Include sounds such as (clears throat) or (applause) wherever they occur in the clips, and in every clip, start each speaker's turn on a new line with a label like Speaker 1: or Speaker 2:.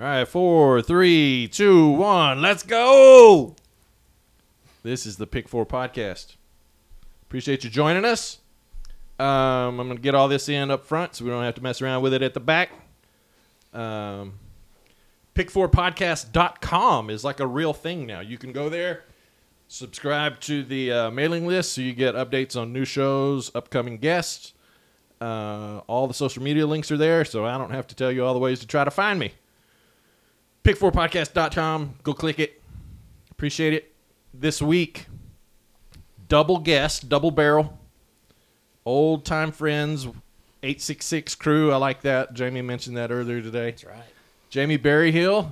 Speaker 1: All right, four, three, two, one, let's go. This is the Pick Four podcast. Appreciate you joining us. Um, I'm gonna get all this in up front so we don't have to mess around with it at the back. Um, pick4podcast.com is like a real thing now. You can go there, subscribe to the uh, mailing list so you get updates on new shows, upcoming guests. Uh, all the social media links are there, so I don't have to tell you all the ways to try to find me. Pick4podcast.com. Go click it. Appreciate it. This week, double guest, double barrel, old time friends, 866 crew. I like that. Jamie mentioned that earlier today. (laughs)
Speaker 2: That's right.
Speaker 1: Jamie Berryhill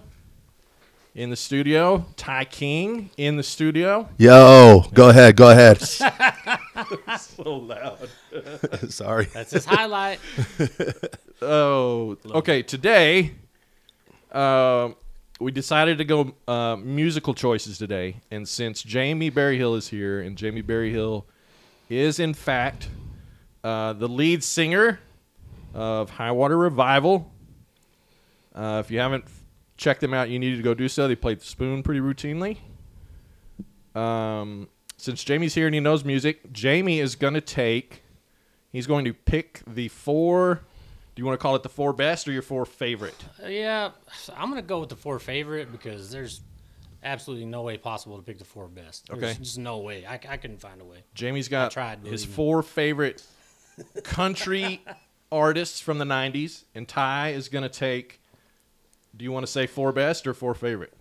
Speaker 1: in the studio. Ty King in the studio.
Speaker 3: Yo, go ahead, go ahead.
Speaker 1: So loud.
Speaker 3: Sorry.
Speaker 2: That's his highlight.
Speaker 1: Oh, okay. Today, um, we decided to go uh, musical choices today, and since Jamie Berryhill is here, and Jamie Berryhill is in fact uh, the lead singer of High Water Revival. Uh, if you haven't f- checked them out, you need to go do so. They play the spoon pretty routinely. Um, since Jamie's here and he knows music, Jamie is going to take. He's going to pick the four. Do you want to call it the four best or your four favorite?
Speaker 2: Uh, yeah, so I'm gonna go with the four favorite because there's absolutely no way possible to pick the four best. There's
Speaker 1: Okay.
Speaker 2: just no way. I, I couldn't find a way.
Speaker 1: Jamie's got
Speaker 2: tried, believe
Speaker 1: his
Speaker 2: me.
Speaker 1: four favorite country (laughs) artists from the 90s, and Ty is going to take. Do you want to say four best or four favorite?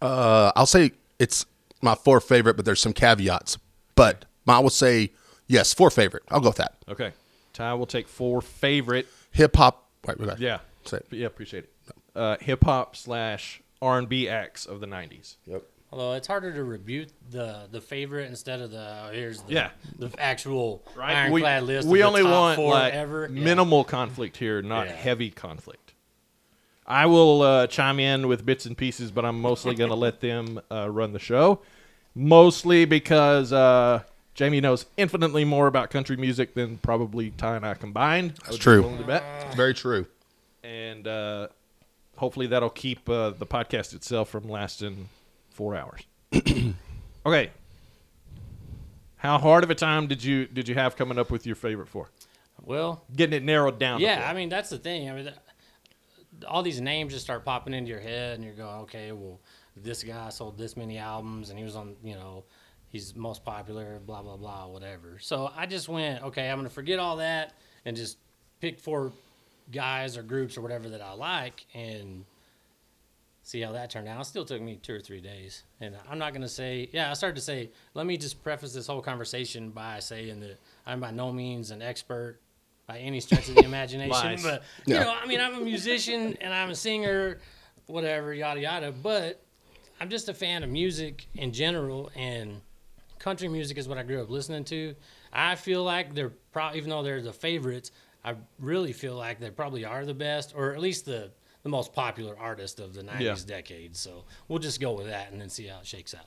Speaker 3: Uh, I'll say it's my four favorite, but there's some caveats. But I will say yes, four favorite. I'll go with that.
Speaker 1: Okay. Ty will take four favorite.
Speaker 3: Hip hop. Wait, wait, wait.
Speaker 1: Yeah.
Speaker 3: Say it.
Speaker 1: Yeah, appreciate it. Uh, Hip hop slash R&B acts of the 90s.
Speaker 3: Yep.
Speaker 2: Although it's harder to rebuke the the favorite instead of the oh, here's the
Speaker 1: Yeah.
Speaker 2: the actual
Speaker 1: Right?
Speaker 2: ironclad
Speaker 1: we
Speaker 2: list.
Speaker 1: we
Speaker 2: of the
Speaker 1: only
Speaker 2: top
Speaker 1: want
Speaker 2: four
Speaker 1: like
Speaker 2: ever. Yeah.
Speaker 1: minimal conflict here, not
Speaker 2: Yeah.
Speaker 1: heavy conflict. I will uh, chime in with bits and pieces, but I'm mostly going to let them uh, run the show. Mostly because uh, Jamie knows infinitely more about country music than probably Ty and I combined. That's
Speaker 3: true.
Speaker 1: Willing to bet.
Speaker 3: Very true.
Speaker 1: And uh, hopefully that'll keep uh, the podcast itself from lasting four (clears throat) hours. okay. How hard of a time did you did you have coming up with your favorite four?
Speaker 2: Well,
Speaker 1: getting it narrowed down. to
Speaker 2: yeah.
Speaker 1: four.
Speaker 2: I mean, that's the thing. I mean, that- all these names just start popping into your head, and you're going, okay, well, this guy sold this many albums, and he was on, you know, he's most popular, blah blah blah, whatever. So I just went, okay, I'm gonna forget all that and just pick four guys or groups or whatever that I like, and see how that turned out. It still took me two or three days. And I'm not going to say, yeah, I started to say, let me just preface this whole conversation by saying that I'm by no means an expert by any stretch of the imagination.
Speaker 1: Lies.
Speaker 2: But, you
Speaker 3: Yeah.
Speaker 2: know, I mean, I'm a musician and I'm a singer, whatever, yada, yada. But I'm just a fan of music in general. And country music is what I grew up listening to. I feel like they're probably, even though they're the favorites, I really feel like they probably are the best, or at least the the most popular artist of the '90s decade. So we'll just go with that and then see how it shakes out.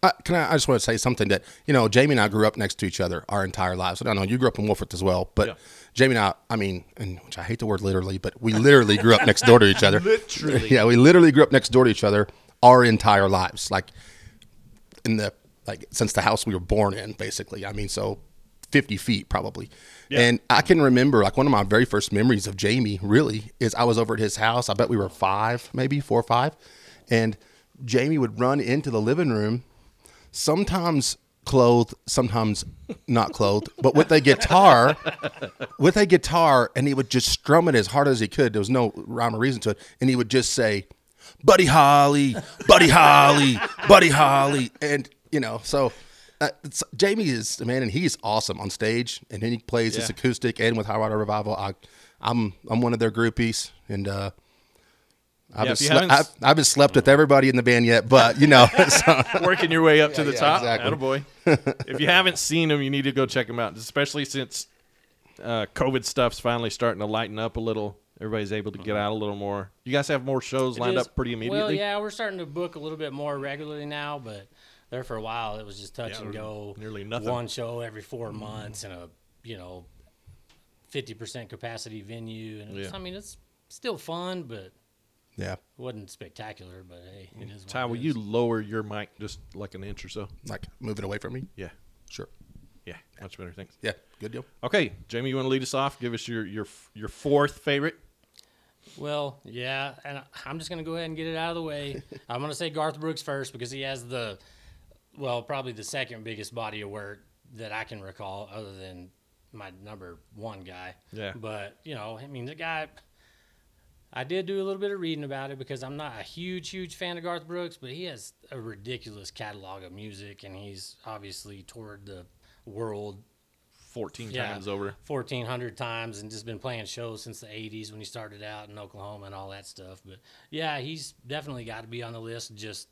Speaker 3: I, Uh, can I, I just want to say something that you know Jamie and I grew up next to each other our entire lives. And I know you grew up in Wolford as well, but
Speaker 1: Yeah.
Speaker 3: Jamie and I, I mean, and which I hate the word literally, but we literally grew up next door to each other.
Speaker 1: Literally.
Speaker 3: (laughs) yeah, we literally grew up next door to each other our entire lives, like in the like since the house we were born in, basically. I mean, so fifty feet probably. And I can remember like one of my very first memories of Jamie really is I was over at his house. I bet we were five, maybe four or five, and Jamie would run into the living room sometimes clothed, sometimes not clothed, but with a guitar, with a guitar, and he would just strum it as hard as he could. There was no rhyme or reason to it, and he would just say, "Buddy Holly, Buddy Holly, Buddy Holly," and you know, so. Uh, it's, Jamie is man, and he's awesome on stage. And then he plays his
Speaker 1: Yeah.
Speaker 3: acoustic and with High Water Revival. I, I'm I'm one of their groupies, and uh, I
Speaker 1: Yeah,
Speaker 3: haven't
Speaker 1: if you
Speaker 3: sle-
Speaker 1: haven't
Speaker 3: I've,
Speaker 1: s-
Speaker 3: I haven't slept with everybody in the band yet, but you know, (laughs) so-
Speaker 1: working your way up to the
Speaker 3: yeah,
Speaker 1: top.
Speaker 3: exactly.
Speaker 1: Attaboy. (laughs) if you haven't seen them, you need to go check them out, especially since uh, COVID stuff's finally starting to lighten up a little. Everybody's able to get out a little more. You guys have more shows lined
Speaker 2: Mm-hmm. It is-
Speaker 1: up pretty immediately.
Speaker 2: Well, yeah, we're starting to book a little bit more regularly now, but there for a while it was just touch
Speaker 1: Yeah,
Speaker 2: and
Speaker 1: there
Speaker 2: go.
Speaker 1: was nearly nothing. Mm-hmm.
Speaker 2: One show every four months in a you know fifty percent capacity venue, and it's,
Speaker 1: Yeah.
Speaker 2: I mean it's still fun, but
Speaker 3: Yeah.
Speaker 2: It wasn't spectacular, but hey, it is. what
Speaker 1: Mm. Ty,
Speaker 2: it
Speaker 1: will
Speaker 2: is.
Speaker 1: you lower your mic just like an inch or so?
Speaker 3: Like move it away from me.
Speaker 1: Yeah.
Speaker 3: Sure.
Speaker 1: Yeah. Much better. Thanks.
Speaker 3: Yeah. Good deal.
Speaker 1: Okay, Jamie, you want to lead us off? Give us your your your fourth favorite.
Speaker 2: Well, yeah, and I- I'm just gonna go ahead and get it out of the way. I'm gonna say Garth Brooks first because he has the, well, probably the second biggest body of work that I can recall, other than my number one guy.
Speaker 1: Yeah.
Speaker 2: But you know, I mean, the guy. I did do a little bit of reading about it because I'm not a huge, huge fan of Garth Brooks, but he has a ridiculous catalog of music, and he's obviously toured the world
Speaker 1: Fourteen
Speaker 2: Yeah.
Speaker 1: times
Speaker 3: Um,
Speaker 1: over.
Speaker 2: 1400 times and just been playing shows since the 80s when he started out in Oklahoma and all that stuff. But yeah, he's definitely got to be on the list just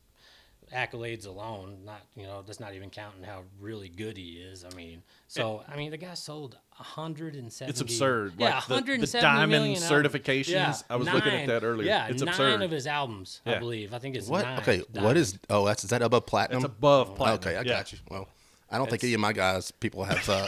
Speaker 2: accolades alone. Not, you know, that's not even counting how really good he is. I mean, so, I mean, the guy sold 170.
Speaker 1: It's absurd.
Speaker 2: Yeah,
Speaker 1: Like, the- the
Speaker 2: 170
Speaker 1: diamond
Speaker 2: million albums.
Speaker 1: certifications,
Speaker 2: Yeah,
Speaker 1: I was looking at that earlier.
Speaker 2: Yeah,
Speaker 1: It's
Speaker 2: nine
Speaker 1: absurd.
Speaker 2: of his albums,
Speaker 1: Yeah.
Speaker 2: I believe. I think it's
Speaker 3: What?
Speaker 2: nine.
Speaker 3: okay. What
Speaker 2: diamonds.
Speaker 3: is? Oh, that's is that above platinum?
Speaker 1: It's above platinum.
Speaker 3: Okay, I
Speaker 1: Yeah.
Speaker 3: got you. Well, I don't think any of my guys people have uh,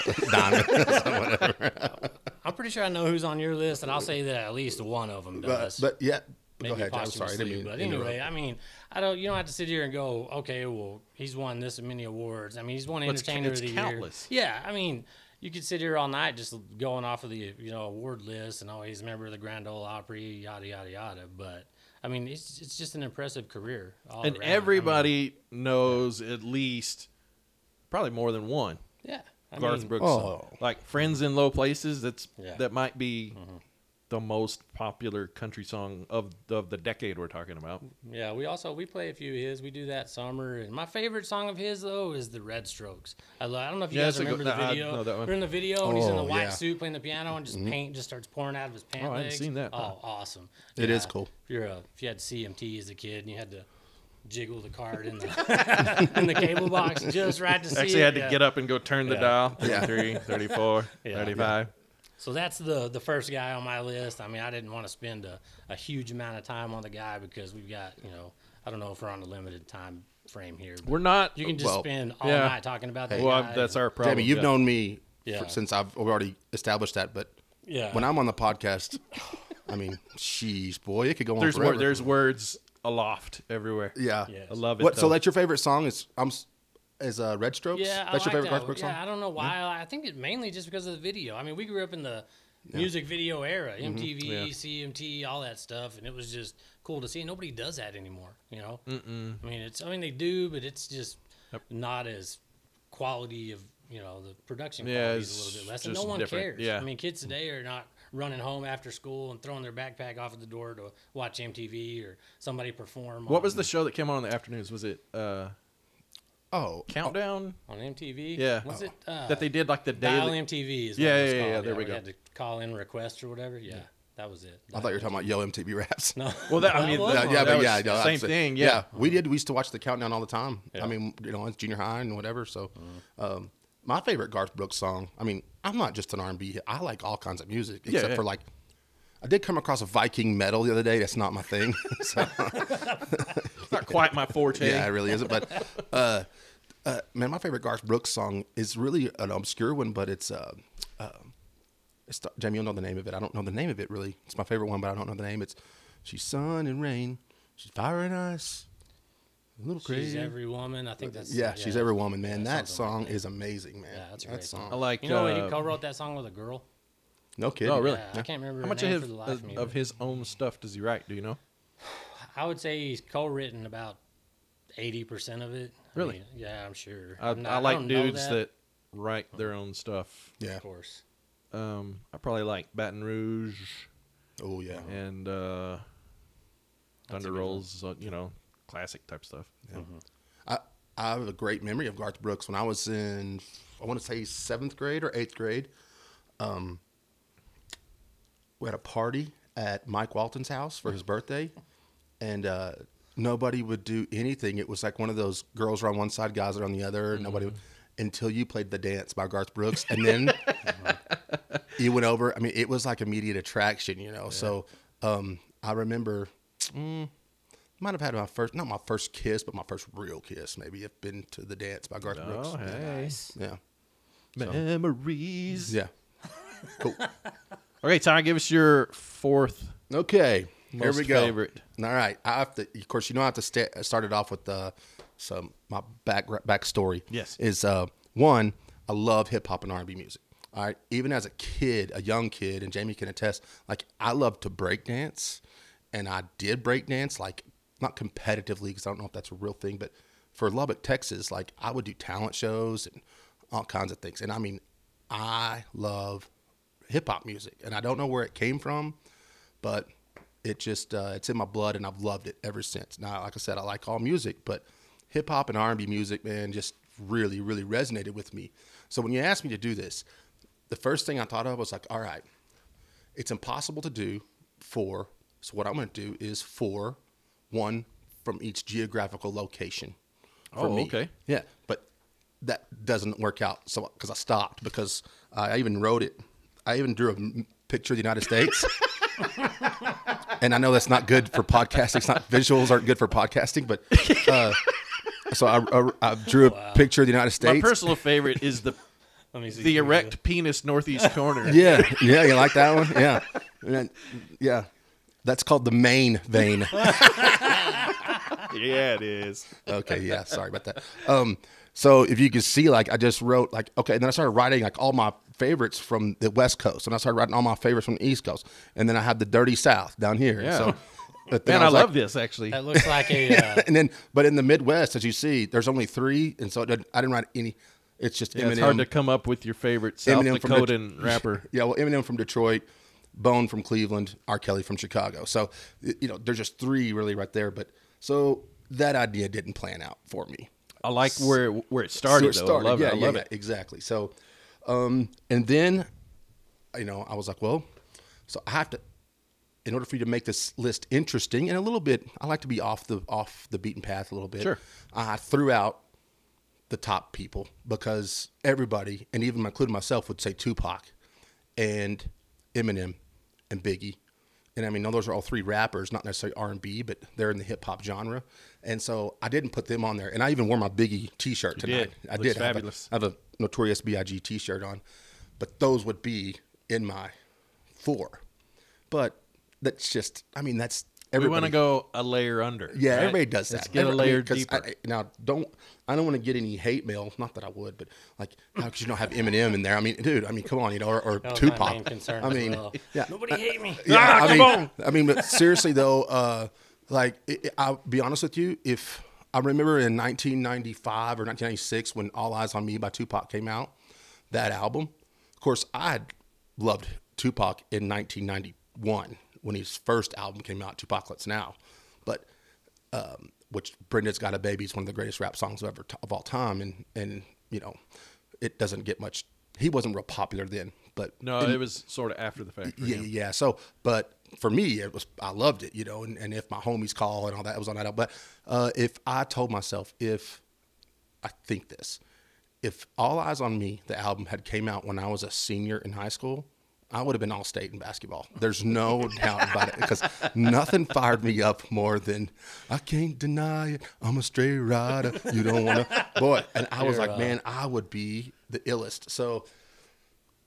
Speaker 2: (laughs)
Speaker 3: (laughs) diamonds.
Speaker 2: I'm pretty sure I know who's on your list, and I'll say that at least one of them
Speaker 3: but,
Speaker 2: does.
Speaker 3: but yeah.
Speaker 2: maybe
Speaker 3: Go ahead. I'm sorry. I didn't
Speaker 2: posthumously,
Speaker 3: mean to
Speaker 2: but
Speaker 3: interrupt.
Speaker 2: anyway, I mean, I don't. You don't have to sit here and go, okay, well, he's won this many awards. I mean, he's won
Speaker 1: it's-
Speaker 2: Entertainer
Speaker 1: it's
Speaker 2: of the
Speaker 1: countless.
Speaker 2: Year. Yeah, I mean, you could sit here all night just going off of the you know award list and "Oh, always remember the Grand Ole Opry, yada yada yada. But I mean, it's it's just an impressive career. All
Speaker 1: And
Speaker 2: around. I mean,
Speaker 1: everybody knows at least probably more than one
Speaker 2: yeah, I
Speaker 1: Garth
Speaker 2: mean,
Speaker 1: Brooks.
Speaker 3: Oh.
Speaker 1: song. Like Friends in Low Places, that's
Speaker 2: Yeah. Mm-hmm.
Speaker 1: that might be the most popular country song of of the decade we're talking about.
Speaker 2: Yeah, we also we play a few of his. We do that summer, and my favorite song of his though is the Red Strokes. I, love, I don't know if you
Speaker 1: Yeah,
Speaker 2: guys
Speaker 1: that's a good-
Speaker 2: remember the
Speaker 1: that- I
Speaker 2: video.
Speaker 1: know that one. Mm-hmm.
Speaker 2: We're in the video, and he's in the
Speaker 3: Oh,
Speaker 2: white
Speaker 3: yeah.
Speaker 2: suit playing the piano, and just paint just starts pouring out of his pants.
Speaker 1: Oh, I hadn't seen that.
Speaker 2: Oh, awesome!
Speaker 3: It is cool.
Speaker 2: If you're a, if you had CMT as a kid and you had to jiggle the card in the in the (laughs) cable box just right to see.
Speaker 1: Actually,
Speaker 2: it,
Speaker 1: I had to
Speaker 2: yeah.
Speaker 1: get up and go turn the
Speaker 2: Yeah.
Speaker 1: dial. 33,
Speaker 2: (laughs)
Speaker 1: 34, 35.
Speaker 2: So that's the the first guy on my list. I mean, I didn't want to spend a, a huge amount of time on the guy because we've got you know I don't know if we're on a limited time frame here. but-
Speaker 1: We're not.
Speaker 2: You can just
Speaker 3: Well,
Speaker 2: spend all
Speaker 1: yeah.
Speaker 2: night talking about that.
Speaker 1: well,
Speaker 2: guy.
Speaker 1: I'm- that's our problem.
Speaker 3: Jamie, you've
Speaker 1: yeah.
Speaker 3: known me for-
Speaker 2: Yeah.
Speaker 3: since I've already established that, but
Speaker 2: Yeah.
Speaker 3: when I'm on the podcast, I mean, sheesh, boy, it could go on
Speaker 1: There's
Speaker 3: forever.
Speaker 1: wor- there's words aloft everywhere.
Speaker 3: yeah.
Speaker 2: Yes.
Speaker 1: I love it.
Speaker 3: What?
Speaker 1: though.
Speaker 3: So that's your favorite song? Is I'm s- is uh, Red Strokes?
Speaker 2: yeah, I like
Speaker 3: that's your favorite
Speaker 2: that.
Speaker 3: Garth Brooks
Speaker 2: yeah,
Speaker 3: song.
Speaker 2: I don't know why. I think it mainly just because of the video. I mean, we grew up in the music video era, MTV,
Speaker 1: Mm-hmm. Yeah.
Speaker 2: CMT, all that stuff, and it was just cool to see. Nobody does that anymore, you know. Mm-mm. I mean, it's I mean they do, but it's just not as quality of you know the production
Speaker 1: Yeah,
Speaker 2: quality is
Speaker 1: it's
Speaker 2: a little bit less, and no
Speaker 1: just
Speaker 2: one
Speaker 1: different,
Speaker 2: cares.
Speaker 1: yeah. Mm.
Speaker 2: I mean, kids today are not running home after school and throwing their backpack off at the door to watch MTV or somebody perform.
Speaker 1: What was
Speaker 2: on-
Speaker 1: the show that came on in the afternoons? Was it uh,
Speaker 3: Oh,
Speaker 1: Countdown?
Speaker 2: on MTV.
Speaker 1: Yeah.
Speaker 2: was it uh,
Speaker 1: that they did like the
Speaker 2: Dial
Speaker 1: daily.
Speaker 2: MTV? Is
Speaker 1: Yeah,
Speaker 2: what it
Speaker 1: yeah,
Speaker 2: was
Speaker 1: yeah,
Speaker 2: called.
Speaker 1: yeah, there we
Speaker 2: where you
Speaker 1: go.
Speaker 2: had to call in requests or whatever. Yeah, that was it.
Speaker 3: I thought you were talking about Yo MTV Raps.
Speaker 2: No.
Speaker 1: Well, that- I mean,
Speaker 2: was
Speaker 1: that-
Speaker 3: Yeah,
Speaker 2: on
Speaker 3: yeah,
Speaker 2: it.
Speaker 1: that
Speaker 3: but
Speaker 1: was
Speaker 3: yeah, no,
Speaker 1: the same
Speaker 3: absolutely.
Speaker 1: thing, yeah.
Speaker 3: we did. We used to watch the countdown all the time.
Speaker 2: Yeah.
Speaker 3: I mean, you know, it's junior high and whatever. So, um, my favorite Garth Brooks song. I mean, I'm not just an R&B. hit. I like all kinds of music, except
Speaker 1: yeah.
Speaker 3: for like, I did come across a Viking metal the other day. That's not my thing. (laughs) so,
Speaker 1: It's not quite my forte.
Speaker 3: yeah, it really isn't. But,
Speaker 2: (laughs)
Speaker 3: uh, uh, man, my favorite Garth Brooks song is really an obscure one, but it's. Uh, uh, it's Jamie, you'll know the name of it. I don't know the name of it really. It's my favorite one, but I don't know the name. It's she's sun and rain, she's fire and ice, a little
Speaker 2: She's
Speaker 3: crazy.
Speaker 2: every woman. I think that's
Speaker 3: Yeah, she's every woman, man.
Speaker 2: Yeah,
Speaker 3: that
Speaker 2: something
Speaker 3: song is amazing, man.
Speaker 2: Yeah, that's a
Speaker 3: that
Speaker 2: great song.
Speaker 1: I like.
Speaker 2: You know,
Speaker 1: uh,
Speaker 2: he co-wrote that song with a girl.
Speaker 3: No kidding.
Speaker 1: Oh, really?
Speaker 2: Yeah, I can't remember
Speaker 1: how much
Speaker 2: her
Speaker 1: of
Speaker 2: name
Speaker 1: his,
Speaker 2: for the life of me.
Speaker 1: of
Speaker 2: but
Speaker 1: his own stuff does he write? Do you know?
Speaker 2: I would say he's co-written about eighty percent of it. I
Speaker 1: Really?
Speaker 2: mean, yeah, I'm sure.
Speaker 1: I,
Speaker 2: I'm not-
Speaker 1: I like
Speaker 2: don't know
Speaker 1: dudes that. write their own stuff.
Speaker 3: Yeah.
Speaker 2: Of course.
Speaker 1: Um, I probably like Baton Rouge
Speaker 3: Oh, yeah.
Speaker 1: and uh, Thunder
Speaker 2: good one.
Speaker 1: Rolls. Uh, you know, classic type stuff.
Speaker 3: I, I have a great memory of Garth Brooks when I was in, I want to say seventh grade or eighth grade. Um, we had a party at Mike Walton's house for his birthday, and uh, nobody would do anything. It was like one of those girls are on one side, guys are on the other. Nobody would, until you played "The Dance" by Garth Brooks, and then you went over. I mean, it was like immediate attraction, you know. So um, I remember mm, might have had my first, not my first kiss, but my first real kiss. Maybe I've been to the dance by Garth Brooks.
Speaker 1: Oh, hey.
Speaker 3: Yeah,
Speaker 1: Memories.
Speaker 3: yeah. cool.
Speaker 1: Okay, Ty, give us your fourth
Speaker 3: Okay,
Speaker 1: Most
Speaker 3: Here we go.
Speaker 1: favorite.
Speaker 3: All right. I have to. Of course, you know I have to sta start it off with uh, some my back backstory.
Speaker 1: Yes.
Speaker 3: Is uh one I love hip hop and R and B music. All right. Even as a kid, a young kid, and Jamie can attest. Like I love to break dance, and I did break dance. Like not competitively because I don't know if that's a real thing, but for Lubbock, Texas, like I would do talent shows and all kinds of things. And I mean, I love hip hop music, and I don't know where it came from, but it just uh, it's in my blood, and I've loved it ever since. Now, like I said, I like all music, but hip hop and R and B music, man, just really, really resonated with me. So when you asked me to do this, the first thing I thought of was like, all right, it's impossible to do for. So what I'm going to do is for one from each geographical location. for
Speaker 1: Oh,
Speaker 3: me.
Speaker 1: okay.
Speaker 3: Yeah, but that doesn't work out. So because I stopped because I even wrote it, I even drew a m- picture of the
Speaker 1: (laughs)
Speaker 3: United States. and I know that's not good for podcasting. It's not visuals aren't good for podcasting, but uh, so I, I, I drew a picture of the United
Speaker 1: My
Speaker 3: States.
Speaker 1: personal favorite is (laughs) the
Speaker 2: Let me see.
Speaker 1: the erect penis northeast corner.
Speaker 3: yeah, yeah, you like that one? Yeah, And then- yeah. That's called the main vein.
Speaker 1: yeah, it is.
Speaker 3: okay, yeah, sorry about that. Um, so if you can see, like, I just wrote, like, okay, and then I started writing like all my favorites from the West Coast, and I started writing all my favorites from the East Coast, and then I had the Dirty South down here.
Speaker 1: Yeah.
Speaker 3: So, but then
Speaker 1: Man, I,
Speaker 3: was like-
Speaker 1: love this actually.
Speaker 2: That looks like a. Uh,
Speaker 3: (laughs) and then, but in the Midwest, as you see, there's only three, and so it didn't- I didn't write any. It's just
Speaker 1: Yeah,
Speaker 3: Eminem.
Speaker 1: it's hard to come up with your favorite South
Speaker 3: Eminem from
Speaker 1: Dakotan
Speaker 3: (laughs)
Speaker 1: rapper.
Speaker 3: Yeah, well, Eminem from Detroit, Bone from Cleveland, R. Kelly from Chicago. So, y- you know, there's just three really right there. But so that idea didn't plan out for me.
Speaker 1: I like where it, where it started.
Speaker 3: So it
Speaker 1: though. I love
Speaker 3: yeah,
Speaker 1: it. I
Speaker 3: yeah,
Speaker 1: love
Speaker 3: yeah,
Speaker 1: it.
Speaker 3: exactly. So, um, and then, you know, I was like, well, so I have to, in order for you to make this list interesting and a little bit, I like to be off the off the beaten path a little bit.
Speaker 1: Sure.
Speaker 3: I threw out the top people because everybody, and even including myself, would say Tupac and Eminem and Biggie. And I mean, no, those are all three rappers, not necessarily R and B, but they're in the hip hop genre. And so I didn't put them on there. And I even wore my Biggie T-shirt tonight.
Speaker 1: did.
Speaker 3: I
Speaker 1: Looks
Speaker 3: did. have a-
Speaker 1: fabulous.
Speaker 3: I have a Notorious B.I.G. T-shirt on, but those would be in my four. But that's just. I mean, that's
Speaker 1: We
Speaker 3: everybody.
Speaker 1: want to go a layer under.
Speaker 3: Yeah,
Speaker 1: right?
Speaker 3: everybody does that.
Speaker 1: Let's get
Speaker 3: Every-
Speaker 1: a
Speaker 3: I mean,
Speaker 1: layer
Speaker 3: 'cause
Speaker 1: deeper.
Speaker 3: I- now, don't I don't want to get any hate mail. Not that I would, but like, how could you not have Eminem in there? I mean, dude, I mean, come on, you know, or, or
Speaker 2: that was my main
Speaker 3: Tupac.
Speaker 2: concern
Speaker 3: I
Speaker 2: as
Speaker 3: mean,
Speaker 2: well.
Speaker 3: yeah,
Speaker 2: Nobody hate me.
Speaker 3: yeah,
Speaker 1: Ah,
Speaker 3: I
Speaker 1: come
Speaker 3: mean,
Speaker 1: on.
Speaker 3: I mean, but seriously though, uh, like it, it- I'll be honest with you, if I remember in 1995 or 1996 when "All Eyes on Me" by Tupac came out, that album. Of course, I had loved Tupac in 1991 when his first album came out, "Tupac Let's Now," but um, which Brenda's Got a Baby is one of the greatest rap songs of ever of all time, and and you know, it doesn't get much. He wasn't real popular then, but
Speaker 1: No, it was sort of after the fact. for
Speaker 3: yeah,
Speaker 1: him.
Speaker 3: yeah, yeah. So, but for me, it was I loved it, you know. And, and if my homies call and all that, it was on that. album. But uh, if I told myself, if I think this, if All Eyes on Me, the album had came out when I was a senior in high school, I would have been all state in basketball.
Speaker 2: (laughs)
Speaker 3: There's no doubt about it because nothing fired me up more than I can't deny it. I'm a straight rider. You don't want
Speaker 2: (laughs)
Speaker 3: to, boy. And I was like, man, I would be the illest. So.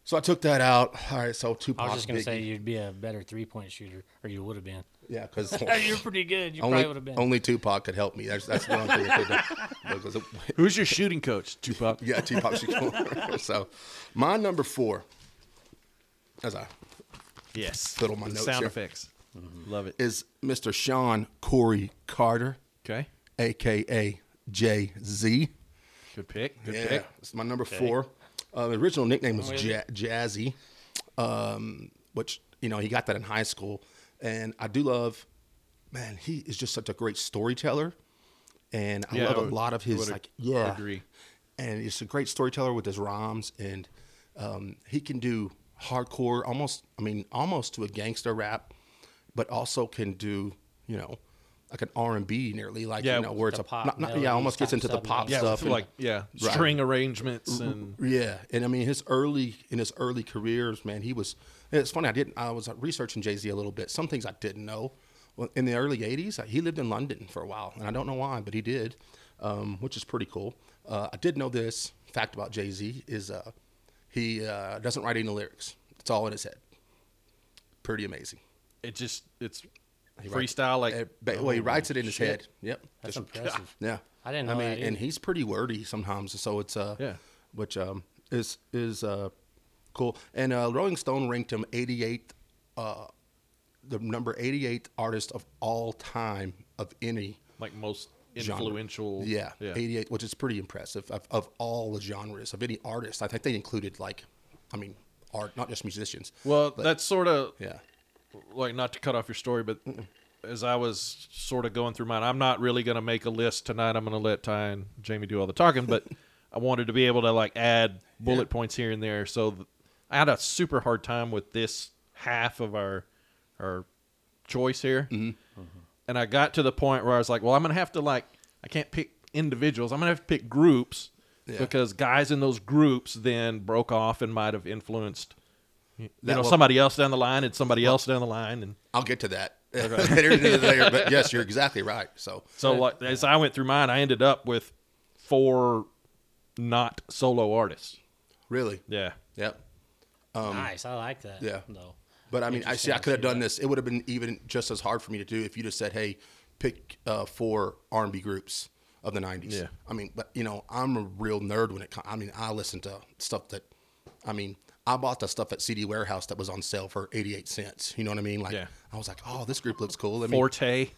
Speaker 3: So I took that out. All right. So two.
Speaker 2: I was just gonna say you'd be a better three point shooter, or you would have been.
Speaker 3: Yeah, because
Speaker 2: You're pretty good. (laughs) You
Speaker 3: only,
Speaker 2: probably would have been.
Speaker 3: only Tupac could help me. That's that's the only thing. that could do. Because it-
Speaker 1: Who's your shooting coach, Tupac?
Speaker 3: (laughs) yeah, Tupac. Shakur. (laughs) so, my number four, as I
Speaker 1: Yes.
Speaker 3: Fiddle my
Speaker 1: The
Speaker 3: notes
Speaker 1: Sound
Speaker 3: here.
Speaker 1: effects. Love it.
Speaker 3: is Mr. Sean Corey Carter,
Speaker 1: Okay.
Speaker 3: aka Jay Z.
Speaker 1: Good pick. Good
Speaker 3: Yeah,
Speaker 1: pick.
Speaker 3: it's my number four. Uh, the original nickname was ja- Jazzy, um, which you know he got that in high school, and I do love. Man, he is just such a great storyteller, and I
Speaker 1: Yeah,
Speaker 3: love
Speaker 1: I
Speaker 3: a
Speaker 1: would-
Speaker 3: lot of
Speaker 1: I would
Speaker 3: his
Speaker 1: ag-
Speaker 3: like yeah.
Speaker 1: agree.
Speaker 3: And he's a great storyteller with his rhymes, and um, he can do hardcore, almost I mean almost to a gangster rap, but also can do you know like an R and B nearly like
Speaker 1: Yeah,
Speaker 3: you know where
Speaker 2: the
Speaker 3: it's a
Speaker 2: pop
Speaker 3: not, not,
Speaker 2: melodies
Speaker 3: yeah almost gets
Speaker 2: type
Speaker 3: into the
Speaker 2: stuff,
Speaker 3: pop
Speaker 2: yeah.
Speaker 1: Yeah,
Speaker 3: stuff
Speaker 1: with
Speaker 3: and-
Speaker 1: like yeah,
Speaker 3: Right.
Speaker 1: string arrangements and
Speaker 3: yeah, and I mean his early in his early careers, man, he was. and It's funny I didn't. I was researching Jay Z a little bit. Some things I didn't know. Well, in the early '80s, he lived in London for a while, and I don't know why, but he did, um, which is pretty cool. Uh, I did know this fact about Jay Z is uh, he uh, doesn't write any lyrics. It's all in his head. Pretty amazing.
Speaker 1: it just it's
Speaker 3: He writes-
Speaker 1: freestyle like
Speaker 3: eh, ba- well, he writes it in his head. Yep.
Speaker 2: That's
Speaker 3: Just-
Speaker 2: impressive.
Speaker 3: (laughs) Yeah.
Speaker 2: I didn't know
Speaker 3: I mean,
Speaker 2: that either.
Speaker 3: and he's pretty wordy sometimes, so it's uh
Speaker 1: Yeah.
Speaker 3: which um is is uh cool. And uh Rolling Stone ranked him 88th uh the number 88th artist of all time of any
Speaker 1: like most
Speaker 3: genre.
Speaker 1: influential.
Speaker 3: Yeah,
Speaker 1: yeah.
Speaker 3: 88, which is pretty impressive of, of all the genres of any artist. I think they included like I mean, art, not just musicians.
Speaker 1: Well,
Speaker 3: but-
Speaker 1: that's sort of
Speaker 3: yeah.
Speaker 1: like not to cut off your story, but as I was sort of going through mine, I'm not really going to make a list tonight. I'm going to let Ty and Jamie do all the talking, but I wanted to be able to like add bullet points here and there. So th- I had a super hard time with this half of our our choice here, and I got to the point where I was like, well, I'm going to have to like I can't pick individuals. I'm going to have to pick groups
Speaker 3: Yeah.
Speaker 1: because guys in those groups then broke off and might have influenced. You
Speaker 3: That
Speaker 1: know,
Speaker 3: will-
Speaker 1: somebody else down the line and somebody else down the line, and
Speaker 3: I'll get to that (laughs) later, later. But yes, you're exactly right. So
Speaker 1: So like as I went through mine, I ended up with four not solo artists.
Speaker 3: really,
Speaker 1: Yeah.
Speaker 3: Yep.
Speaker 2: nice. I like that.
Speaker 3: um, yeah.
Speaker 2: Though.
Speaker 3: But I mean, I see.
Speaker 2: Interesting
Speaker 3: I
Speaker 2: to
Speaker 3: could have
Speaker 2: see
Speaker 3: done this. It would have been even just as hard for me to do if you just said, "Hey, pick uh, four R&B groups of the '90s."
Speaker 1: Yeah.
Speaker 3: I mean, but you know, I'm a real nerd when it comes. I mean, I listen to stuff that. I mean, I bought the stuff at CD Warehouse that was on sale for 88 cents. You know what I mean? Like,
Speaker 1: Yeah.
Speaker 3: I was like, "Oh, this group looks cool." Let (laughs) me-
Speaker 1: Forte.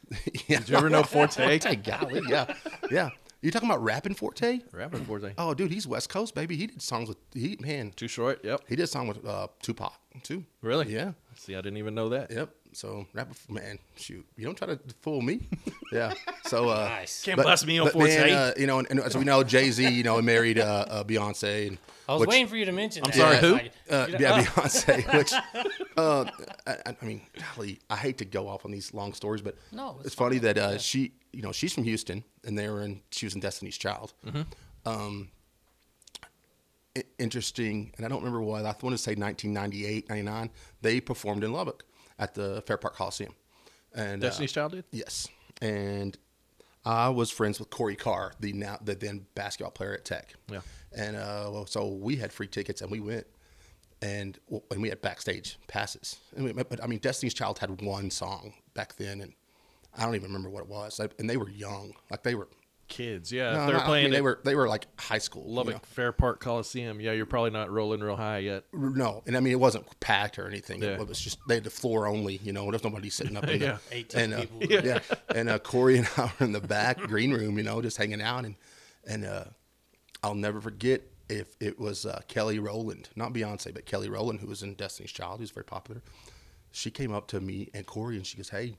Speaker 1: (laughs)
Speaker 3: yeah.
Speaker 1: Did you
Speaker 3: (laughs)
Speaker 1: ever know (laughs) Forte?
Speaker 3: Forte, golly, yeah, yeah. You talking about rapping Forte?
Speaker 1: Rapper Forte.
Speaker 3: Oh, dude, he's West Coast baby. He did songs with he man.
Speaker 1: Too short. Yep.
Speaker 3: He did a song with uh, Tupac too.
Speaker 1: Really?
Speaker 3: Yeah.
Speaker 1: See, I didn't even know that.
Speaker 3: Yep. So rap man, shoot, you don't try to fool me. (laughs) yeah. So uh,
Speaker 2: Nice.
Speaker 1: Can't bust me on Forte.
Speaker 3: man, uh, you know, and, and as we know, Jay Z, you know, married uh, uh, Beyonce, and
Speaker 2: I was
Speaker 3: which-
Speaker 2: waiting for you to mention. I'm that.
Speaker 1: sorry, who?
Speaker 2: Like,
Speaker 3: uh, yeah, Beyonce. Which, uh, I, I mean, golly, I hate to go off on these long stories, but
Speaker 2: No,
Speaker 3: it's,
Speaker 2: it's
Speaker 3: funny that uh, she, you know, she's from Houston, and they were in. She was in Destiny's Child. Um, i- interesting, and I don't remember what. I want to say 1998, 99. They performed in Lubbock at the Fair Park Coliseum, and uh,
Speaker 1: Destiny's Child did?
Speaker 3: Yes, and I was friends with Corey Carr, the now the then basketball player at Tech.
Speaker 1: Yeah.
Speaker 3: and uh, well, so we had free tickets and we went, and well, and we had backstage passes. And we, but I mean, Destiny's Child had one song back then, and I don't even remember what it was. Like, And they were young, like they were.
Speaker 1: Kids. Yeah.
Speaker 3: no,
Speaker 1: if they're
Speaker 3: no, I mean,
Speaker 1: Uh, playing
Speaker 3: they
Speaker 1: at
Speaker 3: were they were like high school. you
Speaker 1: Lubbock
Speaker 3: know.
Speaker 1: Fair Park Coliseum. Yeah, you're probably not rolling real high yet.
Speaker 3: No, and I mean it wasn't packed or anything.
Speaker 1: Yeah.
Speaker 3: It was just they had the floor only. You know, there's nobody sitting up. In
Speaker 1: Yeah.
Speaker 3: the,
Speaker 2: 18
Speaker 3: and, uh,
Speaker 2: people.
Speaker 3: (laughs) Yeah. and uh, Corey and I were in the back green room. You know, just hanging out, and and uh, I'll never forget if it was uh, Kelly Rowland, not Beyonce, but Kelly Rowland, who was in Destiny's Child, who's very popular. She came up to me and Corey, and she goes, "Hey,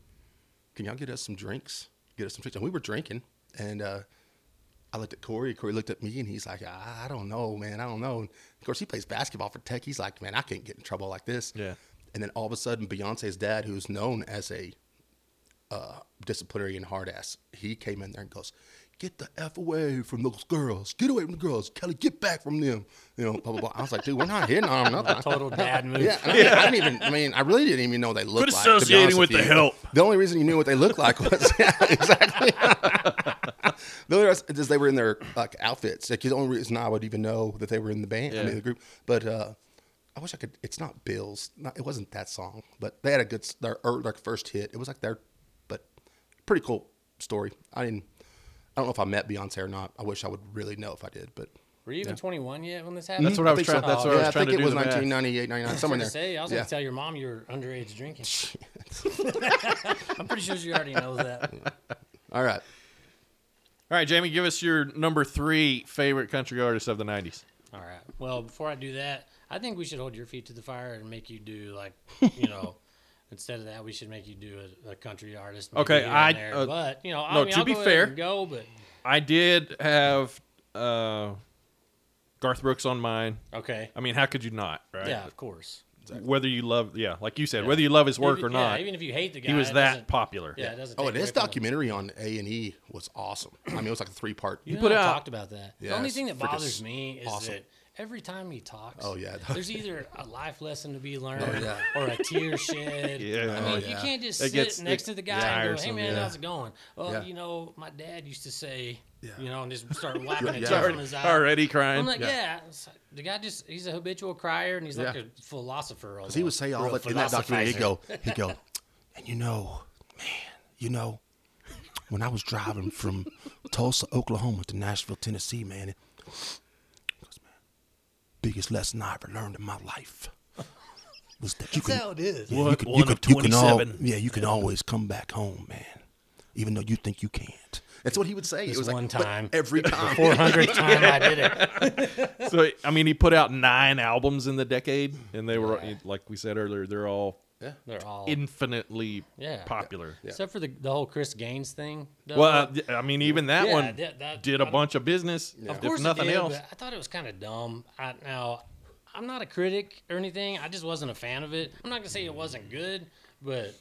Speaker 3: can y'all get us some drinks? Get us some drinks." And we were drinking, and uh, I looked at Corey. Corey looked at me, and he's like, "I I don't know, man. I don't know." And of course, he plays basketball for Tech. He's like, "Man, I can't get in trouble like this."
Speaker 1: Yeah.
Speaker 3: And then all of a sudden, Beyonce's dad, who's known as a uh, disciplinary and hard ass, he came in there and goes, "Get the f away from those girls. Get away from the girls, Kelly. Get back from them." You know, blah blah blah. I was like, "Dude, we're not hitting on them. Nothing.
Speaker 2: Total
Speaker 3: (laughs)
Speaker 2: dad move.
Speaker 3: Uh, Yeah, and I, I didn't even. I mean, I really didn't even know they looked
Speaker 1: Quit
Speaker 3: like. to be honest
Speaker 1: associating with
Speaker 3: you.
Speaker 1: the help.
Speaker 3: The only reason you knew what they looked like was (laughs) yeah, exactly. the only reason is they were in their like outfits. Like the only reason I would even know that they were in the band, I
Speaker 1: Yeah.
Speaker 3: mean the group. But uh, I wish I could. It's not Bills. Not, it wasn't that song, but they had a good s- their er, their first hit. It was like their, but pretty cool story. I didn't. I don't know if I met Beyonce or not. I wish I would really know if I did, but.
Speaker 2: Were you even 21 yet when this happened? Oh,
Speaker 1: That's what I was
Speaker 3: think so.
Speaker 1: trying. That's what
Speaker 3: yeah,
Speaker 1: I was trying to
Speaker 3: think it
Speaker 1: do.
Speaker 3: was
Speaker 1: the math.
Speaker 3: 1998, 99,
Speaker 2: I
Speaker 3: somewhere in there.
Speaker 2: was gonna say. I was
Speaker 3: yeah.
Speaker 2: gonna tell your mom you were underage drinking.
Speaker 3: (laughs)
Speaker 2: (laughs) I'm pretty sure she already knows
Speaker 3: (laughs)
Speaker 2: that.
Speaker 3: All right.
Speaker 1: All right, Jamie, give us your number three favorite country artist of the '90s.
Speaker 2: All right. Well, before I do that, I think we should hold your feet to the fire and make you do like, you know,
Speaker 1: (laughs)
Speaker 2: instead of that, we should make you do a, a country artist. maybe
Speaker 1: Okay,
Speaker 2: here and
Speaker 1: I-
Speaker 2: there.
Speaker 1: uh,
Speaker 2: but you know, I
Speaker 1: no,
Speaker 2: mean,
Speaker 1: to
Speaker 2: I'll
Speaker 1: be
Speaker 2: go ahead
Speaker 1: fair-
Speaker 2: and go. But
Speaker 1: I did have uh, Garth Brooks on mine.
Speaker 2: okay,
Speaker 1: I mean, how could you not? Right?
Speaker 2: yeah, of course.
Speaker 1: whether you love yeah like you said whether you love his work or
Speaker 2: Even-
Speaker 1: not
Speaker 2: yeah, even if you hate the guy,
Speaker 1: he was
Speaker 2: it
Speaker 1: that
Speaker 2: doesn't-
Speaker 1: popular
Speaker 2: Yeah, it doesn't.
Speaker 3: Oh,
Speaker 2: take
Speaker 3: and
Speaker 2: away
Speaker 3: his
Speaker 2: from the-
Speaker 3: documentary on A and E was awesome. I mean, it was like a three part.
Speaker 2: You
Speaker 1: put
Speaker 2: put
Speaker 1: out-
Speaker 2: out talked about that.
Speaker 3: Yeah,
Speaker 2: the only
Speaker 3: it's
Speaker 2: thing that
Speaker 3: freaking
Speaker 2: bothers me is
Speaker 3: awesome.
Speaker 2: that every time he talks,
Speaker 3: Oh, yeah. (laughs) Oh,
Speaker 2: there's either a life lesson to be learned
Speaker 3: yeah.
Speaker 2: or a
Speaker 3: (laughs)
Speaker 2: tear shed.
Speaker 1: Yeah.
Speaker 2: I mean,
Speaker 1: Oh,
Speaker 2: you
Speaker 3: yeah.
Speaker 2: can't just
Speaker 1: It
Speaker 2: sit
Speaker 1: gets-
Speaker 2: next
Speaker 1: it
Speaker 2: to the
Speaker 1: gets
Speaker 2: guy and go, "Hey
Speaker 1: tiresome,
Speaker 2: man,
Speaker 1: yeah.
Speaker 2: how's it going?" Well,
Speaker 3: Yeah.
Speaker 2: you know, my dad used to say,
Speaker 3: Yeah.
Speaker 2: you know, and just
Speaker 3: (laughs)
Speaker 2: start wiping a
Speaker 3: Yeah.
Speaker 2: tear from
Speaker 1: already,
Speaker 2: his eye.
Speaker 1: already crying
Speaker 2: I'm like,
Speaker 3: Yeah.
Speaker 2: yeah, It's like, the guy just—he's a habitual crier, and he's like
Speaker 3: Yeah.
Speaker 2: a philosopher.
Speaker 3: He would say all
Speaker 2: Real
Speaker 3: that in that documentary. He'd
Speaker 2: philosophizer.
Speaker 3: go, he'd go, and you know, you know, when I was driving from Tulsa, Oklahoma to Nashville, Tennessee, man, it, goes, man, biggest lesson I ever learned in my life was that you
Speaker 4: That's
Speaker 3: can,
Speaker 4: how it is.
Speaker 3: yeah, you
Speaker 5: What?
Speaker 3: can,
Speaker 5: One
Speaker 3: you
Speaker 5: of
Speaker 3: can, you can al-
Speaker 5: 27.
Speaker 3: yeah, you can always come back home, man, even though you think you can't. That's what he would say.
Speaker 2: This
Speaker 3: it was
Speaker 2: one
Speaker 3: like, but
Speaker 2: time.
Speaker 3: (laughs) every time.
Speaker 2: Four hundredth time I did it.
Speaker 1: So I mean, he put out nine albums in the decade, and they were like we said earlier, they're all
Speaker 2: They're all
Speaker 1: infinitely
Speaker 2: Yeah.
Speaker 1: popular.
Speaker 2: except for the, the whole Chris Gaines thing. though.
Speaker 1: Well, uh, I mean, even that
Speaker 2: Yeah,
Speaker 1: one
Speaker 2: that- that-
Speaker 1: did a bunch of business,
Speaker 2: Of
Speaker 1: if
Speaker 2: course, it
Speaker 1: nothing
Speaker 2: did,
Speaker 1: else.
Speaker 2: but I thought it was kind of dumb. I, now, I'm not a critic or anything. I just wasn't a fan of it. I'm not gonna say it wasn't good, but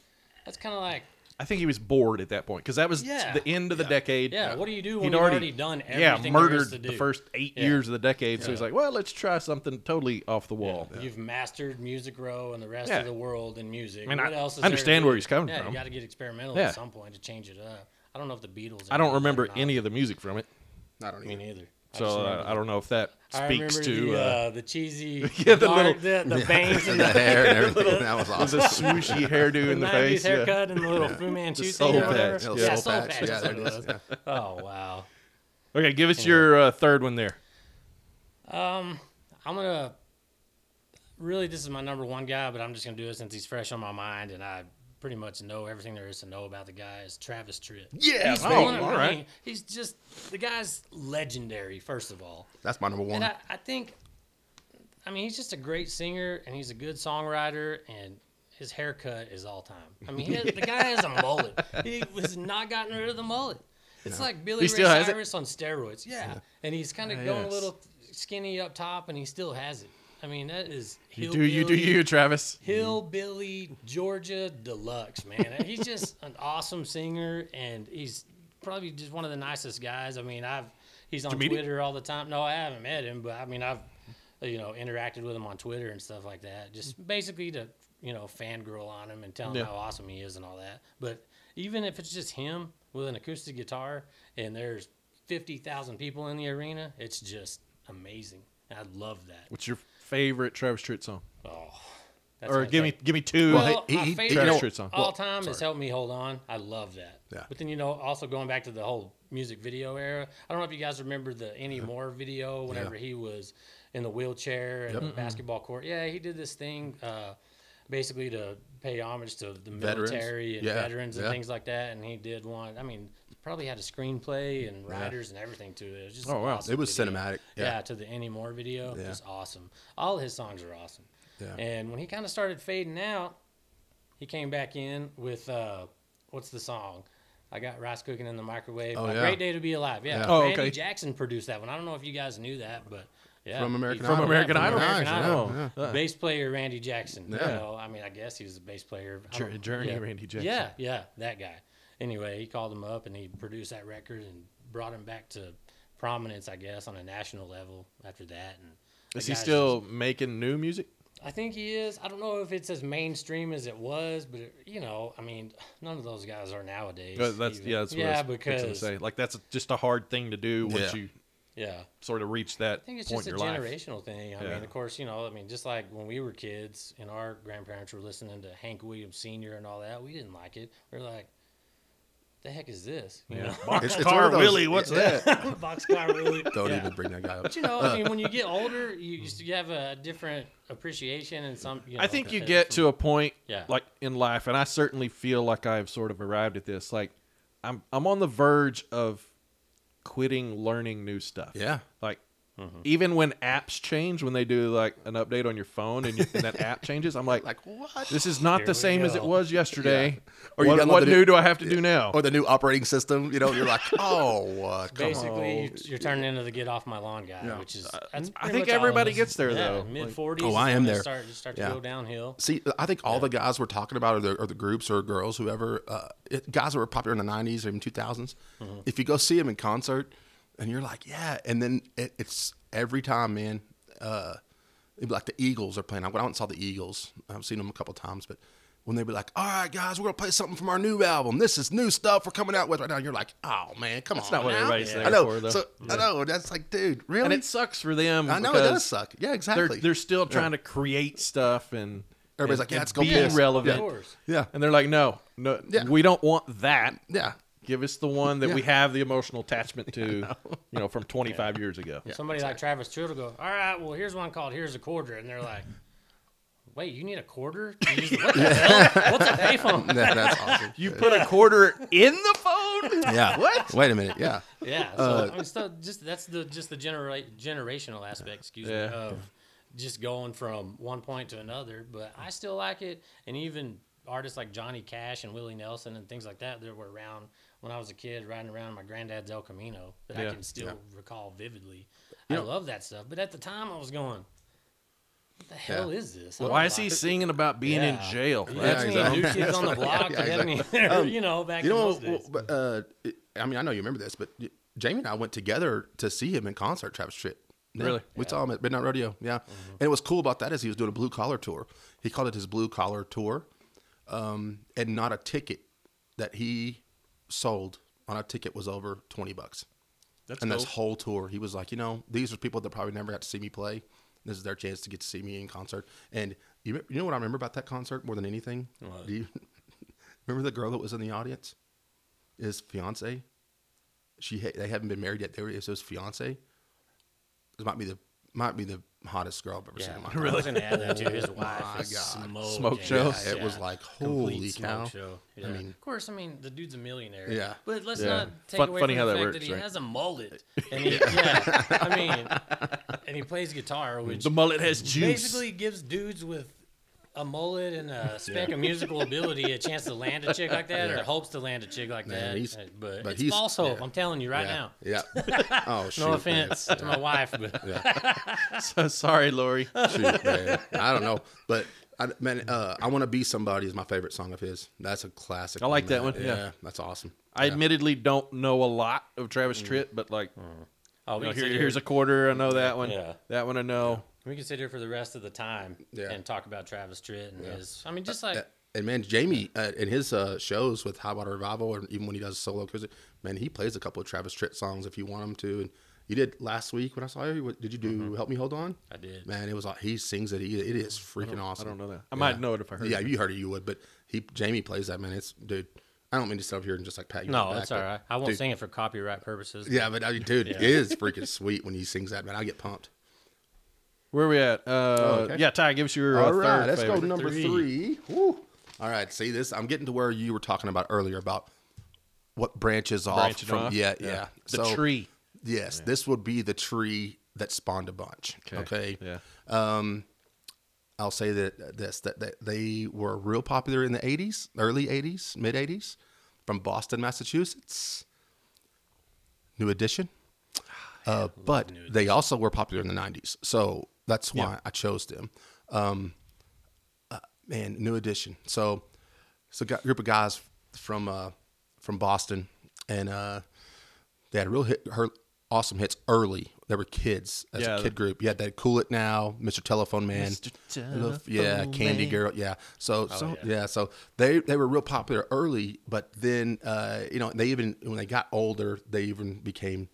Speaker 2: that's kind of like,
Speaker 1: I think he was bored at that point because that was
Speaker 2: Yeah.
Speaker 1: the end of the decade.
Speaker 2: yeah, what do you do when
Speaker 1: He'd
Speaker 2: you've already, done everything?
Speaker 1: yeah,
Speaker 2: there is
Speaker 1: murdered
Speaker 2: to
Speaker 1: the
Speaker 2: do?
Speaker 1: first eight
Speaker 2: Yeah.
Speaker 1: years of the decade. So he's like, well, let's try something totally off the wall.
Speaker 2: You've mastered Music Row and the rest
Speaker 1: Yeah.
Speaker 2: of the world in music.
Speaker 1: I mean,
Speaker 2: what
Speaker 1: I-
Speaker 2: else
Speaker 1: I
Speaker 2: is there to
Speaker 1: understand
Speaker 2: do?
Speaker 1: where he's coming
Speaker 2: yeah,
Speaker 1: from.
Speaker 2: You got to get experimental
Speaker 1: Yeah.
Speaker 2: at some point to change it up. I don't know if the Beatles.
Speaker 1: I don't
Speaker 2: ever did
Speaker 1: remember
Speaker 2: or not.
Speaker 1: any of the music from it,
Speaker 3: I don't
Speaker 2: Me neither. I just
Speaker 1: so uh,
Speaker 2: remember
Speaker 1: I don't know if that
Speaker 2: the- I
Speaker 1: speaks
Speaker 2: remember
Speaker 1: to
Speaker 2: the,
Speaker 1: uh,
Speaker 2: uh, the cheesy,
Speaker 1: (laughs) Yeah, the little-
Speaker 2: dark- the, the bangs and
Speaker 1: (laughs)
Speaker 3: the
Speaker 2: the
Speaker 3: hair (laughs) and everything. That was
Speaker 1: was a
Speaker 3: awesome.
Speaker 2: (laughs)
Speaker 1: swooshy hairdo in the
Speaker 2: 90s
Speaker 1: face. yeah.
Speaker 2: uh, haircut and the little Fu Manchu thing
Speaker 1: soul
Speaker 2: or whatever.
Speaker 1: patch,
Speaker 3: yeah.
Speaker 2: Yeah,
Speaker 3: Soul
Speaker 2: soul
Speaker 3: patch,
Speaker 2: patch.
Speaker 3: yeah,
Speaker 2: that's
Speaker 3: there
Speaker 2: what
Speaker 3: it
Speaker 2: it
Speaker 3: is,
Speaker 2: was. Oh wow.
Speaker 1: Okay, give us your uh, third one there.
Speaker 2: I'm gonna really this is my number one guy, but I'm just gonna do it since he's fresh on my mind and I pretty much know everything there is to know about the guy is Travis Tritt.
Speaker 3: Yeah,
Speaker 2: He's
Speaker 1: oh,
Speaker 2: one of-
Speaker 1: all
Speaker 2: I mean,
Speaker 1: right.
Speaker 2: he's just the guy's legendary, first of all.
Speaker 3: That's my number one.
Speaker 2: And I, I think, I mean, he's just a great singer and he's a good songwriter and his haircut is all time. I mean, he has, the guy has a mullet. He was not gotten rid of the mullet. It's like Billy
Speaker 1: He
Speaker 2: Ray
Speaker 1: still has it?
Speaker 2: Cyrus on steroids. Yeah. And he's kind of going
Speaker 1: yes.
Speaker 2: a little skinny up top and he still has it. I mean, that is
Speaker 1: You do you do you, Travis?
Speaker 2: Hillbilly Georgia Deluxe, man. He's just an awesome singer, and he's probably just one of the nicest guys. I mean, I've he's on
Speaker 1: meet him?
Speaker 2: Twitter all the time. No, I haven't met him, but I mean, I've you know interacted with him on Twitter and stuff like that. Just basically to you know fangirl on him and tell him
Speaker 1: Yeah.
Speaker 2: how awesome he is and all that. But even if it's just him with an acoustic guitar and there's fifty thousand people in the arena, it's just amazing. I love that.
Speaker 1: What's your favorite Travis Tritt song?
Speaker 2: Oh, that's
Speaker 1: Or
Speaker 2: gonna
Speaker 1: give
Speaker 2: take-
Speaker 1: me give me two.
Speaker 2: well,
Speaker 3: he-
Speaker 2: my
Speaker 3: he- he-
Speaker 2: favorite
Speaker 1: Travis Tritt song.
Speaker 2: all time has helped me hold on. I love that.
Speaker 3: Yeah.
Speaker 2: But then you know, also going back to the whole music video era. I don't know if you guys remember the Any
Speaker 3: Uh-huh.
Speaker 2: More video whenever he was in the wheelchair and the basketball court. Yeah, he did this thing uh, basically to pay homage to the
Speaker 3: Veterans.
Speaker 2: military and
Speaker 3: Yeah,
Speaker 2: veterans and
Speaker 3: yeah.
Speaker 2: things like that. And he did one. I mean, probably had a screenplay and writers and everything to it. It was just
Speaker 1: Oh, wow.
Speaker 2: awesome
Speaker 3: It was
Speaker 2: video.
Speaker 3: cinematic,
Speaker 2: Yeah.
Speaker 3: yeah.
Speaker 2: to the Any More video.
Speaker 3: Yeah.
Speaker 2: Just awesome. All his songs are awesome.
Speaker 3: Yeah.
Speaker 2: And when he kind of started fading out, he came back in with uh, what's the song? I got rice cooking in the microwave.
Speaker 3: Oh,
Speaker 2: A
Speaker 3: yeah.
Speaker 2: Great day to be alive. Yeah.
Speaker 3: Yeah.
Speaker 1: Oh,
Speaker 2: Randy
Speaker 1: okay.
Speaker 2: Jackson produced that one. I don't know if you guys knew that, but yeah.
Speaker 3: From
Speaker 2: he-
Speaker 3: American
Speaker 1: From
Speaker 3: Idol.
Speaker 1: American Idol.
Speaker 2: American
Speaker 3: Yeah,
Speaker 2: Idol.
Speaker 1: yeah,
Speaker 2: Bass player Randy Jackson. You
Speaker 3: Yeah.
Speaker 2: know, I mean, I guess he was a bass player. I
Speaker 1: Jour-
Speaker 2: don't-
Speaker 1: Journey
Speaker 2: yeah.
Speaker 1: Randy Jackson.
Speaker 2: Yeah, yeah, that guy. Anyway, he called him up and he produced that record and brought him back to prominence, I guess, on a national level after that. And the
Speaker 1: Is he
Speaker 2: guy's
Speaker 1: still making new music?
Speaker 2: I think he is. I don't know if it's as mainstream as it was, but it- you know, I mean, none of those guys are nowadays.
Speaker 1: Uh, that's
Speaker 2: even.
Speaker 1: yeah. That's what I
Speaker 2: yeah,
Speaker 1: was fixing to
Speaker 2: because
Speaker 1: say. Like that's just a hard thing to do once
Speaker 3: Yeah.
Speaker 1: you
Speaker 2: yeah,
Speaker 1: sort of reach that
Speaker 2: I think it's
Speaker 1: point
Speaker 2: just a
Speaker 1: in your life.
Speaker 2: generational thing. I
Speaker 1: Yeah.
Speaker 2: mean, of course, you know, I mean, just like when we were kids and our grandparents were listening to Hank Williams Sr. and all that, we didn't like it. We were like, the heck is this? You
Speaker 1: Yeah.
Speaker 2: know,
Speaker 3: It's- it's
Speaker 1: Car
Speaker 3: one of those-
Speaker 1: Willie, what's
Speaker 3: yeah.
Speaker 1: (laughs)
Speaker 2: boxcar really.
Speaker 3: Don't
Speaker 2: yeah.
Speaker 3: even bring that guy up.
Speaker 2: But you know, I mean, when you get older, you you s- you have a different appreciation and some. You know,
Speaker 1: I think you
Speaker 2: uh,
Speaker 1: get
Speaker 2: for-
Speaker 1: to a point
Speaker 2: Yeah.
Speaker 1: like in life, and I certainly feel like I've sort of arrived at this. Like I'm I'm on the verge of quitting learning new stuff.
Speaker 3: Yeah.
Speaker 1: Like
Speaker 2: Mm-hmm.
Speaker 1: even when apps change, when they do like an update on your phone and, you, and that app changes, I'm like,
Speaker 3: Like what?
Speaker 1: this is not
Speaker 2: Here
Speaker 1: the
Speaker 2: we
Speaker 1: same as it
Speaker 2: go.
Speaker 1: was yesterday. (laughs)
Speaker 3: Or you
Speaker 1: what
Speaker 3: download
Speaker 1: what
Speaker 3: the
Speaker 1: new
Speaker 3: new-
Speaker 1: do I have to do now?
Speaker 3: Or the new operating system, you know, you're (laughs) like, oh, uh, come on.
Speaker 2: Basically, you- you're turning into the get off my lawn guy,
Speaker 3: Yeah.
Speaker 2: which is. That's
Speaker 1: Uh, I
Speaker 2: pretty
Speaker 1: think
Speaker 2: much all of
Speaker 1: everybody
Speaker 2: us.
Speaker 1: gets there,
Speaker 2: Yeah,
Speaker 1: though.
Speaker 2: Mid forties.
Speaker 3: Oh, I am there.
Speaker 2: Start, you start
Speaker 3: Yeah.
Speaker 2: to go downhill.
Speaker 3: See, I think all the guys we're talking about, or the, or the groups, or girls, whoever, uh, it, guys that were popular in the '90s or even 2000s.
Speaker 1: Mm-hmm.
Speaker 3: If you go see them in concert, and you're like, yeah, and then it, it's every time, man. Uh, it'd be like the Eagles are playing. I went out and saw the Eagles. I've seen them a couple times, but when they'd be like, "All right, guys, we're gonna play something from our new album. This is new stuff we're coming out with right now," and you're like, "Oh man, come on."
Speaker 1: not what
Speaker 3: now."
Speaker 1: everybody's there
Speaker 3: I know.
Speaker 1: for, though.
Speaker 3: So I know that's like, dude, really?
Speaker 1: and it sucks for them.
Speaker 3: I know it does
Speaker 1: because
Speaker 3: suck. Yeah,
Speaker 1: They're,
Speaker 3: exactly.
Speaker 1: they're still trying to create stuff and
Speaker 3: Everybody's
Speaker 1: and-
Speaker 3: like, yeah,
Speaker 1: and
Speaker 3: let's go
Speaker 1: be
Speaker 3: piss.
Speaker 1: relevant.
Speaker 2: Of course.
Speaker 3: Yeah,
Speaker 1: And they're like, no, no,
Speaker 3: Yeah.
Speaker 1: we don't want that.
Speaker 3: yeah, (laughs)
Speaker 1: Give us the one that we
Speaker 3: Yeah.
Speaker 1: have the emotional attachment
Speaker 3: (laughs)
Speaker 1: to, you know, from 25 years ago.
Speaker 2: Somebody like Travis Tritt will go, all right, well, here's one called Here's a Quarter. And they're like, wait, you need a quarter? to use the- What the
Speaker 3: (laughs)
Speaker 2: hell? What's a payphone?
Speaker 3: That-
Speaker 1: (laughs)
Speaker 3: that's awesome.
Speaker 1: You put a quarter in the phone?
Speaker 3: (laughs) yeah.
Speaker 1: What?
Speaker 3: Wait a minute. Yeah,
Speaker 2: Yeah, so
Speaker 3: Uh,
Speaker 2: I mean, so just that's the just the genera- generational aspect, excuse
Speaker 1: Yeah.
Speaker 2: me, of just going from one point to another. But I still like it, and even artists like Johnny Cash and Willie Nelson and things like that that were around when I was a kid, riding around in my granddad's El Camino that
Speaker 1: Yeah.
Speaker 2: I can still recall vividly. I
Speaker 3: You know-
Speaker 2: love that stuff, but at the time I was going, "What the hell is this? I don't
Speaker 1: Why is he
Speaker 2: like
Speaker 1: singing about being
Speaker 2: Yeah.
Speaker 1: in jail?
Speaker 2: it."
Speaker 1: That's-
Speaker 2: That's
Speaker 3: Yeah,
Speaker 2: me, new
Speaker 3: exactly.
Speaker 2: kids on the block.
Speaker 3: (laughs) Yeah, Um,
Speaker 2: that (laughs) me- you know, back
Speaker 3: you
Speaker 2: in
Speaker 3: know,
Speaker 2: those
Speaker 3: well,
Speaker 2: days.
Speaker 3: but, uh, it- I mean, I know you remember this, but y- Jamie and I went together to see him in concert, Travis Tritt. Yeah.
Speaker 1: Really?
Speaker 3: We saw him at Midnight Rodeo. Yeah,
Speaker 2: Mm-hmm.
Speaker 3: and it was cool about that is he was doing a blue collar tour. He called it his blue collar tour, um, and not a ticket that he sold on a ticket was over twenty bucks.
Speaker 1: That's
Speaker 3: and this
Speaker 1: dope.
Speaker 3: whole tour, he was like, you know, these are people that probably never got to see me play. This is their chance to get to see me in concert. And you, you know what I remember about that concert more than anything? Do you (laughs) remember the girl that was in the audience? His fiance. She ha- they haven't been married yet. They were it's his fiance. This might be the might be the hottest girl I've ever seen
Speaker 2: (laughs)
Speaker 3: in my life.
Speaker 2: I was gonna add that too. His wife
Speaker 3: My
Speaker 2: is
Speaker 3: God.
Speaker 2: smoke,
Speaker 1: Smoke
Speaker 2: and
Speaker 1: show?
Speaker 2: gas,
Speaker 3: Yeah, it was like,
Speaker 2: Complete
Speaker 3: holy
Speaker 2: smoke
Speaker 3: cow.
Speaker 2: Show. Yeah.
Speaker 3: mean-
Speaker 2: of course, I mean the dude's a millionaire.
Speaker 3: Yeah.
Speaker 2: but let's
Speaker 1: Yeah.
Speaker 2: not take
Speaker 1: Fun-
Speaker 2: away
Speaker 1: funny
Speaker 2: from
Speaker 1: how
Speaker 2: the
Speaker 1: that
Speaker 2: fact
Speaker 1: works,
Speaker 2: that he
Speaker 1: right?
Speaker 2: has a mullet, and he, yeah, I mean, and he plays guitar,
Speaker 1: (laughs)
Speaker 2: which
Speaker 1: The mullet has juice.
Speaker 2: basically gives dudes with a mullet and a speck of musical ability a chance to land a chick like that, or hopes to land a chick like
Speaker 3: Man,
Speaker 2: that. Uh,
Speaker 3: he's-
Speaker 2: but,
Speaker 3: but
Speaker 2: it's
Speaker 3: he's-
Speaker 2: false hope.
Speaker 3: yeah.
Speaker 2: I'm telling you right
Speaker 3: Yeah.
Speaker 2: now.
Speaker 3: Yeah.
Speaker 2: (laughs)
Speaker 3: Oh shoot.
Speaker 2: No
Speaker 3: man.
Speaker 2: offense to my wife, but
Speaker 1: (laughs) so sorry, Lori.
Speaker 3: Shoot, man. I don't know, but I, man, uh, I want to be somebody is my favorite song of his. That's a classic.
Speaker 1: I like that
Speaker 3: man.
Speaker 1: one, yeah.
Speaker 3: that's awesome.
Speaker 1: I admittedly don't know a lot of Travis
Speaker 3: Mm.
Speaker 1: Tritt, but like,
Speaker 2: oh,
Speaker 1: you
Speaker 2: we
Speaker 1: know,
Speaker 2: can
Speaker 1: here,
Speaker 2: sit here-
Speaker 1: here's a quarter. I know that one.
Speaker 2: Yeah.
Speaker 1: That one I know.
Speaker 2: We can sit here for the rest of the time
Speaker 3: Yeah.
Speaker 2: and talk about Travis Tritt and his. I mean, just like
Speaker 3: Yeah. Uh, And man, Jamie uh, in his uh, shows with High Water Revival, or even when he does solo acoustic, man, he plays a couple of Travis Tritt songs if you want him to. And you did last week when I saw you. What did you do?
Speaker 1: Mm-hmm.
Speaker 3: Help me hold on.
Speaker 2: I did.
Speaker 3: Man, it was like he sings it. He, it is freaking awesome.
Speaker 1: I don't know that. I might know it if I heard
Speaker 3: Yeah,
Speaker 1: it.
Speaker 3: if you heard it, you would. But he Jamie plays that man. It's dude. I don't mean to sit up here and just like pat you. on
Speaker 2: no,
Speaker 3: the back,
Speaker 2: that's all
Speaker 3: but-
Speaker 2: right. I won't
Speaker 3: dude.
Speaker 2: sing it for copyright purposes.
Speaker 3: Yeah, but I mean, dude, it is freaking sweet when he sings that, man. I get pumped.
Speaker 1: Where are we at? Uh,
Speaker 3: okay.
Speaker 1: Yeah, Ty, give us your uh,
Speaker 3: All right,
Speaker 1: third
Speaker 3: let's go
Speaker 1: favorite.
Speaker 3: to number three. Woo. All right, see this? I'm getting to where you were talking about earlier about what branches off
Speaker 1: Branching
Speaker 3: from.
Speaker 1: off?
Speaker 3: Yeah, yeah.
Speaker 1: The tree.
Speaker 3: Yes, this would be the tree that spawned a bunch. Okay.
Speaker 1: Yeah.
Speaker 3: I'll say that this that, that they were real popular in the 80s, early 80s, mid 80s, from Boston, Massachusetts. New edition. Uh, but they also were popular in the 90s. So that's why I chose them. Um, uh, man, New Edition. So it's a gu- group of guys from uh, from Boston, and uh, they had real hit, her, awesome hits early. They were kids as
Speaker 1: Yeah,
Speaker 3: a
Speaker 1: the-
Speaker 3: kid group. You had that Cool It Now, Mr. Telephone Man,
Speaker 1: Mr.
Speaker 3: Lil- yeah,
Speaker 1: Telephone
Speaker 3: Candy
Speaker 1: Man. Oh,
Speaker 3: Girl, yeah. So, so yeah. so they they were real popular early, but then uh, you know they even when they got older, they even became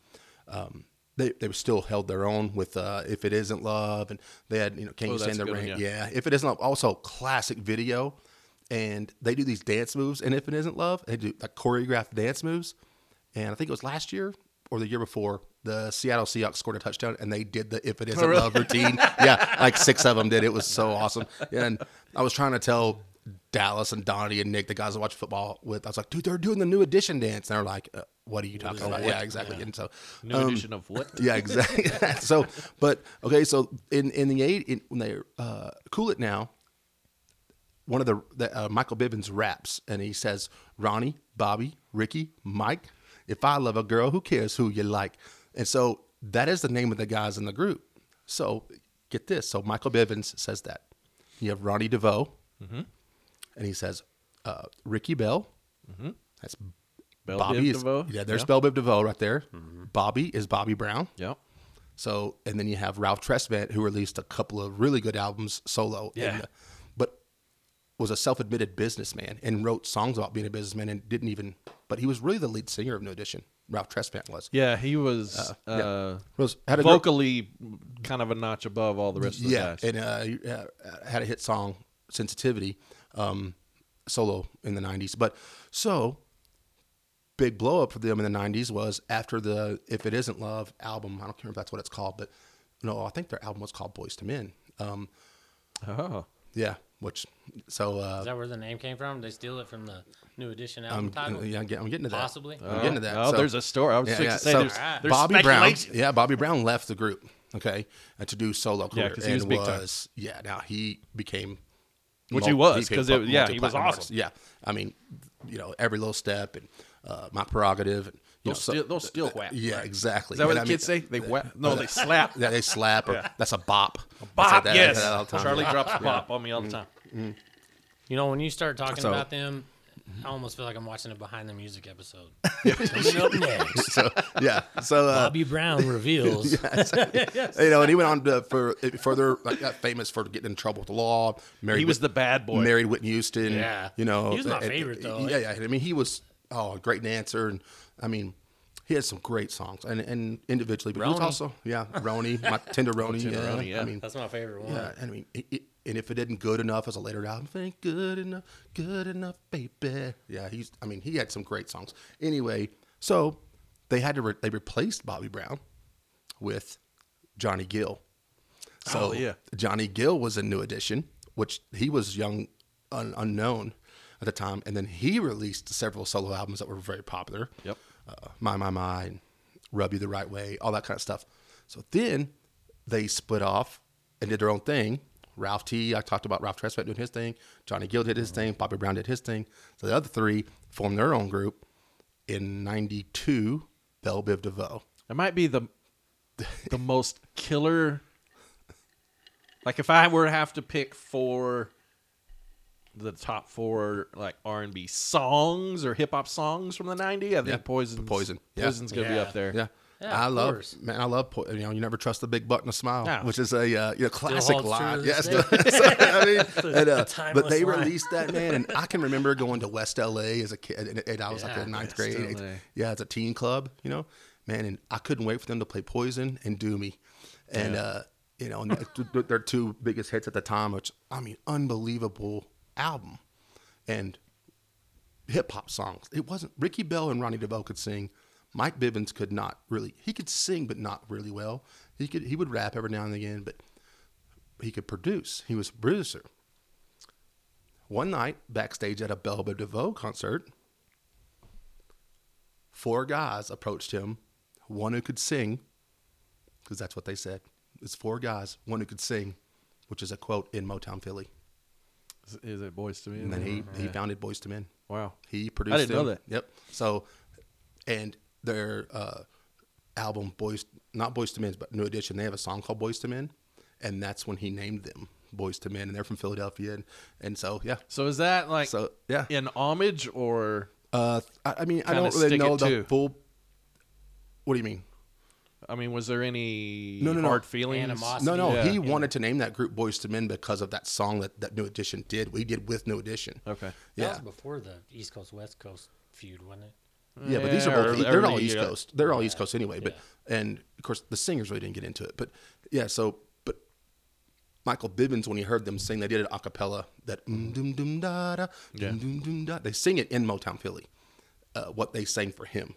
Speaker 3: um, they they were still held their own with uh, if it isn't love, and they had you know can
Speaker 1: Oh,
Speaker 3: you
Speaker 1: that's
Speaker 3: stand the
Speaker 1: a good one,
Speaker 3: rain?
Speaker 1: yeah.
Speaker 3: yeah, if it isn't love, also classic video, and they do these dance moves, and if it isn't love, they do like choreographed dance moves, and I think it was last year. Or the year before, the Seattle Seahawks scored a touchdown, and they did
Speaker 1: Oh,
Speaker 3: the "If It Isn't
Speaker 1: (laughs)
Speaker 3: Love" routine. Yeah, like six of them did. It was so awesome. And I was trying to tell Dallas and Donnie and Nick, the guys I watch football with, I was like, "Dude, they're doing the new edition dance," and they're like, uh, "What are you talking about?" Yeah, exactly. And so, um,
Speaker 1: New edition of what?
Speaker 3: yeah, exactly. (laughs) so, but okay, so in in the eight in, when they uh, cool it now, one of the, the uh, Michael Bivins raps, and he says, "Ronnie, Bobby, Ricky, Mike, if I love a girl, who cares who you like?" And so that is the name of the guys in the group. So get this. So Michael Bivins says that. You have Ronnie DeVoe,
Speaker 1: Mm-hmm.
Speaker 3: and he says uh, Ricky Bell. That's
Speaker 1: Mm-hmm. Bell
Speaker 3: Bobby
Speaker 1: Biv
Speaker 3: is
Speaker 1: DeVoe? Mm-hmm.
Speaker 3: yeah. There's Bell Biv DeVoe right there. Bobby is Bobby Brown.
Speaker 1: Yep.
Speaker 3: So, and then you have Ralph Tresvant, who released a couple of really good albums solo.
Speaker 1: Yeah.
Speaker 3: And, uh, but was a self-admitted businessman and wrote songs about being a businessman and didn't even. But he was really the lead singer of New Edition. Ralph Tresvant was.
Speaker 1: Yeah, he was uh,
Speaker 3: yeah. Was had a
Speaker 1: vocally kind of a notch above all the rest of the
Speaker 3: yeah,
Speaker 1: guys.
Speaker 3: and uh, you, uh, had a hit song sensitivity um, solo in the 90s. But so big blow up for them in the 90s was after the If It Isn't Love album. I don't remember if that's what it's called, but no, I think their album was called Boys to Men. Um,
Speaker 1: Oh.
Speaker 3: yeah, which so uh,
Speaker 2: Is that where the name came from? They steal it from the new edition album
Speaker 3: I'm,
Speaker 2: title?
Speaker 3: yeah, I'm get- I'm getting to that.
Speaker 2: Possibly.
Speaker 3: I'm getting to that.
Speaker 1: Oh,
Speaker 3: So-
Speaker 1: there's a story. I was fixing to say there's,
Speaker 2: Alright.
Speaker 1: there's
Speaker 3: Bobby Brown.
Speaker 1: speculation.
Speaker 3: Yeah, Bobby Brown left the group. Okay, uh, to do solo career.
Speaker 1: 'cause he was
Speaker 3: and
Speaker 1: big time.
Speaker 3: was- Yeah, now he became.
Speaker 1: Which
Speaker 3: mul-
Speaker 1: he was,
Speaker 3: became
Speaker 1: 'cause it- yeah, he
Speaker 3: multi-platinum
Speaker 1: was awesome.
Speaker 3: artist. Yeah, I mean, you know, every little step and uh, my prerogative. And, you know, so-
Speaker 1: steal- those steal whap,
Speaker 3: Yeah, exactly.
Speaker 1: Is that what
Speaker 3: And
Speaker 1: the
Speaker 3: I mean, uh,
Speaker 1: kids say? They whap. No,
Speaker 3: (laughs)
Speaker 1: they slap.
Speaker 3: Yeah, they slap or that's a bop. A
Speaker 1: Bop, yes.
Speaker 3: (laughs)
Speaker 1: Charlie drops pop on me all the time.
Speaker 2: You know, when you start talking
Speaker 3: So-
Speaker 2: about them, I almost feel like I'm watching a behind the music episode.
Speaker 3: (laughs)
Speaker 2: Coming up next,
Speaker 3: so yeah, so uh,
Speaker 2: Bobby Brown
Speaker 3: (laughs)
Speaker 2: reveals. (laughs)
Speaker 3: you know, and he went on to, for further like got famous for getting in trouble with the law. Married
Speaker 1: He was
Speaker 3: Whit-
Speaker 1: the bad boy.
Speaker 3: married Whitney Houston.
Speaker 2: Yeah.
Speaker 3: you know
Speaker 2: He was my
Speaker 3: and-
Speaker 2: favorite, though.
Speaker 3: Yeah, yeah. I mean, he was oh a great dancer, and I mean, he had some great songs, and and individually, but he was
Speaker 2: Roni.
Speaker 3: also yeah, Roni, my tender Roni. yeah,
Speaker 1: Roni, yeah.
Speaker 3: I mean,
Speaker 2: That's my favorite one.
Speaker 3: yeah, and I mean, it, it- and if it isn't good enough as a later album, it ain't good enough, good enough, baby. Yeah, he's. I mean, he had some great songs. Anyway, so they had to re- they replaced Bobby Brown with Johnny Gill. So
Speaker 1: Oh, yeah.
Speaker 3: Johnny Gill was a new addition, which he was young, un- unknown at the time, and then he released several solo albums that were very popular.
Speaker 1: Yep.
Speaker 3: Uh, my my my, and rub you the right way, all that kind of stuff. So then they split off and did their own thing. Ralph T, I talked about Ralph Trespass doing his thing. Johnny Gill did his thing. Bobby Brown did his thing. So the other three formed their own group in '92. Belle Biv DeVoe.
Speaker 1: It might be the the most killer. Like if I were to have to pick four, the top four like R and B songs or hip hop songs from the '90s, I think
Speaker 3: Yeah,
Speaker 1: Poison,
Speaker 3: Poison, yeah.
Speaker 1: Poison's gonna be
Speaker 2: Yeah.
Speaker 1: up there.
Speaker 3: Yeah.
Speaker 2: Yeah,
Speaker 3: I
Speaker 2: of
Speaker 3: love
Speaker 2: course.
Speaker 3: man. I love po- you know you never trust the big button to smile,
Speaker 1: No.
Speaker 3: which is a uh, you know, classic
Speaker 2: holds true to
Speaker 3: line. Yes,
Speaker 2: this
Speaker 3: (laughs) I
Speaker 2: (laughs)
Speaker 3: mean, and, uh, but
Speaker 2: timeless
Speaker 3: they
Speaker 2: line.
Speaker 3: released that man, and I can remember going to West LA as a kid, and, and I was like
Speaker 2: Yeah,
Speaker 3: in ninth
Speaker 1: West
Speaker 3: grade. eighth-
Speaker 1: LA.
Speaker 3: yeah, it's a teen club, you know, man, and I couldn't wait for them to play Poison and Do Me, and uh, you know, and th- th- their two biggest hits at the time, which I mean, unbelievable album, and hip hop songs. It wasn't Ricky Bell and Ronnie DeVoe could sing. Mike Bivins could not really. He could sing, but not really well. He could he would rap every now and again, but he could produce. He was a producer. One night backstage at a Bell Biv DeVoe concert, four guys approached him. One who could sing, because that's what they said. It's four guys, one who could sing, which is a quote in Motown Philly.
Speaker 1: Is, is it Boys to Me?
Speaker 3: And then he, he founded Boys to Men.
Speaker 1: Mm-hmm. wow.
Speaker 3: He produced.
Speaker 1: didn't know
Speaker 3: them.
Speaker 1: that.
Speaker 3: Yep. So, and their uh, album Boys, not Boys to Men, but New Edition. They have a song called Boys to Men, and that's when he named them Boys to Men, and they're from Philadelphia, and, and so yeah.
Speaker 1: So is that like
Speaker 3: So yeah.
Speaker 1: in homage or
Speaker 3: Uh, I, I mean,
Speaker 1: Kinda
Speaker 3: I don't really
Speaker 1: stick it
Speaker 3: know the
Speaker 1: too.
Speaker 3: full. What do you mean?
Speaker 1: I mean, was there any
Speaker 3: No, no, no.
Speaker 1: hard feelings?
Speaker 2: Animosity.
Speaker 3: No, no.
Speaker 1: Yeah.
Speaker 3: He wanted to name that group Boys to Men because of that song that, that New Edition did. We did with New Edition.
Speaker 1: Okay.
Speaker 2: That
Speaker 3: Yeah.
Speaker 2: was before the East Coast West Coast feud, wasn't it?
Speaker 3: Yeah, but these
Speaker 1: Yeah,
Speaker 3: are both, e,
Speaker 1: early-
Speaker 3: they're all
Speaker 1: early,
Speaker 3: East
Speaker 1: yeah.
Speaker 3: Coast. They're all East Coast anyway. But and of course the singers really didn't get into it. But yeah, so but Michael Bibbins when he heard them sing, they did it a cappella. That mm dum dum da da,
Speaker 1: Yeah.
Speaker 3: dum dum dum da. They sing it in Motown Philly. Uh, what they sang for him.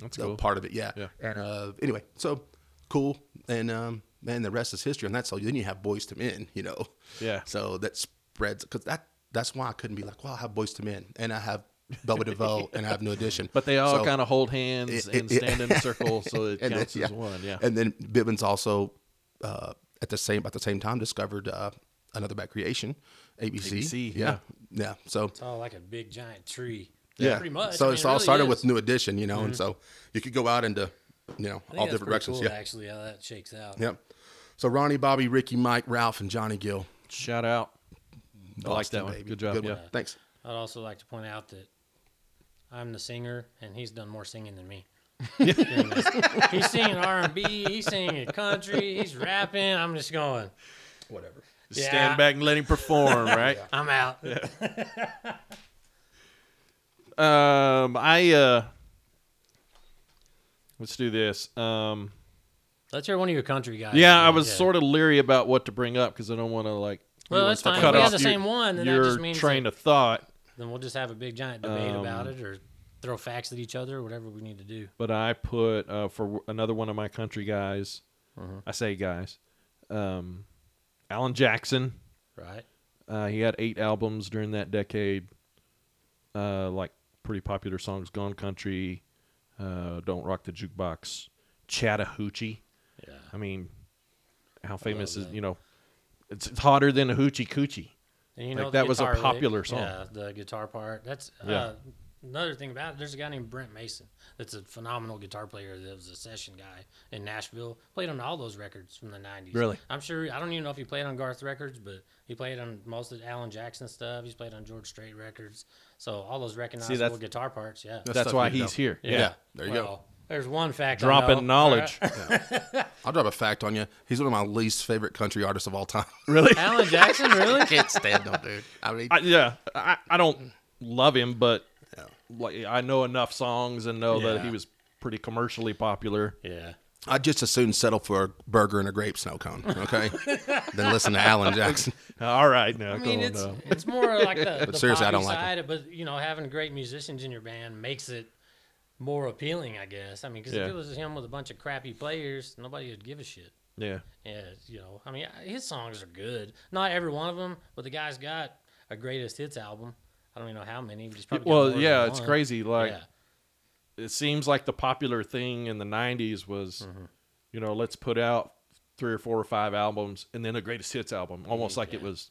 Speaker 1: That's
Speaker 3: the
Speaker 1: cool.
Speaker 3: Part of it, yeah.
Speaker 1: Yeah.
Speaker 3: And uh, anyway, so cool. And um, man, the rest is history. And that's all. Then you have Boys to Men, you know.
Speaker 1: Yeah.
Speaker 3: So that spreads because that that's why I couldn't be like, well, I have Boys to Men and I have.
Speaker 1: (laughs)
Speaker 3: Velvet DeVoe and I have no addition.
Speaker 1: But they all
Speaker 3: So-
Speaker 1: kind of hold hands
Speaker 3: it-
Speaker 1: and
Speaker 3: it-
Speaker 1: stand in a circle,
Speaker 3: (laughs)
Speaker 1: so it
Speaker 3: and then,
Speaker 1: counts as one. Yeah.
Speaker 3: And then Bibbins also uh, at the same at the same time discovered uh, another bad creation, ABC.
Speaker 1: ABC,
Speaker 3: yeah. yeah, So
Speaker 2: It's all like a big giant tree.
Speaker 3: yeah,
Speaker 2: pretty much.
Speaker 3: So
Speaker 2: I mean,
Speaker 3: it's
Speaker 2: it
Speaker 3: all
Speaker 2: really
Speaker 3: started
Speaker 2: is.
Speaker 3: with New Edition, you know,
Speaker 1: Mm-hmm.
Speaker 3: and so you could go out into you know
Speaker 2: I think
Speaker 3: all
Speaker 2: that's
Speaker 3: different
Speaker 2: pretty
Speaker 3: directions.
Speaker 2: Cool,
Speaker 3: yeah,
Speaker 2: actually, how that shakes out.
Speaker 3: yep. So Ronnie, Bobby, Ricky, Mike, Ralph, and Johnny Gill.
Speaker 1: Shout out. I like that one.
Speaker 3: baby.
Speaker 1: Good job. yeah.
Speaker 3: one. Thanks.
Speaker 2: I'd also like to point out that I'm the singer, and he's done more singing than me. During this. he's singing R&B, he's singing country, he's rapping. I'm just going,
Speaker 3: Whatever.
Speaker 1: Just
Speaker 2: Yeah.
Speaker 1: Stand back and let him
Speaker 2: (laughs)
Speaker 1: perform, right?
Speaker 2: I'm out.
Speaker 1: Um, I uh, let's do this. Um,
Speaker 2: Let's hear one of your country guys.
Speaker 1: yeah, I was sort of leery about what to bring up because I don't want to like
Speaker 2: Well,
Speaker 3: wanna
Speaker 2: that's
Speaker 3: talk
Speaker 2: fine.
Speaker 3: about
Speaker 2: we
Speaker 3: it?
Speaker 2: have the
Speaker 1: your-
Speaker 2: same one, then that
Speaker 1: your
Speaker 2: just means
Speaker 1: train
Speaker 2: that-
Speaker 1: of thought.
Speaker 2: Then we'll just have a big giant debate about it, or throw facts at each other, or whatever we need to do.
Speaker 1: But I put uh, for w- another one of my country guys. I say guys, um, Alan Jackson.
Speaker 2: Right?
Speaker 1: Uh, he had eight albums during that decade, uh, like pretty popular songs Gone Country, uh, Don't Rock the Jukebox, Chattahoochee.
Speaker 2: Yeah.
Speaker 1: I mean, how famous
Speaker 2: love
Speaker 1: is,
Speaker 2: that.
Speaker 1: you know, it's it's hotter than a hoochie coochie.
Speaker 2: And you
Speaker 1: Like,
Speaker 2: know the
Speaker 1: that was a
Speaker 2: guitar lick,
Speaker 1: popular song.
Speaker 2: Yeah, the guitar part. That's
Speaker 1: Yeah.
Speaker 2: uh, another thing about it. There's a guy named Brent Mason that's a phenomenal guitar player. That was a session guy in Nashville. Played on all those records from the '90s.
Speaker 1: Really?
Speaker 2: I'm sure. I don't even know if he played on Garth records, but he played on most of Alan Jackson stuff. He's played on George Strait records. So all those recognizable guitar parts. Yeah.
Speaker 1: That's,
Speaker 3: stuff
Speaker 1: why
Speaker 3: you know.
Speaker 1: he's here.
Speaker 3: Yeah. there you go.
Speaker 2: There's one fact. I know.
Speaker 1: Dropping knowledge.
Speaker 3: I'll drop a fact on you. He's one of my least favorite country artists of all time. (laughs)
Speaker 1: (laughs) really?
Speaker 2: Alan Jackson, really?
Speaker 1: (laughs)
Speaker 3: Can't stand him, dude. I mean,
Speaker 1: I, yeah. I, I don't love him, but like I know enough songs and know that
Speaker 2: Yeah.
Speaker 1: he was pretty commercially popular.
Speaker 2: yeah.
Speaker 3: I'd just as soon settle for a burger and a grape snow cone,
Speaker 2: (laughs)
Speaker 3: okay? than listen to Alan Jackson.
Speaker 1: All right, now
Speaker 2: I mean,
Speaker 1: go on,
Speaker 2: it's,
Speaker 1: uh,
Speaker 2: it's more
Speaker 1: (laughs)
Speaker 2: like the, the
Speaker 3: seriously, I
Speaker 2: poppy
Speaker 3: don't like 'em.
Speaker 2: side, but you know, having great musicians in your band makes it more appealing, I guess. I mean, because
Speaker 1: Yeah.
Speaker 2: if it was just him with a bunch of crappy players, nobody would give a shit.
Speaker 1: yeah.
Speaker 2: Yeah, you know, I mean, his songs are good. Not every one of them, but the guy's got a greatest hits album. I don't even know how many. But he's probably got more
Speaker 1: Well,
Speaker 2: than
Speaker 1: yeah, it's
Speaker 2: one.
Speaker 1: crazy. Like
Speaker 2: yeah,
Speaker 1: it seems like the popular thing in the 90s was you know let's put out three or four or five albums and then a greatest hits album almost like it was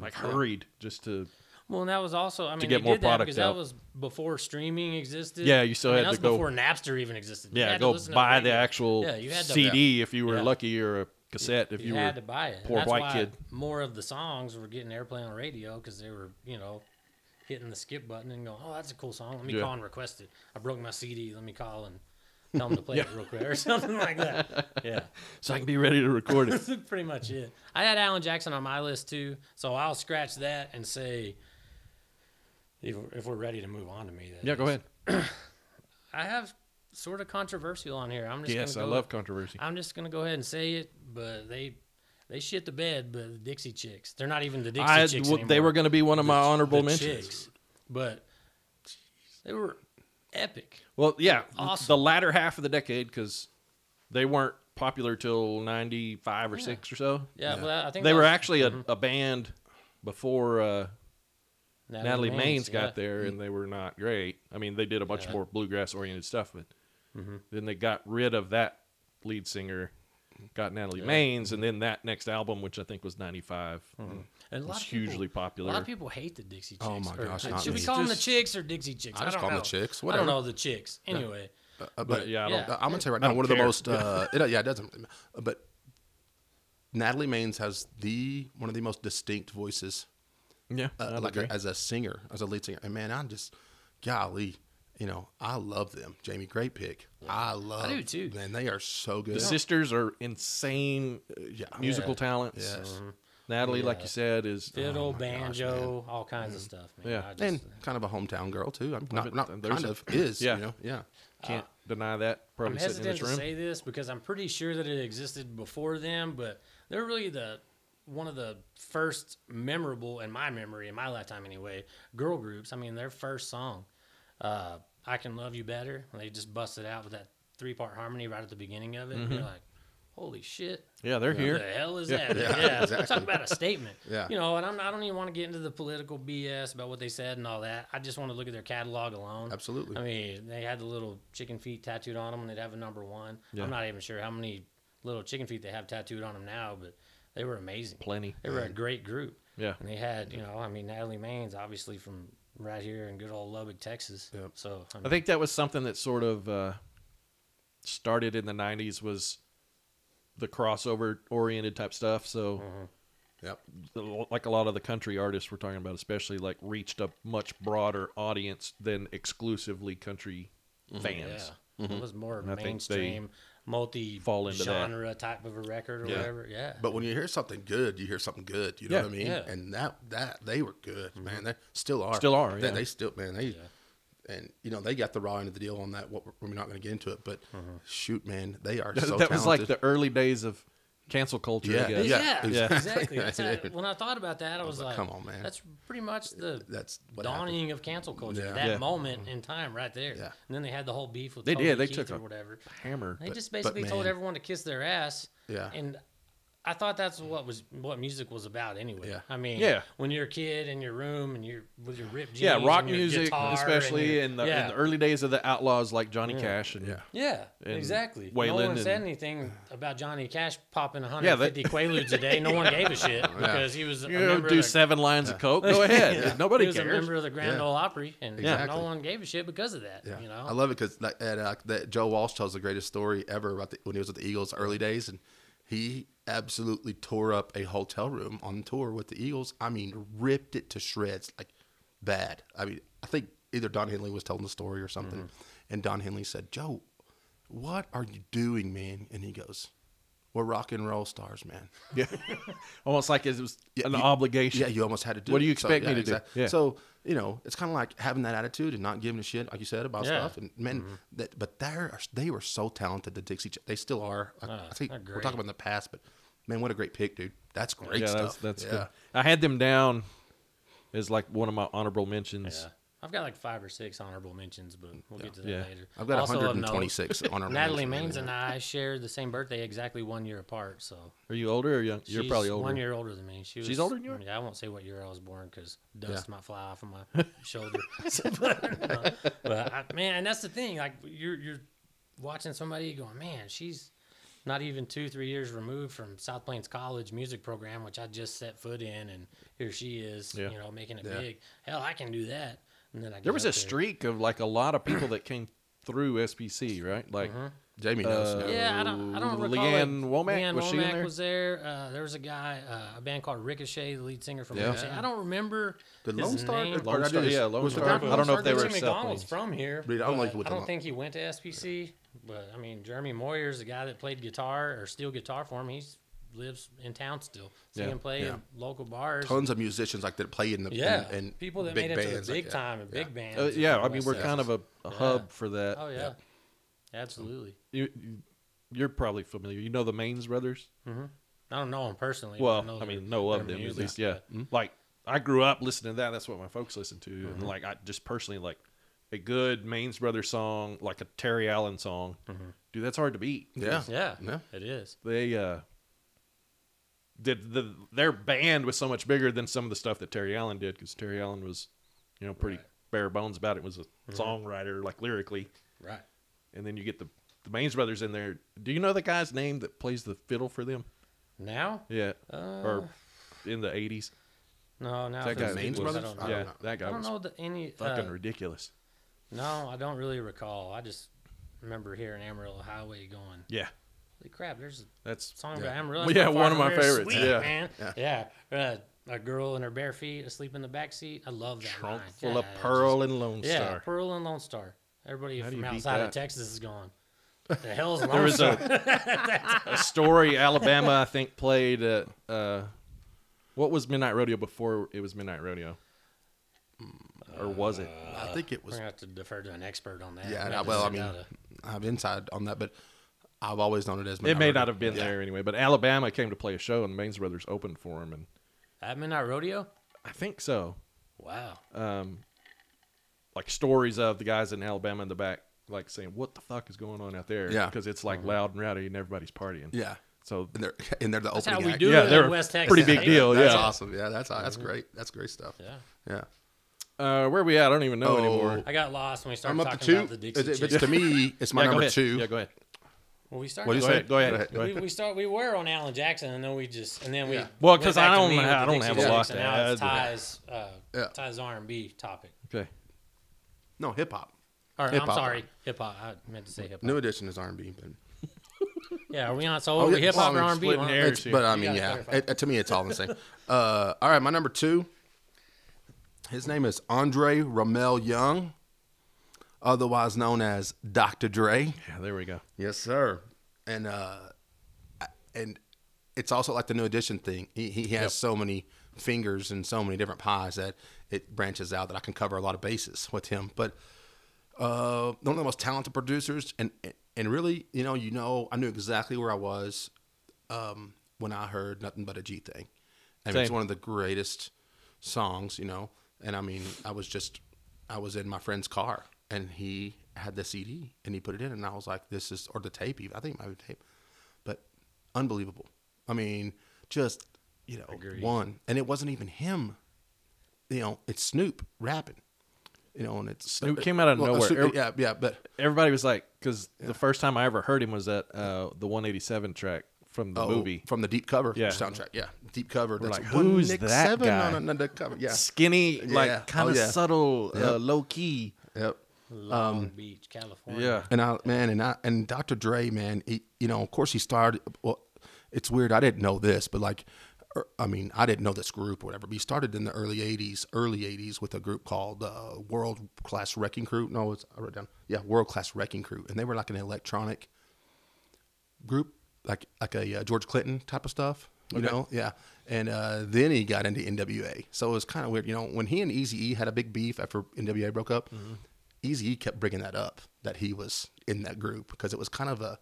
Speaker 1: like hurried just to
Speaker 2: Well, and that was also, I mean,
Speaker 1: get
Speaker 2: they
Speaker 1: more
Speaker 2: did that
Speaker 1: product
Speaker 2: because
Speaker 1: out.
Speaker 2: that was before streaming existed.
Speaker 1: Yeah, you still
Speaker 2: I mean,
Speaker 1: had to
Speaker 2: that was
Speaker 1: go-
Speaker 2: before Napster even existed. You
Speaker 1: yeah
Speaker 2: had to
Speaker 1: go
Speaker 2: listen to
Speaker 1: buy the
Speaker 2: radio.
Speaker 1: actual
Speaker 2: Yeah, you had to-
Speaker 1: cd if you were
Speaker 2: Yeah.
Speaker 1: lucky or a cassette if you,
Speaker 2: you,
Speaker 1: were
Speaker 2: had to buy it. And
Speaker 1: poor
Speaker 2: that's
Speaker 1: white
Speaker 2: why
Speaker 1: kid.
Speaker 2: More of the songs were getting airplay on radio because they were, you know, hitting the skip button and going, "Oh, that's a cool song. Let me
Speaker 1: Yeah.
Speaker 2: call and request it. I broke my CD. Let me call and tell them to
Speaker 1: (laughs)
Speaker 2: play it real quick or something like that." Yeah,
Speaker 1: so i can be ready to record it
Speaker 2: (laughs) that's pretty much it. I had Alan Jackson on my list too, so I'll scratch that and say, if, if we're ready to move on to me, that
Speaker 1: yeah go
Speaker 2: is.
Speaker 1: ahead
Speaker 2: I have sort of controversial on here. I'm just
Speaker 1: yes i
Speaker 2: gonna go
Speaker 1: love controversy
Speaker 2: I'm just gonna go ahead and say it, but they they shit the bed. But the Dixie Chicks, they're not even the Dixie
Speaker 1: I,
Speaker 2: Chicks
Speaker 1: w-
Speaker 2: anymore.
Speaker 1: they were going to be one of my
Speaker 2: The-
Speaker 1: honorable
Speaker 2: the
Speaker 1: mentions
Speaker 2: Chicks, but they were epic.
Speaker 1: well yeah
Speaker 2: Awesome.
Speaker 1: the latter half of the decade because they weren't popular till 95 or 6 or so
Speaker 2: Yeah, well, I think
Speaker 1: they
Speaker 2: that
Speaker 1: were
Speaker 2: was Mm-hmm.
Speaker 1: actually a, a band before uh, Natalie Maines got
Speaker 2: yeah.
Speaker 1: there, and they were not great. I mean, they did a bunch
Speaker 2: Yeah. Mm-hmm.
Speaker 1: more bluegrass oriented stuff, but then they got rid of that lead singer, got Natalie Maines, and then that next album, which I think was '95,
Speaker 2: and Mm-hmm. Hmm. a lot
Speaker 1: was
Speaker 2: of people-
Speaker 1: hugely
Speaker 2: A lot
Speaker 1: popular.
Speaker 2: of people hate the Dixie Chicks.
Speaker 3: Oh my
Speaker 2: or-
Speaker 3: gosh, not
Speaker 2: should we
Speaker 3: me.
Speaker 2: call them the
Speaker 1: Just-
Speaker 2: Chicks or Dixie Chicks?
Speaker 3: I just
Speaker 2: don't
Speaker 3: call 'em the
Speaker 2: know.
Speaker 3: Chicks,
Speaker 2: I
Speaker 3: whatever.
Speaker 2: don't know the Chicks. Anyway,
Speaker 3: Uh,
Speaker 1: but yeah, I don't,
Speaker 2: Yeah.
Speaker 3: Uh, I'm gonna tell you right
Speaker 1: I
Speaker 3: now,
Speaker 1: don't
Speaker 3: one of
Speaker 1: care.
Speaker 3: the most. Uh, it, yeah, it doesn't. uh, But Natalie Maines has the one of the most distinct voices,
Speaker 1: yeah,
Speaker 3: uh,
Speaker 1: I'd
Speaker 3: like
Speaker 1: agree.
Speaker 3: as a singer, as a lead singer. And man, I'm just, golly, you know, I love them. Jamie, great pick. I love.
Speaker 2: do too.
Speaker 3: Man, they are so good.
Speaker 1: the sisters are insane uh,
Speaker 3: yeah.
Speaker 1: musical
Speaker 2: Oh, Yeah. Mm-hmm.
Speaker 1: talents. Uh-huh.
Speaker 3: Yes.
Speaker 1: Natalie, like you said, is um,
Speaker 2: fiddle,
Speaker 3: gosh,
Speaker 2: banjo, all kinds
Speaker 3: Mm-hmm.
Speaker 2: of stuff. Man.
Speaker 1: Yeah.
Speaker 2: I just-
Speaker 3: and kind of a hometown girl too. I'm not,
Speaker 1: but
Speaker 3: not
Speaker 1: there's
Speaker 3: kind
Speaker 1: a-
Speaker 3: of is.
Speaker 1: Yeah.
Speaker 3: You know. Yeah.
Speaker 1: can't deny that.
Speaker 2: uh, I'm
Speaker 1: Probably sitting in this
Speaker 2: hesitant to
Speaker 1: room.
Speaker 2: say this because I'm pretty sure that it existed before them, but they're really the one of the first memorable in my memory, in my lifetime anyway, girl groups. I mean, their first song, uh, "I Can Love You Better," they just busted out with that three part harmony right at the beginning of it. And
Speaker 1: Mm-hmm.
Speaker 2: you're like, "Holy shit!"
Speaker 1: yeah, they're
Speaker 2: Who
Speaker 1: here.
Speaker 2: the hell is that?
Speaker 3: Yeah,
Speaker 2: Yeah,
Speaker 3: exactly.
Speaker 2: talk about a statement.
Speaker 3: Yeah.
Speaker 2: you know, and I'm, I don't even want to get into the political BS about what they said and all that. I just want to look at their catalog alone.
Speaker 3: Absolutely.
Speaker 2: I mean, they had the little chicken feet tattooed on them, and they'd have a number one.
Speaker 1: Yeah.
Speaker 2: I'm not even sure how many little chicken feet they have tattooed on them now, but they were amazing.
Speaker 1: Plenty.
Speaker 2: They were a great group.
Speaker 1: Yeah.
Speaker 2: And they had, you know, I mean, Natalie Maines, obviously from right here in good old Lubbock, Texas.
Speaker 3: Yep.
Speaker 2: So I mean,
Speaker 1: I think that was something that sort of uh, started in the '90s was the crossover oriented type stuff. So,
Speaker 3: Yep.
Speaker 2: Mm-hmm.
Speaker 1: the- like a lot of the country artists we're talking about, especially like reached a much broader audience than exclusively country fans.
Speaker 2: Mm-hmm. yeah,
Speaker 3: Mm-hmm.
Speaker 2: it was more
Speaker 1: I think they
Speaker 2: mainstream, multi
Speaker 1: fall into that.
Speaker 2: genre type of a record or
Speaker 1: Yeah.
Speaker 2: whatever. Yeah.
Speaker 3: But when you hear something good, you hear something good. You know
Speaker 1: Yeah. Mm-hmm.
Speaker 3: what I mean?
Speaker 2: Yeah.
Speaker 3: And that that they were good, man. They still are.
Speaker 1: Still are,
Speaker 3: They,
Speaker 1: yeah.
Speaker 3: they still, man. They and you know they got the raw end of the deal on that. What we're, we're not going to get into it, but shoot, man, they are
Speaker 1: (laughs)
Speaker 3: so
Speaker 1: Mm-hmm. that was like
Speaker 3: talented.
Speaker 1: the early days of cancel culture.
Speaker 3: Yeah,
Speaker 1: I guess.
Speaker 2: Yeah,
Speaker 3: Yeah.
Speaker 2: exactly.
Speaker 3: (laughs)
Speaker 2: That's how,
Speaker 3: Dude.
Speaker 2: when I thought about that, I was,
Speaker 3: like,
Speaker 2: like,
Speaker 3: "Come on, man."
Speaker 2: That's pretty much the
Speaker 3: That's what
Speaker 2: dawning of cancel culture.
Speaker 3: Yeah. Mm-hmm.
Speaker 2: That
Speaker 1: Yeah.
Speaker 2: moment in time, right there.
Speaker 3: Yeah.
Speaker 2: And then they had the whole beef with
Speaker 1: They
Speaker 2: Toby
Speaker 1: did. They
Speaker 2: Keith
Speaker 1: took
Speaker 2: or
Speaker 1: a
Speaker 2: whatever.
Speaker 1: Hammer.
Speaker 2: They
Speaker 1: but-
Speaker 2: just basically
Speaker 3: man.
Speaker 2: told everyone to kiss their ass.
Speaker 3: Yeah.
Speaker 2: And I thought that's what was what music was about anyway.
Speaker 3: Yeah.
Speaker 2: I mean,
Speaker 1: Yeah.
Speaker 2: when you're a kid in your room and you're with your ripped jeans,
Speaker 1: yeah, rock
Speaker 2: and your
Speaker 1: music,
Speaker 2: guitar
Speaker 1: especially in
Speaker 2: and
Speaker 1: the
Speaker 2: your- yeah.
Speaker 1: in the early days of the Outlaws, like Johnny Cash and
Speaker 3: Yeah.
Speaker 2: Yeah,
Speaker 1: and
Speaker 2: exactly. no
Speaker 1: Waylon
Speaker 2: one said
Speaker 1: and-
Speaker 2: anything about Johnny Cash popping
Speaker 1: Yeah,
Speaker 2: 150
Speaker 1: that-
Speaker 2: quaaludes a day. No one
Speaker 3: (laughs)
Speaker 2: gave a shit because he was a
Speaker 1: You
Speaker 2: member
Speaker 1: do
Speaker 2: of the,
Speaker 1: seven lines of coke. Go ahead. Nobody
Speaker 2: he was a
Speaker 1: cares.
Speaker 2: member of the Grand
Speaker 3: Yeah.
Speaker 2: Ole Opry, and
Speaker 3: Exactly.
Speaker 2: no one gave a shit because of that.
Speaker 3: Yeah,
Speaker 2: You know,
Speaker 3: I love it because that, that, uh, that Joe Walsh tells the greatest story ever about the, when he was with the Eagles early days, and he absolutely tore up a hotel room on tour with the Eagles. I mean, ripped it to shreds, like bad. I mean, I think either Don Henley was telling the story or something,
Speaker 2: Mm-hmm.
Speaker 3: and Don Henley said, "Joe, what are you doing, man?" And he goes, "We're rock and roll stars, man."
Speaker 1: Yeah. (laughs) Almost like it was
Speaker 3: Yeah,
Speaker 1: an
Speaker 3: you-
Speaker 1: obligation.
Speaker 3: Yeah, you almost had to do.
Speaker 1: What
Speaker 3: it.
Speaker 1: do you expect
Speaker 3: So,
Speaker 1: me to
Speaker 3: yeah,
Speaker 1: do?
Speaker 3: exact-
Speaker 1: Yeah.
Speaker 3: So you know, it's kind of like having that attitude and not giving a shit, like you said about
Speaker 2: Yeah. Mm-hmm.
Speaker 3: stuff. And men, that but they are they were so talented. The Dixie, Ch- they still are. I, I think
Speaker 2: Ah, they're
Speaker 3: we're talking about in the past, but man, what a great pick, dude. That's great
Speaker 1: yeah, that's
Speaker 3: stuff.
Speaker 1: that's
Speaker 3: yeah.
Speaker 1: good. I had them down as like one of my honorable mentions.
Speaker 2: yeah. I've got like five or six honorable mentions, but we'll get to that
Speaker 1: Yeah.
Speaker 2: later.
Speaker 3: I've got
Speaker 2: Also of note,
Speaker 3: 126
Speaker 2: (laughs)
Speaker 3: on our
Speaker 2: Natalie
Speaker 3: mentions,
Speaker 2: Maines and I shared the same birthday, exactly one year apart. So
Speaker 1: Are you older or young? You're
Speaker 2: she's
Speaker 1: probably older.
Speaker 2: One year older than me. She was,
Speaker 1: She's older than you are?
Speaker 2: Yeah, I won't say what year I was born because dust
Speaker 3: Yeah.
Speaker 2: might fly off of my (laughs) shoulder. but no, but I, man, and that's the thing. Like you're you're watching somebody going, man, she's not even two three years removed from South Plains College music program, which I just set foot in, and here she is,
Speaker 1: Yeah.
Speaker 2: you know, making it
Speaker 3: Yeah.
Speaker 2: big. Hell, I can do that. And then I
Speaker 1: There
Speaker 2: get
Speaker 1: was
Speaker 2: up
Speaker 1: a streak of like a lot of people that came through SPC, right? Like
Speaker 2: Mm-hmm.
Speaker 3: Jamie knows.
Speaker 1: Uh,
Speaker 3: now.
Speaker 2: Yeah, I don't. I don't
Speaker 1: Leanne
Speaker 2: recall. it.
Speaker 1: Womack,
Speaker 2: Leanne
Speaker 1: was she in
Speaker 2: Womack
Speaker 1: there?
Speaker 2: was there. Uh, there was a guy, uh, a band called Ricochet, the lead singer from
Speaker 1: Yeah.
Speaker 2: Ricochet. I don't remember
Speaker 3: Did
Speaker 2: his
Speaker 3: Lone Star-
Speaker 2: name.
Speaker 3: Or
Speaker 1: Lone
Speaker 3: did I
Speaker 1: Star,
Speaker 3: do this?
Speaker 1: yeah, Lone
Speaker 3: Was the
Speaker 1: Star.
Speaker 3: Dark Lone
Speaker 1: I don't know
Speaker 3: Star
Speaker 1: if they were
Speaker 2: Jimmy
Speaker 1: South
Speaker 2: McDonald's
Speaker 1: Plains.
Speaker 2: from here.
Speaker 3: Dude, I don't
Speaker 2: but
Speaker 3: like what
Speaker 2: I
Speaker 3: they
Speaker 2: don't
Speaker 3: want.
Speaker 2: think he went to SPC. But I mean, Jeremy Moyer is the guy that played guitar or steel guitar for him. He lives in town still. See
Speaker 1: Yeah.
Speaker 2: him play
Speaker 3: Yeah.
Speaker 2: in local bars.
Speaker 3: Tons of musicians like that play in the
Speaker 2: yeah,
Speaker 3: and, and
Speaker 2: people that made
Speaker 3: big
Speaker 2: it to the
Speaker 3: bands, like,
Speaker 2: big
Speaker 3: yeah.
Speaker 2: time and big bands.
Speaker 1: Uh,
Speaker 2: and
Speaker 1: yeah,
Speaker 2: all
Speaker 1: I
Speaker 2: that
Speaker 1: mean we're
Speaker 2: stuff.
Speaker 1: kind of a, a hub for that.
Speaker 2: Oh yeah, absolutely.
Speaker 1: You, you, you're probably familiar. You know the Maines brothers?
Speaker 2: I don't know him personally. but
Speaker 1: Well,
Speaker 2: know
Speaker 1: I
Speaker 2: their-
Speaker 1: mean, know of
Speaker 2: their
Speaker 1: them at
Speaker 2: music.
Speaker 1: least. Yeah, Mm-hmm. like I grew up listening to that. That's what my folks listened to,
Speaker 2: Mm-hmm.
Speaker 1: and like I just personally like a good Maines Brothers song, like a Terry Allen song. Dude, that's hard to beat.
Speaker 3: Yeah.
Speaker 2: Mm-hmm. Yeah,
Speaker 3: Yeah.
Speaker 2: it is.
Speaker 1: They uh, did the their band was so much bigger than some of the stuff that Terry Allen did because Terry Allen was, you know, pretty bare bones about it. Was a songwriter, like lyrically,
Speaker 2: Mm-hmm. Right.
Speaker 1: and then you get the the Maines Brothers in there. Do you know the guy's name that plays the fiddle for them?
Speaker 2: Now?
Speaker 1: Yeah,
Speaker 2: Uh.
Speaker 1: or in the eighties.
Speaker 2: No, now.
Speaker 1: That
Speaker 2: for
Speaker 1: guy
Speaker 2: the
Speaker 1: was-
Speaker 2: Beatles, I
Speaker 3: Brothers?
Speaker 2: don't know.
Speaker 3: I
Speaker 1: yeah,
Speaker 3: know.
Speaker 1: that
Speaker 2: I
Speaker 1: guy
Speaker 2: don't
Speaker 1: was
Speaker 2: know the, any.
Speaker 1: fucking
Speaker 2: uh,
Speaker 1: ridiculous.
Speaker 2: no, I don't really recall. I just remember here in Amarillo Highway going,
Speaker 1: Yeah,
Speaker 2: holy crap, there's a
Speaker 1: that's
Speaker 2: song
Speaker 3: Yeah.
Speaker 2: about Amarillo.
Speaker 1: Well,
Speaker 2: That's
Speaker 1: yeah,
Speaker 2: not
Speaker 1: one
Speaker 2: far
Speaker 1: of
Speaker 2: from
Speaker 1: my
Speaker 2: here.
Speaker 1: favorites,
Speaker 2: Sweet,
Speaker 1: yeah.
Speaker 2: man. Yeah. Uh, a girl in her bare feet asleep in the back seat. I love that.
Speaker 1: trunk
Speaker 2: line.
Speaker 1: full of
Speaker 2: Yeah,
Speaker 1: pearl and lone
Speaker 2: just- yeah,
Speaker 1: star.
Speaker 2: Pearl and Lone Star. Everybody
Speaker 1: How do
Speaker 2: from
Speaker 1: you beat
Speaker 2: outside
Speaker 1: that?
Speaker 2: of Texas
Speaker 1: (laughs)
Speaker 2: is going, the hell's Lone
Speaker 1: There was (laughs)
Speaker 2: Star? (laughs)
Speaker 1: a, a story Alabama, I think, played. Uh, uh, what was Midnight Rodeo before it was Midnight Rodeo?
Speaker 2: Mm,
Speaker 1: Or was it?
Speaker 3: I think it
Speaker 2: We're
Speaker 3: was
Speaker 2: going to have to defer to an expert on that.
Speaker 3: Yeah,
Speaker 2: We're gonna
Speaker 3: and I,
Speaker 2: have to
Speaker 3: well, I
Speaker 2: send
Speaker 3: mean,
Speaker 2: out a-
Speaker 3: I'm inside on that, but I've always known it as.
Speaker 1: It may
Speaker 3: Minority.
Speaker 1: not have been
Speaker 3: Yeah.
Speaker 1: there anyway, but Alabama came to play a show and the Maines Brothers opened for him, and
Speaker 2: At Midnight Rodeo?
Speaker 1: I think so.
Speaker 2: Wow.
Speaker 1: Uh, Like stories of the guys in Alabama in the back, like saying, "What the fuck is going on out there?"
Speaker 3: Yeah.
Speaker 1: because it's
Speaker 2: Uh-huh.
Speaker 1: like loud and rowdy and everybody's partying.
Speaker 3: Yeah,
Speaker 1: So
Speaker 3: and they're (laughs) and they're the
Speaker 2: That's
Speaker 3: opening
Speaker 2: how we
Speaker 3: act.
Speaker 2: do
Speaker 1: Yeah,
Speaker 2: it
Speaker 1: they're
Speaker 2: in West Texas.
Speaker 1: pretty big
Speaker 2: ain't it?
Speaker 1: deal.
Speaker 3: That's
Speaker 1: yeah.
Speaker 3: awesome. Yeah, that's that's great. That's great stuff.
Speaker 2: Yeah.
Speaker 3: yeah.
Speaker 1: Uh, where are we at? I don't even know
Speaker 3: Oh.
Speaker 1: anymore.
Speaker 2: I got lost when we started
Speaker 3: I'm up to
Speaker 2: talking
Speaker 3: two.
Speaker 2: about the Dixie
Speaker 3: If
Speaker 2: Chicks.
Speaker 3: it's to me, it's my
Speaker 1: Yeah, go
Speaker 3: number
Speaker 1: ahead.
Speaker 3: two.
Speaker 1: Yeah, go ahead.
Speaker 2: Well, we started.
Speaker 3: What do you
Speaker 1: Go
Speaker 3: say?
Speaker 1: ahead. Go
Speaker 3: Go
Speaker 1: ahead.
Speaker 3: ahead.
Speaker 1: Go
Speaker 2: We,
Speaker 1: ahead.
Speaker 2: we start. We were on Alan Jackson, and then we just and then we.
Speaker 3: Yeah.
Speaker 1: Well,
Speaker 2: went
Speaker 1: 'cause
Speaker 2: back
Speaker 1: I
Speaker 2: to
Speaker 1: don't
Speaker 2: me
Speaker 1: ha-
Speaker 2: with the
Speaker 1: I don't
Speaker 2: Dixie
Speaker 1: have
Speaker 3: a
Speaker 2: Chicks,
Speaker 3: lot
Speaker 2: and
Speaker 1: to
Speaker 2: Now it's
Speaker 1: add.
Speaker 2: Ty's uh,
Speaker 3: Yeah.
Speaker 2: Ty's R and B topic.
Speaker 1: Okay.
Speaker 3: No hip hop.
Speaker 2: Or I'm
Speaker 3: Hip-hop.
Speaker 2: sorry, hip hop. I meant to say hip hop.
Speaker 3: New edition is R&B, but,
Speaker 2: Yeah, are we on? So are we
Speaker 3: yeah,
Speaker 2: hip hop or R
Speaker 3: well, I'm
Speaker 2: and B?
Speaker 1: splitting hairs.
Speaker 3: it's- but I mean,
Speaker 2: gotta
Speaker 3: yeah.
Speaker 2: clarify.
Speaker 3: It, to me, it's all the same. uh, all right, my number two. His name is Andre Ramel Young, otherwise known as Dr. Dre.
Speaker 1: Yeah, there we go.
Speaker 3: Yes, sir. And uh, I- and it's also like the new edition thing. He he has so many fingers and so many different pies that it branches out that I can cover a lot of bases with him. But uh, one of the most talented producers, and and really, you know, you know, I knew exactly where I was. Um, when I heard Nothing But a G Thing. I mean, it's
Speaker 1: Same.
Speaker 3: one of the greatest songs, you know. And I mean, I was just, I was in my friend's car, and he had the CD, and he put it in, and I was like, "This is," or the tape, even. I think it might be tape, but unbelievable. I mean, just you know, one, and it wasn't even him. You know, it's Snoop rapping. You know, and it's uh,
Speaker 1: Snoop came out of nowhere. Er,
Speaker 3: Snoop- yeah, yeah, but
Speaker 1: Everybody was like, because the first time I ever heard him was that uh, the 187 track from the
Speaker 3: Oh,
Speaker 1: movie.
Speaker 3: from the deep cover
Speaker 1: Yeah.
Speaker 3: soundtrack. Yeah, deep cover. That's
Speaker 1: like,
Speaker 3: one
Speaker 1: who's
Speaker 3: Nick
Speaker 1: that
Speaker 3: seven
Speaker 1: guy?
Speaker 3: on another cover. Yeah,
Speaker 1: Skinny,
Speaker 3: Yeah.
Speaker 1: like kind
Speaker 3: Oh,
Speaker 1: of
Speaker 3: yeah.
Speaker 1: subtle, uh, low key.
Speaker 3: yep.
Speaker 2: Long
Speaker 3: Um,
Speaker 2: Beach, California.
Speaker 1: Yeah.
Speaker 3: And I man, and I and Dr. Dre, man, he, you know, of course he started. Well, it's weird. I didn't know this, but like, er, I mean, I didn't know this group or whatever. But he started in the early '80s, early '80s with a group called uh, World Class Wrecking Crew. No, it's I wrote down. Yeah, World Class Wrecking Crew, and they were like an electronic group, like like a uh, George Clinton type of stuff. You know, yeah. And uh, then he got into NWA, so it was kind of weird. You know, when he and Eazy E had a big beef after NWA broke up, Eazy E kept bringing that up that he was in that group because it was kind of a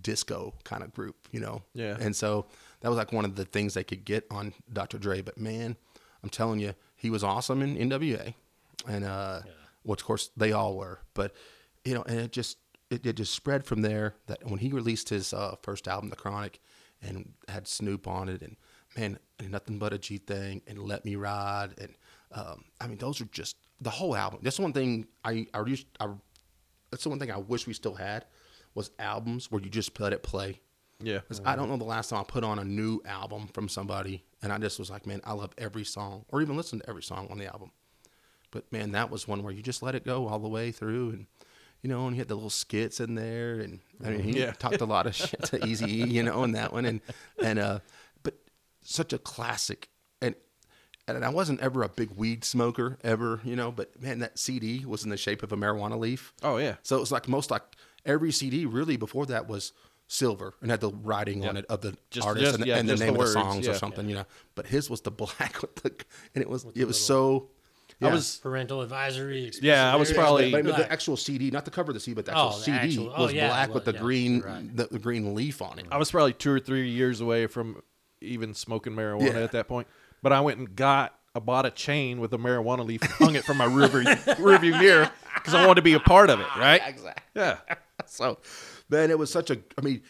Speaker 3: disco kind of group. You know,
Speaker 1: Yeah.
Speaker 3: And so that was like one of the things they could get on Dr. Dre. But man, I'm telling you, he was awesome in NWA, and uh, well, of course they all were. But you know, and it just it, it just spread from there. That when he released his uh, first album, The Chronic, and had Snoop on it, and man, and nothing but a G thing, and Let Me Ride, and um, I mean, those are just the whole album. That's one thing I I, used, I that's the one thing I wish we still had was albums where you just let it play.
Speaker 1: Yeah.
Speaker 3: 'Cause I don't know the last time I put on a new album from somebody and I just was like, man, I love every song or even listen to every song on the album. But man, that was one where you just let it go all the way through and you know, and he had the little skits in there and I mean he
Speaker 1: Mm-hmm. Yeah.
Speaker 3: talked a lot of (laughs) shit to Easy E, you know, in that one and and uh but such a classic and and I wasn't ever a big weed smoker ever, you know, but man, that CD was in the shape of a marijuana leaf.
Speaker 1: Oh, yeah.
Speaker 3: So it was like most like every CD really before that was silver and had the writing on it of the
Speaker 1: Just-
Speaker 3: artist
Speaker 1: just-
Speaker 3: and, the-
Speaker 1: yeah,
Speaker 3: and the
Speaker 1: just the
Speaker 3: name
Speaker 1: words,
Speaker 3: of the songs
Speaker 1: yeah.
Speaker 3: or something, you know. But his was the (laughs) black with the, and it was it was so.
Speaker 1: I
Speaker 3: yeah.
Speaker 1: was
Speaker 2: Parental advisory.
Speaker 1: Yeah, I was
Speaker 2: explicit
Speaker 3: But-
Speaker 1: probably-
Speaker 2: lyrics,
Speaker 3: but, I mean,
Speaker 2: black.
Speaker 3: the actual CD, not the cover of the CD, but the
Speaker 2: Oh,
Speaker 3: actual
Speaker 2: the
Speaker 3: CD
Speaker 2: actual- oh,
Speaker 3: was
Speaker 2: yeah,
Speaker 3: black
Speaker 2: well,
Speaker 3: with the
Speaker 2: yeah,
Speaker 3: green
Speaker 2: right.
Speaker 3: the, the green leaf on it.
Speaker 1: I was probably two or three years away from even smoking marijuana
Speaker 3: Yeah.
Speaker 1: at that point. But I went and got, I bought a chain with a marijuana leaf, and hung it from my
Speaker 3: (laughs)
Speaker 1: rearview rearview mirror because I wanted to be a part of it, right?
Speaker 3: Exactly.
Speaker 1: Yeah.
Speaker 3: (laughs) so man it was such a i mean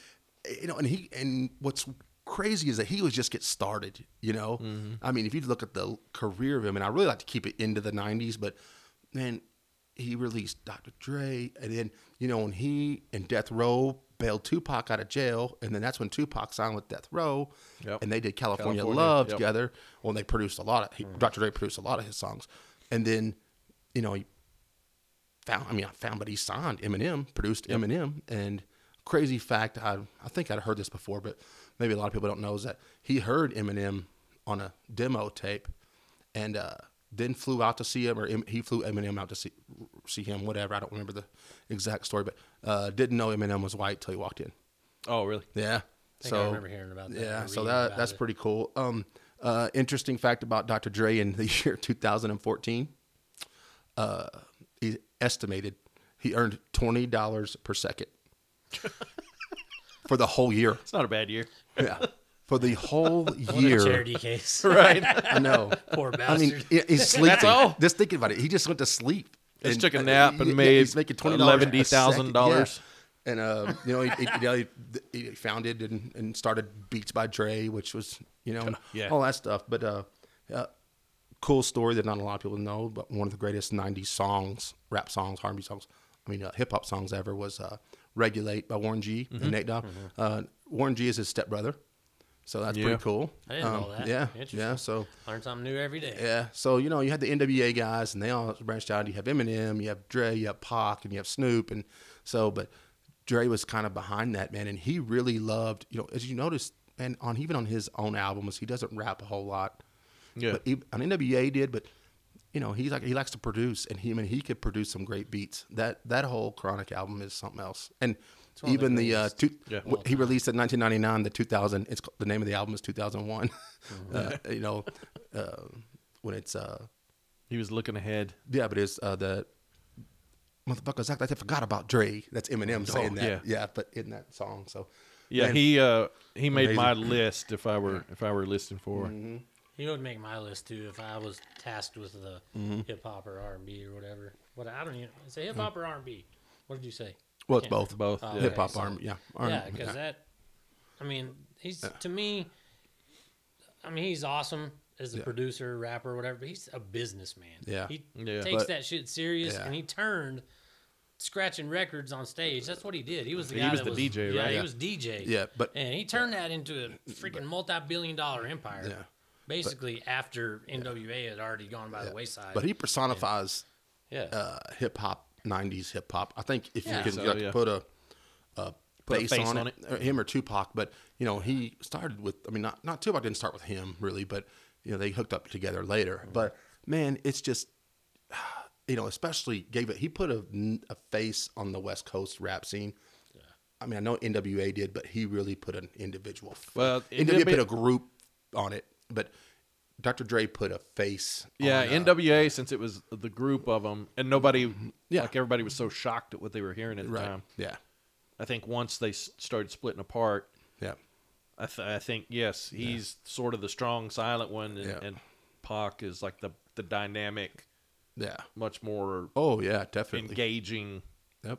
Speaker 3: you know and he and what's crazy is that he was just get started you know i mean if you look at the career of him and i really like to keep it into the 90s but man he released dr dre and then you know when he and death row bailed tupac out of jail and then that's when tupac signed with death row
Speaker 1: Yep.
Speaker 3: and they did california,
Speaker 1: California,
Speaker 3: love
Speaker 1: yep.
Speaker 3: together well and they produced a lot of
Speaker 2: Mm-hmm.
Speaker 3: he, dr dre produced a lot of his songs and then you know he found. I mean, I found, but he signed Eminem, produced Eminem, and crazy fact. I I think I'd heard this before, but maybe a lot of people don't know is that he heard Eminem on a demo tape, and uh, then flew out to see him, or em- he flew Eminem out to see see him. Whatever, I don't remember the exact story, but uh, didn't know Eminem was white till he walked in.
Speaker 1: Oh, really?
Speaker 3: Yeah.
Speaker 2: think I remember hearing about that
Speaker 3: Yeah,
Speaker 2: or
Speaker 3: so
Speaker 2: reading
Speaker 3: that
Speaker 2: about
Speaker 3: that's
Speaker 2: it.
Speaker 3: pretty cool. Um, uh, interesting fact about Dr. Dre in the (laughs) year 2014. Uh, he estimated he earned twenty dollars per
Speaker 2: (laughs)
Speaker 3: second for the whole year.
Speaker 1: It's not a bad year. (laughs)
Speaker 3: Yeah, for the whole
Speaker 2: What a
Speaker 3: year.
Speaker 2: charity
Speaker 3: (laughs)
Speaker 2: case.
Speaker 1: Right.
Speaker 2: (laughs)
Speaker 3: I know.
Speaker 2: Poor
Speaker 3: I mean,
Speaker 2: bastard.
Speaker 3: he- he's sleeping. Just thinking about it, he just went to sleep.
Speaker 1: Just
Speaker 3: and- uh,
Speaker 1: took a nap and
Speaker 3: yeah,
Speaker 1: made
Speaker 3: he's making $20 a second, yeah.
Speaker 1: $11,000.
Speaker 3: And uh, you know, he, he, you know, he, he founded and, and started Beats by Dre, which was you know and
Speaker 1: (laughs) Yeah.
Speaker 3: all that stuff. But uh, uh, cool story that not a lot of people know, but one of the greatest '90s songs, rap songs, R&B songs, I mean, uh, hip hop songs ever was uh, "Regulate" by Warren G
Speaker 1: Mm-hmm.
Speaker 3: and Nate Dogg. Uh, Warren G is his stepbrother, so that's
Speaker 1: Yeah.
Speaker 3: pretty cool. Um,
Speaker 2: I didn't know that.
Speaker 3: Yeah,
Speaker 2: Interesting.
Speaker 3: yeah. So
Speaker 2: Learn something new every day.
Speaker 3: yeah. So, you know, you had the NWA guys and they all branched out. You have Eminem, you have Dre, you have Pac, and you have Snoop. And so, but Dre was kind of behind that, man. And he really loved, you know, as you notice, and on even on his own albums, he doesn't rap a whole lot.
Speaker 1: Yeah.
Speaker 3: But he, on NWA did, but you know, he's like he likes to produce and he I mean he could produce some great beats. That that whole Chronic album is something else. And
Speaker 2: one of the
Speaker 3: even the, uh,
Speaker 2: greatest
Speaker 3: two,
Speaker 1: Yeah.
Speaker 3: wh- he released in 1999 the 2000 it's ca- the name of the album is 2001
Speaker 1: Mm-hmm.
Speaker 3: (laughs) uh, you know uh, when it's uh
Speaker 1: He was looking ahead.
Speaker 3: yeah but it's uh the motherfuckers act like they forgot about Dre that's Eminem saying that
Speaker 1: Oh, yeah.
Speaker 3: yeah. but in that song so
Speaker 1: Yeah,
Speaker 3: Man.
Speaker 1: he uh, he made
Speaker 3: Amazing. Mm-hmm.
Speaker 1: my list if I were if I were listing for.
Speaker 2: He would make my list too if I was tasked with the
Speaker 3: Mm-hmm.
Speaker 2: hip hop or R and B or whatever. What I don't even it's a hip hop or R and B. What did you say?
Speaker 3: Well, it's
Speaker 2: Yeah.
Speaker 3: both.
Speaker 1: Both.
Speaker 2: Oh,
Speaker 1: yeah.
Speaker 3: Hip hop,
Speaker 2: so-
Speaker 3: arm, yeah,
Speaker 2: Yeah, 'cause
Speaker 3: arm,
Speaker 2: yeah, because that. I mean, he's to me. I mean, he's awesome as a
Speaker 3: Yeah.
Speaker 2: producer, rapper, whatever. But he's a businessman.
Speaker 3: Yeah.
Speaker 2: he
Speaker 1: Yeah.
Speaker 2: takes
Speaker 3: But-
Speaker 2: that shit serious,
Speaker 3: Yeah.
Speaker 2: and he turned scratching records on stage. That's what he did. He was the
Speaker 1: He
Speaker 2: guy
Speaker 1: was
Speaker 2: that
Speaker 1: the DJ,
Speaker 2: yeah,
Speaker 1: right?
Speaker 2: He
Speaker 1: Yeah.
Speaker 2: was DJ.
Speaker 3: Yeah, but-
Speaker 2: and he turned that into a freaking multi-billion-dollar empire.
Speaker 3: Yeah.
Speaker 2: Basically, after NWA had already gone by the wayside,
Speaker 3: But he personifies
Speaker 2: yeah,
Speaker 3: uh, hip hop, '90s hip hop. I think if
Speaker 2: Yeah.
Speaker 3: you can
Speaker 1: So,
Speaker 3: like,
Speaker 1: yeah.
Speaker 3: put a, a
Speaker 1: Put a
Speaker 3: face, on, it, or him or Tupac, but you know he started with. I mean, not not Tupac didn't start with him really, but you know they hooked up together later. But man, it's just. (sighs) You know, especially gave it. He put a, a face on the West Coast rap scene. I mean, I know NWA did, but he really put an individual.
Speaker 1: Well,
Speaker 3: NWA
Speaker 1: NWA
Speaker 3: put a group on it, but Dr. Dre put a face.
Speaker 1: Yeah,
Speaker 3: on, uh,
Speaker 1: NWA since it was the group of them, and nobody,
Speaker 3: Mm-hmm. Yeah.
Speaker 1: like everybody was so shocked at what they were hearing at the
Speaker 3: right.
Speaker 1: time.
Speaker 3: Yeah,
Speaker 1: I think once they s- started splitting apart,
Speaker 3: yeah,
Speaker 1: I, th- I think yes, he's sort of the strong silent one, and,
Speaker 3: Yeah.
Speaker 1: and Pac is like the the dynamic,
Speaker 3: yeah.
Speaker 1: much more
Speaker 3: Oh yeah, definitely.
Speaker 1: engaging
Speaker 3: Yep.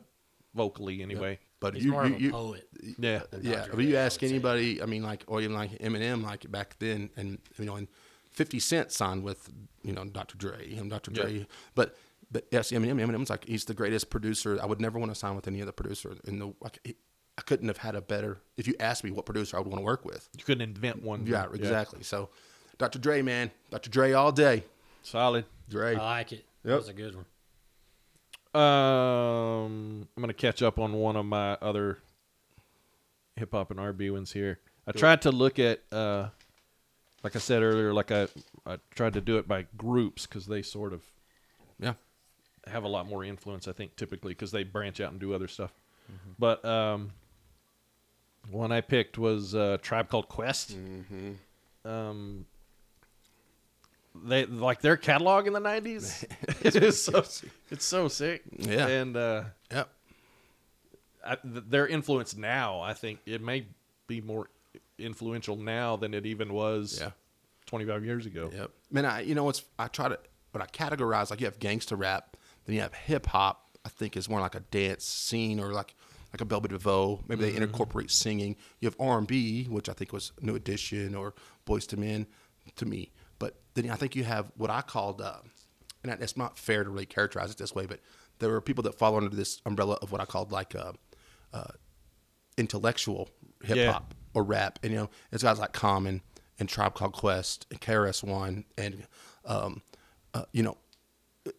Speaker 1: vocally. Anyway,
Speaker 3: But
Speaker 2: he's
Speaker 3: you,
Speaker 2: more
Speaker 3: you,
Speaker 2: of a
Speaker 3: you-
Speaker 2: poet.
Speaker 1: yeah,
Speaker 3: yeah.
Speaker 2: Dr.
Speaker 3: But you
Speaker 2: Dre, I
Speaker 3: ask
Speaker 2: would say.
Speaker 3: anybody, I mean, like or even like Eminem, like back then, and you know, and Fifty Cent signed with you know Dr. Dre, you know, Dr. Dre.
Speaker 1: Yeah.
Speaker 3: But but yes, Eminem, Eminem's like he's the greatest producer. I would never want to sign with any other producer in the. Like, he- I couldn't have had a better. If you asked me what producer I would want to work with,
Speaker 1: you couldn't invent
Speaker 2: Mm-hmm.
Speaker 1: one.
Speaker 3: yeah, exactly. So, Dr. Dre, man, Dr. Dre all day.
Speaker 1: Solid.
Speaker 3: Dre.
Speaker 2: I like it. That
Speaker 3: Yep.
Speaker 2: was a good one.
Speaker 1: Um, I'm gonna catch up on one of my other hip hop and RB ones here. I tried to look at, uh, like I said earlier, like I I tried to do it by groups because they sort of
Speaker 3: yeah.
Speaker 1: have a lot more influence, I think, typically because they branch out and do other stuff.
Speaker 3: Mm-hmm.
Speaker 1: But um, one I picked was uh, Tribe Called Quest.
Speaker 3: Mm-hmm.
Speaker 1: Um, they like their catalog in the
Speaker 3: (laughs)
Speaker 1: '90s. it's (laughs) so it's so sick.
Speaker 3: Yeah.
Speaker 1: and uh,
Speaker 3: Yep.
Speaker 1: I, th- their influence now, I think it may be more influential now than it even was
Speaker 3: Yeah.
Speaker 1: 25 years ago.
Speaker 3: Yep. Man, I you know it's I try to when I categorize like you have gangster rap, then you have hip hop. I think is more like a dance scene or like like a Velvet DeVoe. Maybe they incorporate singing. You have R and B, which I think was New Edition or Boys to Men, to me. But then I think you have what I called, uh, and I- it's not fair to really characterize it this way, but there were people that fall under this umbrella of what I called like uh, uh, intellectual hip
Speaker 1: Yeah.
Speaker 3: hop or rap. And you know, it's guys like Common and Tribe Called Quest and KRS One and um, uh, you know,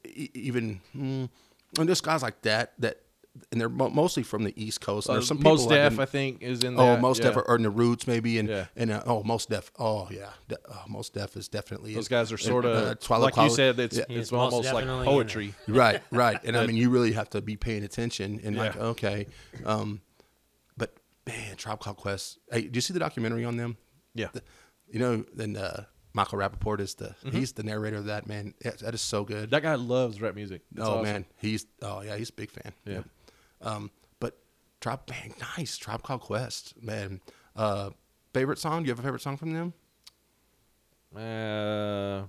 Speaker 3: e- even mm, and just guys like that that and they're mo- mostly from the East Coast. And
Speaker 1: Uh,
Speaker 3: there's some
Speaker 1: Mos
Speaker 3: people I've
Speaker 1: Def,
Speaker 3: been-
Speaker 1: I think, is in.
Speaker 3: Oh,
Speaker 1: that,
Speaker 3: most
Speaker 1: yeah.
Speaker 3: def are in the roots maybe, and
Speaker 1: Yeah.
Speaker 3: and uh, oh, most def. Oh yeah, De- oh, most def is definitely
Speaker 1: Those guys are
Speaker 3: and,
Speaker 1: sort of
Speaker 3: uh, Twilight
Speaker 1: like you
Speaker 3: Quality-
Speaker 1: said. It's
Speaker 3: Yeah.
Speaker 2: He
Speaker 1: it's
Speaker 2: is most
Speaker 1: almost like
Speaker 2: definitely in
Speaker 1: poetry.
Speaker 3: right, right. And I mean, you really have to be paying attention and like
Speaker 1: Yeah.
Speaker 3: okay, um, but man, Tribe Called Quest. Hey, do you see the documentary on them?
Speaker 1: Yeah. Mm-hmm.
Speaker 3: The- you know, then uh, Michael Rappaport is the he's the narrator of that man. Yeah, that is so good.
Speaker 1: That guy loves rap music. It's
Speaker 3: oh
Speaker 1: awesome.
Speaker 3: man, he's oh yeah, he's a big fan.
Speaker 1: Yeah.
Speaker 3: Um, but Tribe, man, nice Tribe Called Quest, man. Uh, favorite song? Do you have a favorite song from them?
Speaker 1: Uh,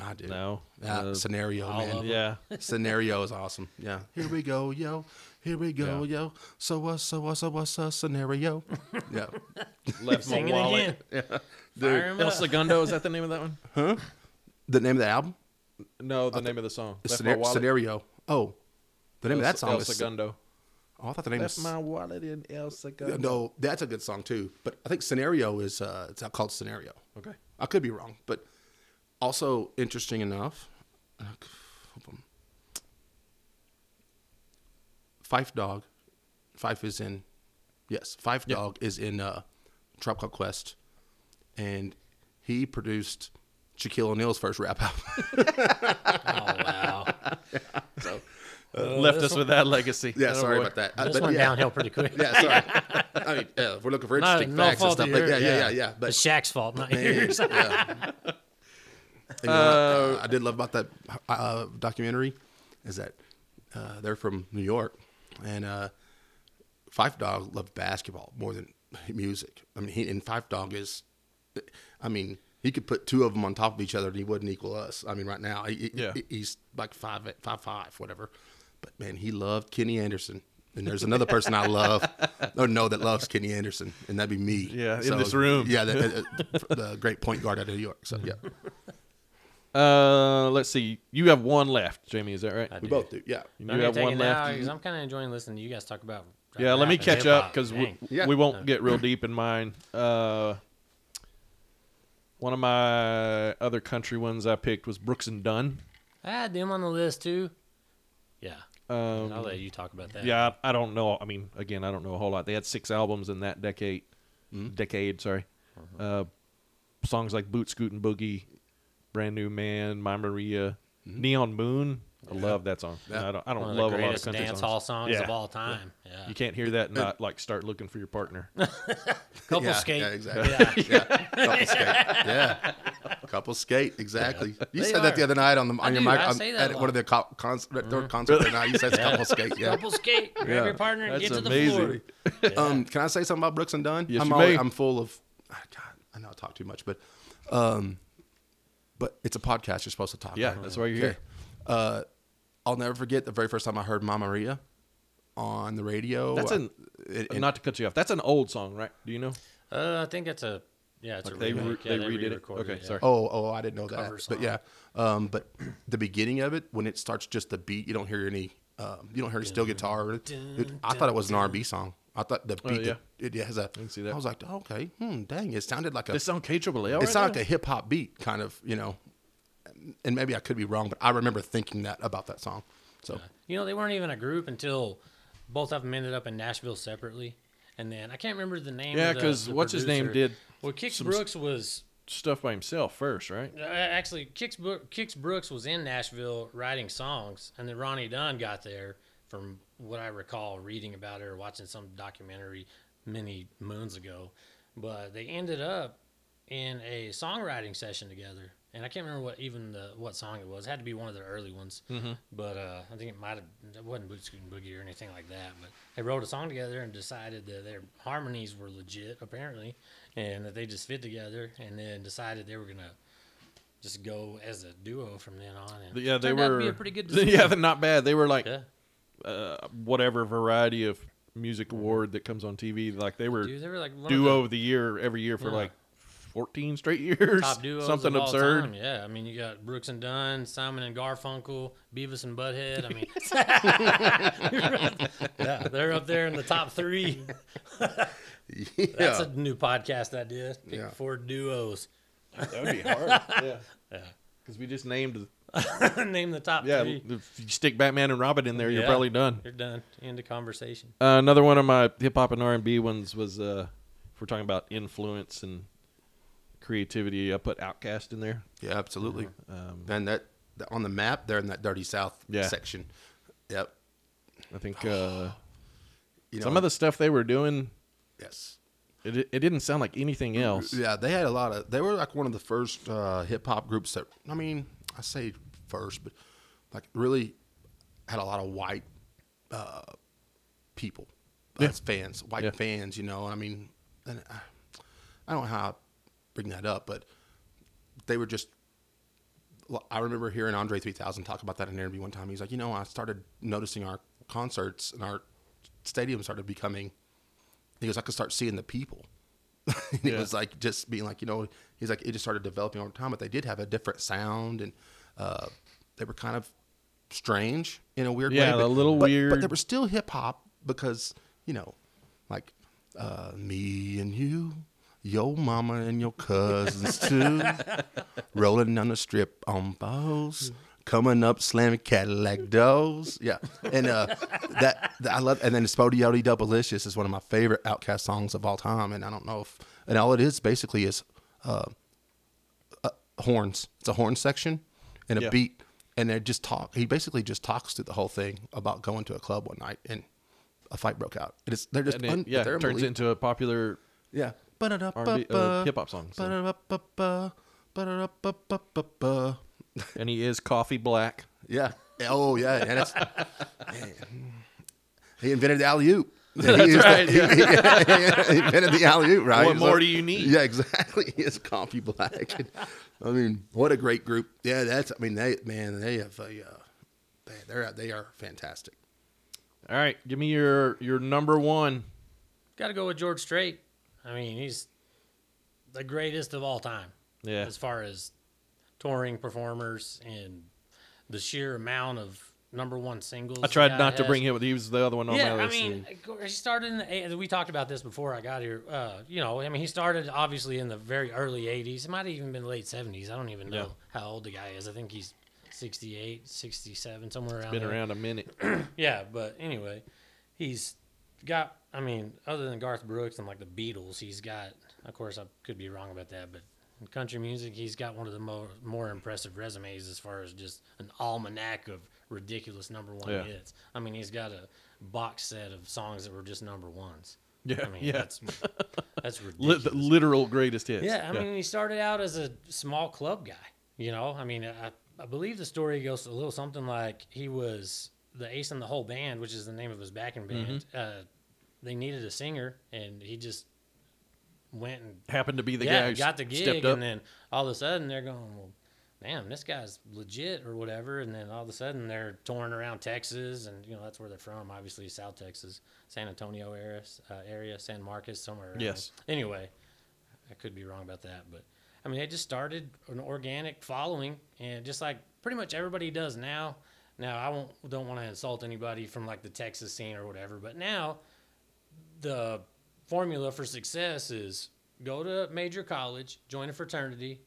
Speaker 3: I do.
Speaker 1: No.
Speaker 3: Yeah,
Speaker 1: Uh,
Speaker 3: scenario,
Speaker 2: all of
Speaker 3: man.
Speaker 2: 'em.
Speaker 1: yeah.
Speaker 3: Scenario is awesome. Yeah. Here we go, yo. Here we go, yo. So what? So what? So what's a scenario? (laughs) yeah.
Speaker 1: Left my
Speaker 2: Sing it
Speaker 1: wallet.
Speaker 2: again.
Speaker 3: (laughs)
Speaker 2: Fire him
Speaker 1: El
Speaker 2: up.
Speaker 1: Segundo is that
Speaker 2: (laughs)
Speaker 1: the name of that one?
Speaker 3: The name of the album?
Speaker 1: No, the name of the song. Left my
Speaker 3: Scenar-
Speaker 1: wallet.
Speaker 3: scenario. Oh, the name
Speaker 1: El,
Speaker 3: of that song
Speaker 1: El
Speaker 3: is.
Speaker 1: Segundo.
Speaker 3: Oh, I thought the name
Speaker 1: Left
Speaker 3: was.
Speaker 1: my wallet in El Segundo.
Speaker 3: No, that's a good song too. But I think scenario is uh, it's called scenario.
Speaker 1: Okay.
Speaker 3: I could be wrong, but also interesting enough. uh, hope I'm- Fife Dog, Fife is in, yes, Fife
Speaker 1: Yeah.
Speaker 3: Dog is in uh, Tribe Called Quest, and he produced Shaquille O'Neal's first rap album.
Speaker 2: Oh wow!
Speaker 3: (laughs)
Speaker 2: Uh,
Speaker 1: Left
Speaker 2: this
Speaker 1: us
Speaker 2: one-
Speaker 1: with that legacy.
Speaker 3: yeah,
Speaker 1: Oh,
Speaker 3: sorry
Speaker 1: boy.
Speaker 3: about that. Uh,
Speaker 2: This
Speaker 3: (laughs) but
Speaker 2: went
Speaker 3: yeah,
Speaker 2: downhill pretty quick.
Speaker 3: (laughs) Yeah,
Speaker 2: (laughs)
Speaker 3: sorry. I mean, uh, if we're looking for
Speaker 2: Not,
Speaker 3: interesting
Speaker 2: no
Speaker 3: facts and
Speaker 2: fault
Speaker 3: stuff,
Speaker 2: of
Speaker 3: but
Speaker 2: yours.
Speaker 3: yeah, yeah, yeah, yeah.
Speaker 2: it's
Speaker 3: But
Speaker 2: Shaq's fault, not
Speaker 3: Man,
Speaker 2: yours. (laughs)
Speaker 3: yeah. You know what, uh, I did love about that uh, documentary is that uh, they're from New York, and uh, Fife Dog loved basketball more than music. I mean, he and Five Dog is, I mean, he could put two of them on top of each other and he wouldn't equal us. I mean, right now, he,
Speaker 1: Yeah.
Speaker 3: he- he's like five, five, five, whatever. But man, he loved Kenny Anderson. And there's another person I love, or no, that loves Kenny Anderson, and that'd be me.
Speaker 1: Yeah, in this room.
Speaker 3: Yeah, the, the, the great point guard out of New York. So yeah,
Speaker 1: Uh, let's see. You have one left, Jamie. Is that right?
Speaker 2: I do.
Speaker 3: we both do. Yeah,
Speaker 1: You
Speaker 2: You have
Speaker 1: have one left.
Speaker 2: Because I'm kind of enjoying listening to you guys talk about.
Speaker 1: yeah, let me
Speaker 2: rap and
Speaker 1: catch
Speaker 2: hip-hop.
Speaker 1: up because we,
Speaker 2: Dang.
Speaker 3: Yeah.
Speaker 1: we won't get real deep in mine. Uh, one of my other country ones I picked was Brooks and Dunn.
Speaker 2: I had them on the list too. Yeah,
Speaker 1: Um,
Speaker 2: I'll let you talk about that.
Speaker 1: Yeah, I I don't know. I mean, again, I don't know a whole lot. They had six albums in that decade.
Speaker 3: Hmm?
Speaker 1: Decade, sorry.
Speaker 3: Uh-huh.
Speaker 1: Uh, songs like Boot Scoot and Boogie, Brand New Man, My Maria, Neon Moon. I love that song.
Speaker 3: Hmm? Yeah.
Speaker 1: I don't, I don't
Speaker 2: One of
Speaker 1: love
Speaker 2: the
Speaker 1: a lot of
Speaker 2: greatest
Speaker 1: country
Speaker 2: dance
Speaker 1: songs.
Speaker 2: hall songs
Speaker 1: Yeah.
Speaker 2: of all time. Yeah,
Speaker 1: You can't hear that and not like start looking for your partner.
Speaker 2: couple
Speaker 3: yeah,
Speaker 2: skate.
Speaker 3: Yeah, exactly.
Speaker 2: Yeah.
Speaker 3: (laughs) Yeah, couple skate. Yeah, couple skate. Exactly. You
Speaker 2: They
Speaker 3: said that the
Speaker 2: are.
Speaker 3: other night on the on
Speaker 2: I
Speaker 3: your
Speaker 2: do.
Speaker 3: mic
Speaker 2: I
Speaker 3: on-
Speaker 2: say that
Speaker 3: at
Speaker 2: a
Speaker 3: one of the co- cons- mm. concerts. Really? You said it's couple skate. Yeah.
Speaker 2: Couple skate, grab
Speaker 1: Yeah.
Speaker 2: your partner, and
Speaker 1: That's
Speaker 2: get to the
Speaker 1: amazing.
Speaker 2: floor.
Speaker 3: Um, can I say something about Brooks and Dunn?
Speaker 1: Yes,
Speaker 3: I'm
Speaker 1: you may.
Speaker 3: I'm full of. ah, God, I know I talk too much, but, um, but it's a podcast. You're supposed to talk.
Speaker 1: Yeah,
Speaker 3: right?
Speaker 1: that's why you're
Speaker 3: Okay.
Speaker 1: here.
Speaker 3: Uh, I'll never forget the very first time I heard "Mama Maria on the radio.
Speaker 1: That's
Speaker 3: I-
Speaker 1: an-
Speaker 3: it- it-
Speaker 1: not to cut you off. That's an old song, right? Do you know?
Speaker 2: Uh, I think that's a yeah. It's a
Speaker 1: They, re-
Speaker 2: remake. Yeah,
Speaker 1: they redid it.
Speaker 2: re-recorded
Speaker 1: Okay,
Speaker 2: yeah.
Speaker 1: sorry.
Speaker 3: Oh, oh, I didn't know that.
Speaker 2: Cover
Speaker 3: But
Speaker 2: song.
Speaker 3: yeah, um, but (clears throat) the beginning of it when it starts just the beat, you don't hear any, um, you don't hear any steel guitar. or- it- I thought it was an R&B song. I thought the
Speaker 1: Oh,
Speaker 3: beat,
Speaker 1: yeah.
Speaker 3: it, it has a. I
Speaker 1: can see that.
Speaker 3: was like, oh, okay, hmm, dang, it sounded like a.
Speaker 1: This on KAAA
Speaker 3: it
Speaker 1: right
Speaker 3: sounded
Speaker 1: now?
Speaker 3: like a hip hop beat, kind of, you know. And maybe I could be wrong, but I remember thinking that about that song. So
Speaker 2: You know, they weren't even a group until both of them ended up in Nashville separately. And then I can't remember the name.
Speaker 1: Yeah,
Speaker 2: of the-
Speaker 1: 'cause
Speaker 2: the
Speaker 1: what's his name
Speaker 2: producer.
Speaker 1: did
Speaker 2: Well, Kix
Speaker 1: some-
Speaker 2: Brooks was
Speaker 1: Stuff by himself first, right?
Speaker 2: uh, actually Kix, Bro- Kix Brooks was in Nashville writing songs, and then Ronnie Dunn got there. From what I recall, reading about it or watching some documentary many moons ago, but they ended up in a songwriting session together. And I can't remember what even the what song it was. It had to be one of the early ones. But uh, I think it might have it wasn't Boot Scootin' Boogie or anything like that. But they wrote a song together and decided that their harmonies were legit apparently, and that they just fit together. And then decided they were gonna just go as a duo from then on. And
Speaker 1: Yeah, they
Speaker 2: turned out
Speaker 1: were.
Speaker 2: to be
Speaker 1: (laughs)
Speaker 2: a pretty good.
Speaker 1: yeah,
Speaker 2: decision.
Speaker 1: they're not bad. They were like
Speaker 2: Yeah.
Speaker 1: uh, whatever variety of music award that comes on TV. Like they were
Speaker 2: dude, they were like one of
Speaker 1: duo
Speaker 2: the
Speaker 1: of the year every year for
Speaker 2: Yeah.
Speaker 1: like 14 straight years.
Speaker 2: top duos
Speaker 1: Something
Speaker 2: of all
Speaker 1: absurd.
Speaker 2: time. Yeah, I mean you got Brooks and Dunn, Simon and Garfunkel, Beavis and Butthead. I mean, (laughs) yeah, they're up there in the
Speaker 1: (laughs)
Speaker 2: top three.
Speaker 3: yeah,
Speaker 2: That's a new podcast idea. Pick
Speaker 3: Yeah.
Speaker 2: four duos. (coughs)
Speaker 1: That
Speaker 2: (laughs)
Speaker 1: would be hard. yeah. Because we just named.
Speaker 2: Name the top
Speaker 1: Yeah,
Speaker 2: three.
Speaker 1: if you stick Batman and Robin in there, you're
Speaker 2: Yeah.
Speaker 1: probably done.
Speaker 2: You're done. End of conversation.
Speaker 1: Uh, another one of my hip hop and R and B ones was uh, if we're talking about influence and creativity. I put Outcast in there.
Speaker 3: yeah, absolutely. and that that- on the map, they're in that dirty south
Speaker 1: um, Yeah.
Speaker 3: section. Yep.
Speaker 1: I think uh,
Speaker 3: (sighs) You know,
Speaker 1: some of the stuff they were doing,
Speaker 3: yes.
Speaker 1: it it didn't sound like anything else.
Speaker 3: Yeah, they had a lot of. They were like one of the first uh, hip hop groups that. I mean, I say first, but like really had a lot of white uh, people
Speaker 1: Yeah.
Speaker 3: as fans, white
Speaker 1: Yeah.
Speaker 3: fans. You know, and I mean, and I, I don't know how I bring that up, but they were just. I remember hearing Andre 3000 talk about that in an interview one time. He's like, you know, I started noticing our concerts and our stadium started becoming he goes, I could start seeing the people. (laughs) and
Speaker 1: Yeah.
Speaker 3: It was like just being like, you know, he's like, it just started developing over time, but they did have a different sound and uh, they were kind of strange in a weird
Speaker 1: Yeah,
Speaker 3: way. but-
Speaker 1: a little
Speaker 3: but- But
Speaker 1: weird.
Speaker 3: they were still hip hop because, you know, like uh, me and you, your mama and your
Speaker 1: (laughs)
Speaker 3: cousins too, rolling down the strip on balls. Coming up, slamming Cadillac doors. Yeah, and uh, that, that I love. And then Spodiote Doublelicious is one of my favorite Outcast songs of all time. And I don't know if and all it is basically is uh, uh, horns. It's a horn section and a
Speaker 1: Yeah.
Speaker 3: beat, and they just talk. He basically just talks through the whole thing about going to a club one night and a fight broke out. And it's they're just
Speaker 1: and it,
Speaker 3: un-
Speaker 1: yeah,
Speaker 3: they're
Speaker 1: it turns
Speaker 3: unbelie-
Speaker 1: into a popular
Speaker 3: yeah.
Speaker 1: R&B, uh, hip-hop songs, so.
Speaker 3: Ba-da-da-ba-ba, ba-da-da-ba-ba-ba-ba.
Speaker 1: and he is coffee black.
Speaker 3: (laughs) Yeah. Oh yeah. And it's, man. He invented the alley oop. That's
Speaker 1: right, yeah.
Speaker 3: (laughs) he invented the alley oop, right?
Speaker 4: What more do you need?
Speaker 3: Yeah, exactly. (laughs) It's Coffee Black. I mean, what a great group. Yeah, that's. I mean, they man, they have a. Uh, man, they're they are fantastic.
Speaker 1: All right, give me your your number one.
Speaker 2: Got to go with George Strait. I mean, he's the greatest of all time.
Speaker 1: Yeah.
Speaker 2: As far as touring performers and the sheer amount of number one singles.
Speaker 1: I
Speaker 2: the
Speaker 1: tried
Speaker 2: guy
Speaker 1: not to
Speaker 2: has.
Speaker 1: bring him. He was the other one on
Speaker 2: Yeah,
Speaker 1: my
Speaker 2: I
Speaker 1: list.
Speaker 2: mean, he started in the. eight- We talked about this before I got here. Uh, you know, I mean, he started obviously in the very early '80s. It might have even been late '70s. I don't even know how old the guy is. I think he's 68, 67, somewhere around.
Speaker 1: been
Speaker 2: there.
Speaker 1: around a minute.
Speaker 2: (laughs) Yeah, but anyway, he's got. I mean, other than Garth Brooks and like the Beatles, he's got. Of course, I could be wrong about that, but in country music, he's got one of the more more impressive resumes as far as just an almanac of ridiculous number one
Speaker 1: Yeah.
Speaker 2: hits. I mean, he's got a box set of songs that were just number ones.
Speaker 1: Yeah,
Speaker 2: I mean,
Speaker 1: yeah.
Speaker 2: that's
Speaker 1: (laughs)
Speaker 2: that's
Speaker 1: Li-
Speaker 2: ridiculous.
Speaker 1: the literal greatest hits.
Speaker 2: Yeah, I mean, he started out as a small club guy. You know, I mean, I, I believe the story goes a little something like he was the ace in the whole band, which is the name of his backing band. Uh, they needed a singer, and he just went and
Speaker 1: happened to be the guy
Speaker 2: yeah,
Speaker 1: who
Speaker 2: got the
Speaker 1: stepped
Speaker 2: gig,
Speaker 1: up.
Speaker 2: and then all of a sudden they're going, well, damn, this guy's legit or whatever. And then all of a sudden they're touring around Texas, and you know that's where they're from, obviously South Texas, San Antonio area, uh, area San Marcos, somewhere. around
Speaker 1: Yes.
Speaker 2: there. Anyway, I could be wrong about that, but I mean they just started an organic following, and just like pretty much everybody does now. Now I won't don't want to insult anybody from like the Texas scene or whatever, but now the formula for success is go to major college, join a fraternity,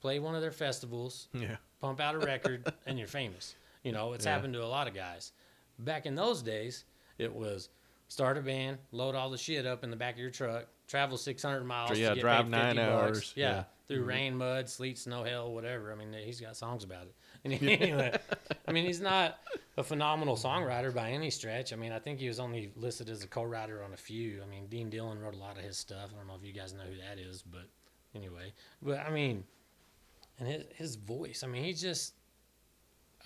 Speaker 2: play one of their festivals,
Speaker 1: yeah,
Speaker 2: pump out a
Speaker 1: (laughs)
Speaker 2: record, and you're famous. You know, it's happened to a lot of guys. Back in those days, it was start a band, load all the shit up in the back of your truck, travel 600 miles,
Speaker 1: Yeah,
Speaker 2: to get
Speaker 1: drive
Speaker 2: paid
Speaker 1: nine
Speaker 2: 50
Speaker 1: hours.
Speaker 2: Bucks. Yeah,
Speaker 1: Yeah. Mm-hmm.
Speaker 2: through rain, mud, sleet, snow, hell, whatever. I mean, he's got songs about it. (laughs) And anyway, I mean, he's not a phenomenal songwriter by any stretch. I mean, I think he was only listed as a co-writer on a few. I mean, Dean Dillon wrote a lot of his stuff. I don't know if you guys know who that is, but anyway, but I mean and his, his voice. I mean, he's just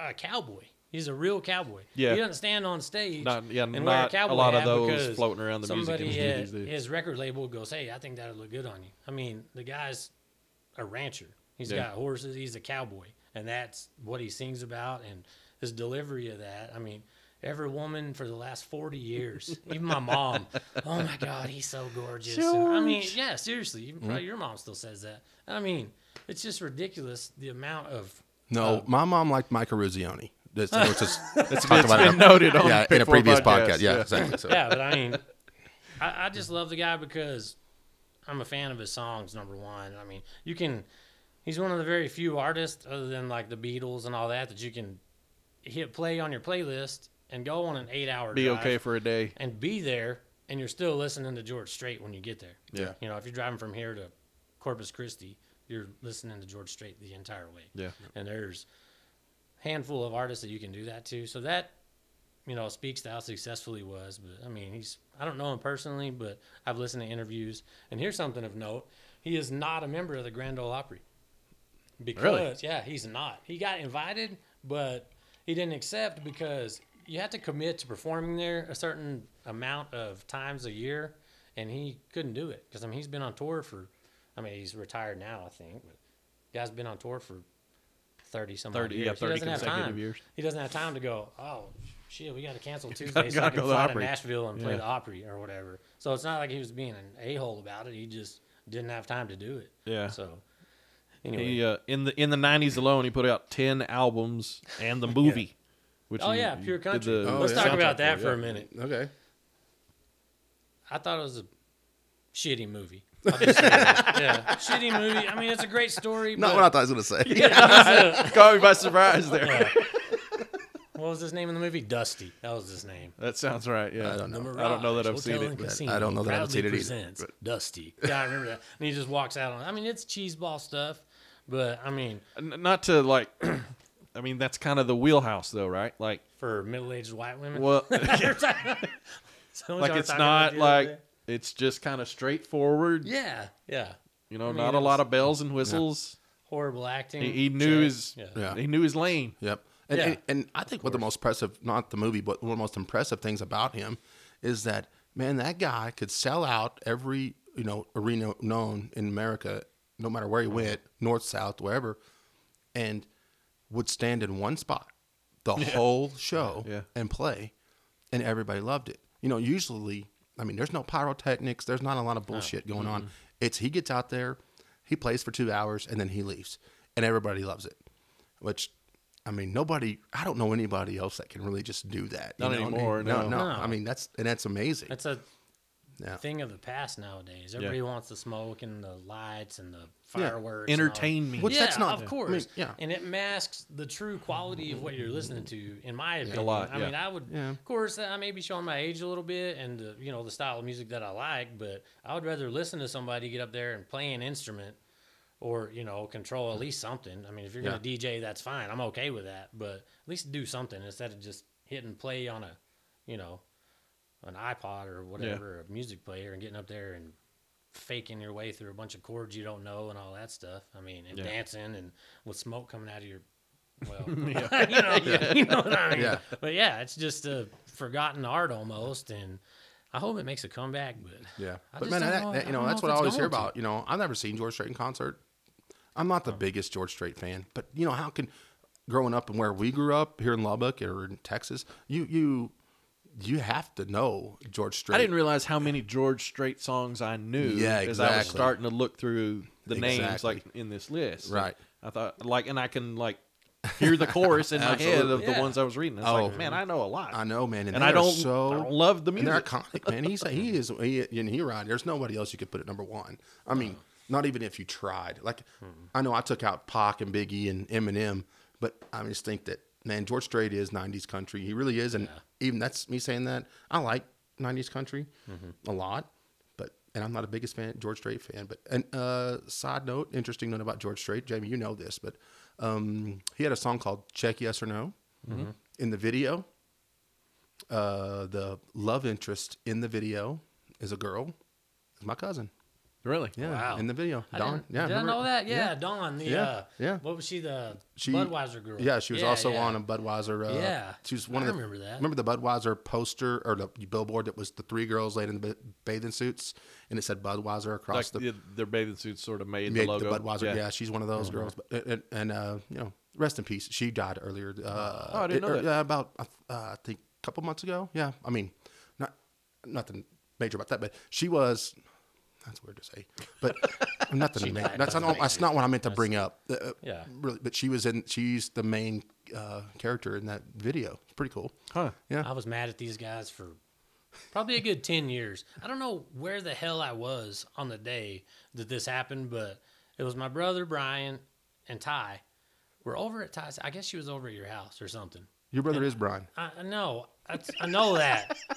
Speaker 2: a cowboy. He's a real cowboy.
Speaker 1: Yeah.
Speaker 2: he doesn't stand on stage.
Speaker 1: Not- yeah,
Speaker 2: and wear
Speaker 1: not a
Speaker 2: cowboy
Speaker 1: lot of
Speaker 2: hat
Speaker 1: those
Speaker 2: because
Speaker 1: floating around the music
Speaker 2: somebody
Speaker 1: industry
Speaker 2: at
Speaker 1: these days.
Speaker 2: His record label goes, "Hey, I think that'll look good on you." I mean, the guy's a rancher. He's
Speaker 1: Yeah.
Speaker 2: got horses. He's a cowboy, and that's what he sings about. And his delivery of that. I mean. Every woman for the last forty years, even my mom.
Speaker 1: (laughs)
Speaker 2: Oh my God, he's so gorgeous. And I mean, yeah, seriously, even probably your mom still says that. I mean, it's just ridiculous the amount of
Speaker 3: No, my mom liked Mike Ruzioni. (laughs) That's, that's, just- Um, that's
Speaker 1: it's
Speaker 3: talked about
Speaker 1: been
Speaker 3: in a-
Speaker 1: noted on
Speaker 3: yeah, in a
Speaker 1: before
Speaker 3: previous
Speaker 1: podcasts,
Speaker 3: podcast. Yeah,
Speaker 1: yeah.
Speaker 3: exactly. So,
Speaker 2: yeah, but I mean, I, I just love the guy because I'm a fan of his songs. Number one, I mean, you can. He's one of the very few artists, other than like the Beatles and all that, that you can hit play on your playlist and go on an eight-hour
Speaker 1: be
Speaker 2: drive
Speaker 1: okay for a day.
Speaker 2: and be there, and you're still listening to George Strait when you get there.
Speaker 1: Yeah.
Speaker 2: you know, if you're driving from here to Corpus Christi, you're listening to George Strait the entire way.
Speaker 1: Yeah.
Speaker 2: and there's handful of artists that you can do that to. So that, you know, speaks to how successful he was. But I mean, he's I don't know him personally, but I've listened to interviews. And here's something of note: he is not a member of the Grand Ole Opry. Because yeah, he's not. He got invited, but he didn't accept because you have to commit to performing there a certain amount of times a year, and he couldn't do it because I mean he's been on tour for, I mean he's retired now I think, but guy's been on tour for thirty some
Speaker 1: 30,
Speaker 2: thirty
Speaker 1: yeah,
Speaker 2: years.
Speaker 1: 30
Speaker 2: he doesn't have
Speaker 1: consecutive
Speaker 2: time.
Speaker 1: years.
Speaker 2: He doesn't have time to go. Oh shit, we got
Speaker 1: (laughs)
Speaker 2: to cancel Tuesday
Speaker 1: gotta-
Speaker 2: so I
Speaker 1: gotta
Speaker 2: can
Speaker 1: go to the
Speaker 2: fly to
Speaker 1: Opry."
Speaker 2: Nashville and play
Speaker 1: Yeah.
Speaker 2: the Opry or whatever. So it's not like he was being an a hole about it. He just didn't have time to do it.
Speaker 1: Yeah.
Speaker 2: So anyway.
Speaker 1: He uh, in the in the nineties alone, he put out ten albums and the
Speaker 2: (laughs)
Speaker 1: movie. Which
Speaker 2: Oh
Speaker 1: he-
Speaker 2: yeah,
Speaker 1: he uh,
Speaker 2: pure
Speaker 1: did
Speaker 2: country.
Speaker 1: the
Speaker 3: Oh,
Speaker 2: Let's
Speaker 3: yeah.
Speaker 2: talk about
Speaker 3: Soundtrack,
Speaker 2: that
Speaker 3: yeah.
Speaker 2: for a minute.
Speaker 3: okay.
Speaker 2: I thought it was a shitty
Speaker 1: (laughs)
Speaker 2: movie. I'll just say that. yeah, shitty movie. I mean, it's a great story.
Speaker 3: Not
Speaker 2: but
Speaker 3: what I thought I was going to say. (laughs)
Speaker 1: Caught me by surprise there.
Speaker 2: what was his name in the movie? Dusty. That was his name.
Speaker 1: (laughs) That sounds right. Yeah, I
Speaker 3: don't
Speaker 2: The
Speaker 1: I don't know that
Speaker 2: Mirage
Speaker 1: I've seen
Speaker 2: Hotel
Speaker 1: it.
Speaker 2: and
Speaker 1: but-
Speaker 2: Casino
Speaker 3: I don't know that I've
Speaker 2: proudly
Speaker 3: seen it either,
Speaker 2: presents Dusty. Yeah, I remember that. And he just walks out on. I mean, it's cheeseball stuff, but I mean,
Speaker 1: N- Not to like. (clears throat) I mean, that's kind of the wheelhouse, though, right?
Speaker 2: (laughs)
Speaker 1: Like,
Speaker 2: for middle-aged white women, (laughs)
Speaker 1: well, (laughs)
Speaker 2: Someone
Speaker 1: like
Speaker 2: started
Speaker 1: it's
Speaker 2: talking about
Speaker 1: not
Speaker 2: the other
Speaker 1: like
Speaker 2: day.
Speaker 1: it's just kind of straightforward.
Speaker 2: yeah, yeah,
Speaker 1: You know,
Speaker 2: mean,
Speaker 1: not
Speaker 2: it
Speaker 1: a lot
Speaker 2: was- Mm-hmm.
Speaker 1: of bells and whistles.
Speaker 2: horrible acting.
Speaker 1: He, he knew
Speaker 2: check.
Speaker 1: his.
Speaker 3: Yeah.
Speaker 1: He knew his lane.
Speaker 3: Yep. And,
Speaker 2: Yeah.
Speaker 3: and, and I think what the most impressive, not the movie, but one of the most impressive things about him is that man, that guy could sell out every you know arena known in America, no matter where he went, north, south, wherever, and would stand in one spot the whole show
Speaker 1: Yeah.
Speaker 3: and play, and everybody loved it. You know, usually, I mean, there's no pyrotechnics, there's not a lot of bullshit going on. It's he gets out there, he plays for two hours, and then he leaves, and everybody loves it. Which, I mean, nobody, I don't know anybody else that can really just do that. you
Speaker 1: Not
Speaker 3: know what I mean?
Speaker 1: anymore, no.
Speaker 3: no, no.
Speaker 2: No.
Speaker 3: I mean, that's and that's amazing.
Speaker 2: That's a
Speaker 3: Yeah.
Speaker 2: thing of the past nowadays. Everybody wants the smoke and the lights and the
Speaker 3: Yeah.
Speaker 2: fireworks. and all-
Speaker 1: Entertain me.
Speaker 3: Which
Speaker 2: yeah,
Speaker 3: that's not-
Speaker 2: of
Speaker 3: I mean,
Speaker 2: course.
Speaker 3: yeah.
Speaker 2: And it masks the true quality of what you're listening to, in my opinion.
Speaker 1: lot,
Speaker 2: I
Speaker 1: yeah.
Speaker 2: mean, I would, of course, I may be showing my age a little bit and the, you know the style of music that I like, but I would rather listen to somebody get up there and play an instrument or you know control at least something. I mean, if you're
Speaker 3: Yeah.
Speaker 2: gonna DJ, that's fine. I'm okay with that, but at least do something instead of just hitting play on a, you know, an iPod or whatever, a music player, and getting up there and faking your way through a bunch of chords you don't know and all that stuff. I mean, and
Speaker 1: Yeah.
Speaker 2: dancing and with smoke coming out of your
Speaker 3: (laughs)
Speaker 2: well, (laughs) you know, you know what I mean.
Speaker 3: Yeah.
Speaker 2: But yeah, it's just a forgotten art almost, and I hope it makes a comeback. But
Speaker 3: Yeah,
Speaker 2: I
Speaker 3: but
Speaker 2: just
Speaker 3: man,
Speaker 2: don't
Speaker 3: that,
Speaker 2: know-
Speaker 3: that-
Speaker 2: I
Speaker 3: you know,
Speaker 2: don't
Speaker 3: that's
Speaker 2: know if
Speaker 3: what I
Speaker 2: it's
Speaker 3: always hear
Speaker 2: going to.
Speaker 3: about. You know, I've never seen George Strait in concert. I'm not the biggest George Strait fan, but you know, how can growing up and where we grew up here in Lubbock or in Texas, you you you have to know George Strait.
Speaker 1: I didn't realize how many George Strait songs I knew
Speaker 3: Yeah,
Speaker 1: as I was
Speaker 3: exactly.
Speaker 1: starting to look through the names
Speaker 3: Exactly.
Speaker 1: like in this list.
Speaker 3: Right.
Speaker 1: I thought like and I can like hear the chorus in my head of
Speaker 3: Absolutely.
Speaker 1: the
Speaker 2: Yeah.
Speaker 1: ones I was reading. It's
Speaker 3: Oh.
Speaker 1: like, man, I know a lot.
Speaker 3: I know, man, and,
Speaker 1: And I
Speaker 3: they are
Speaker 1: don't,
Speaker 3: so
Speaker 1: I don't love the
Speaker 3: and they're
Speaker 1: music.
Speaker 3: iconic, man. He's
Speaker 1: (laughs)
Speaker 3: he is he and he right. There's nobody else you could put at number one. I mean,
Speaker 1: Uh-huh.
Speaker 3: not even if you tried. Like I know I took out Pac and Biggie and Eminem, but I just think that man, George Strait is '90s country. He really is, and even that's me saying that. I like '90s country
Speaker 1: Mm-hmm.
Speaker 3: a lot, but and I'm not a biggest fan George Strait fan. But and uh, side note, interesting note about George Strait, Jamie, you know this, but um, he had a song called "Check Yes or No."
Speaker 1: Mm-hmm.
Speaker 3: In the video, uh, the love interest in the video is a girl. It's my cousin.
Speaker 1: really?
Speaker 3: Yeah,
Speaker 2: Wow.
Speaker 3: in the video,
Speaker 2: I
Speaker 3: Dawn.
Speaker 2: didn't- did
Speaker 3: Yeah,
Speaker 2: I
Speaker 3: remember-
Speaker 2: know that? Yeah, Dawn. The,
Speaker 3: Yeah,
Speaker 2: Uh,
Speaker 3: yeah.
Speaker 2: What was she? The Budweiser girl.
Speaker 3: Yeah, she was also
Speaker 2: yeah.
Speaker 3: on a Budweiser. Uh,
Speaker 2: Yeah.
Speaker 3: she was one
Speaker 2: I
Speaker 3: of the.
Speaker 2: remember that.
Speaker 3: Remember the Budweiser poster or the billboard that was the three girls laid in the ba- bathing suits, and it said Budweiser
Speaker 1: Like
Speaker 3: across the
Speaker 1: the, their bathing suits sort of made,
Speaker 3: made
Speaker 1: the
Speaker 3: the,
Speaker 1: logo. Mm-hmm.
Speaker 3: Budweiser. Yeah. she's one of those girls. But and, and uh, you know, rest in peace. She died earlier. Uh,
Speaker 1: Oh, I didn't know that.
Speaker 3: yeah, about uh, I think a couple months ago. Yeah, I mean, not nothing major about that, but she was. That's weird to say,
Speaker 1: (laughs)
Speaker 3: but nothing. ma-
Speaker 2: died,
Speaker 3: that's
Speaker 2: doesn't
Speaker 3: not,
Speaker 2: make
Speaker 3: that's not what I meant to bring up. Uh, uh,
Speaker 2: Yeah.
Speaker 3: really. But she was in. She's the main uh, character in that video. It's pretty cool.
Speaker 1: Huh. (laughs)
Speaker 3: Yeah.
Speaker 2: (laughs) I was mad at these guys for probably a good 10 years. I don't know where the hell I was on the day that this happened, but it was my brother, Brian, and Ty. We're over at Ty's. I guess she was over at your house or something.
Speaker 3: Your brother is Brian.
Speaker 2: I, I know. I, I know that.
Speaker 3: (laughs)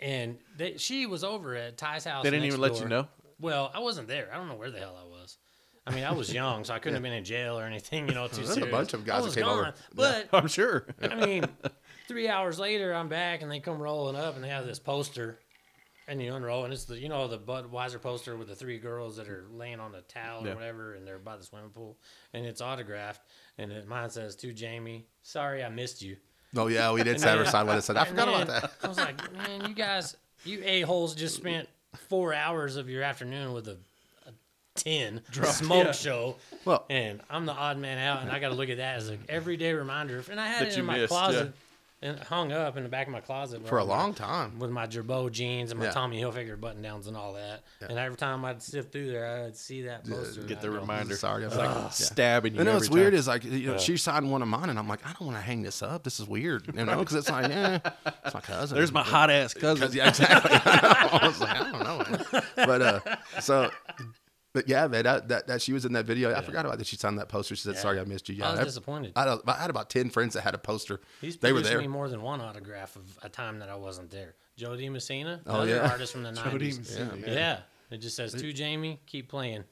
Speaker 2: and they, she was over at Ty's house.
Speaker 1: They didn't
Speaker 2: next
Speaker 1: even let you
Speaker 2: door.
Speaker 1: know?
Speaker 2: Well, I wasn't there. I don't know where the hell I was. I mean, I was young, so I couldn't have been in jail or anything. You know,
Speaker 3: (laughs)
Speaker 2: too
Speaker 3: There's a
Speaker 2: serious.
Speaker 3: bunch of
Speaker 2: I
Speaker 3: guys that
Speaker 2: was
Speaker 3: came over.
Speaker 2: gone, But
Speaker 1: I'm sure.
Speaker 2: I mean, three hours later, I'm back, and they come rolling up, and they have this poster, and you unroll, and it's the you know the Budweiser poster with the three girls that are laying on a towel
Speaker 1: Yeah.
Speaker 2: or whatever, and they're by the swimming pool, and it's autographed, and it, mine says to Jamie, "Sorry, I missed you."
Speaker 3: Oh yeah,
Speaker 1: (laughs)
Speaker 3: we did side side letter. Said I forgot about that.
Speaker 2: I was like, man, you guys, you a holes just spent four hours of your afternoon with a. a Ten smoke show,
Speaker 3: Well-
Speaker 2: and I'm the odd man out, and I got to look at that as an everyday reminder. And I had
Speaker 1: That
Speaker 2: it
Speaker 1: you
Speaker 2: in my
Speaker 1: missed,
Speaker 2: closet, and hung up in the back of my closet
Speaker 3: For a
Speaker 2: with my-
Speaker 3: long time.
Speaker 2: with my Gerbo jeans and my
Speaker 3: Yeah.
Speaker 2: Tommy Hilfiger button downs and all that. And every time I'd sift through there, I'd see that poster. and
Speaker 1: Get the
Speaker 2: I'd go,
Speaker 1: reminder.
Speaker 3: Sorry, I
Speaker 1: It's
Speaker 3: was
Speaker 1: like
Speaker 3: like, yeah.
Speaker 1: stabbing you.
Speaker 3: I know
Speaker 1: every
Speaker 3: it's weird.
Speaker 1: time.
Speaker 3: Is like you know, she signed one of mine, and I'm like, I don't want to hang this up. This is weird, you know, because it's like, eh, it's my cousin.
Speaker 1: There's
Speaker 3: (laughs)
Speaker 1: my hot ass cousin.
Speaker 3: yeah, exactly. (laughs) I was like, I don't know, man. but uh, so, but yeah, man, that, that that she was in that video. I forgot about that. She signed that poster. She said, "Sorry, I missed you." Yeah,
Speaker 2: I was
Speaker 3: that-
Speaker 2: disappointed.
Speaker 3: I, had a- I had about ten friends that had a poster.
Speaker 2: He's
Speaker 3: they were
Speaker 2: produced
Speaker 3: there.
Speaker 2: me more than one autograph of a time that I wasn't there. Jody Messina,
Speaker 3: Oh,
Speaker 2: another
Speaker 3: yeah.
Speaker 2: artist from the
Speaker 1: Jody
Speaker 2: 90s.
Speaker 1: Messina,
Speaker 2: yeah, It just says, to Jamie, keep playing.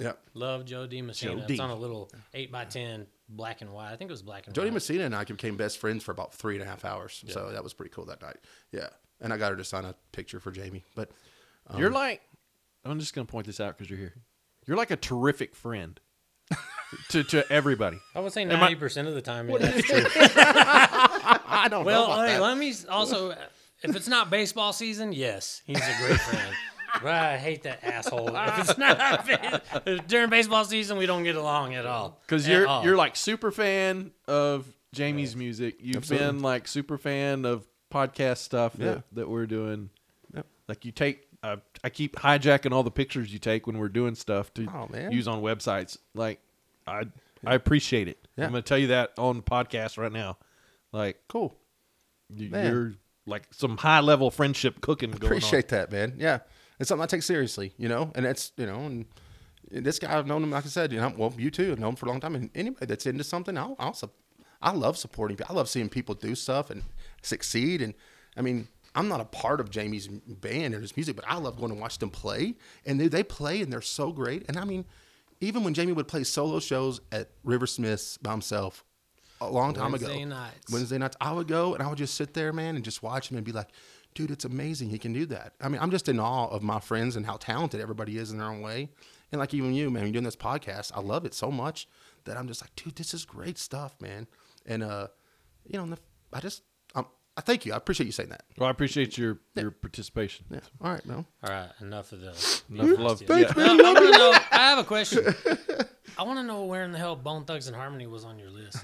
Speaker 3: Yeah,
Speaker 2: Love Jody Messina.
Speaker 1: Jody.
Speaker 2: It's on a little 8x10 black and white. I think it was black and
Speaker 3: Jody
Speaker 2: white.
Speaker 3: Messina and I became best friends for about three and a half hours. So that was pretty cool that night. Yeah, and I got her to sign a picture for Jamie. But
Speaker 1: You're like, I'm just gonna point this out because you're here. You're like a terrific friend (laughs) to to everybody.
Speaker 2: I would say 90% of the time. yeah.
Speaker 3: I don't know
Speaker 2: Well,
Speaker 3: about
Speaker 2: hey,
Speaker 3: that.
Speaker 2: let me s- also if it's not baseball season, yes, he's a great friend. But I hate that asshole. If
Speaker 3: (laughs)
Speaker 2: it's not if during baseball season, we don't get along at all.
Speaker 1: Because
Speaker 3: Eh,
Speaker 2: At
Speaker 1: you're
Speaker 3: uh-uh.
Speaker 2: all.
Speaker 1: you're like super fan of Jamie's music. You've
Speaker 3: Absolutely.
Speaker 1: been like super fan of podcast stuff
Speaker 3: Yeah.
Speaker 1: that, that we're doing.
Speaker 3: Yep.
Speaker 1: Like you take, uh, I keep hijacking all the pictures you take when we're doing stuff to
Speaker 3: Oh, man.
Speaker 1: use on websites. Like I I appreciate it.
Speaker 3: Yeah.
Speaker 1: I'm gonna tell you that on podcast right now. Like
Speaker 3: Cool.
Speaker 1: you,
Speaker 3: Man.
Speaker 1: you're like some high level friendship cooking. Going
Speaker 3: Appreciate that, man. Yeah, it's something I take seriously, you know. And that's you know, and this guy I've known him, like I said, you know, well, you too, I've known him for a long time. And anybody that's into something, I'll, I'll sup- I love supporting. people. I love seeing people do stuff and succeed. And I mean, I'm not a part of Jamie's band or his music, but I love going and watch them play. And they, they play, and they're so great. And I mean, even when Jamie would play solo shows at River Smith's by himself. A long time
Speaker 2: Wednesday
Speaker 3: ago,
Speaker 2: nights.
Speaker 3: Wednesday Wednesday nights, I would go and I would just sit there, man, and just watch him and be like, dude, it's amazing he can do that. I mean, I'm just in awe of my friends and how talented everybody is in their own way. And like even you, man, you're doing this podcast. I love it so much that I'm just like, dude, this is great stuff, man. And uh, you know, and the, I just, I'm, I thank you. I appreciate you saying that.
Speaker 1: Well, I appreciate your your participation.
Speaker 3: Yeah. All right, man.
Speaker 2: All right, enough of the
Speaker 1: Enough love.
Speaker 2: Thanks,
Speaker 1: Yeah.
Speaker 2: No, I want
Speaker 3: (laughs)
Speaker 2: to know. I have a question. I want to know where in the hell Bone Thugs and Harmony was on your
Speaker 3: (laughs)
Speaker 2: list.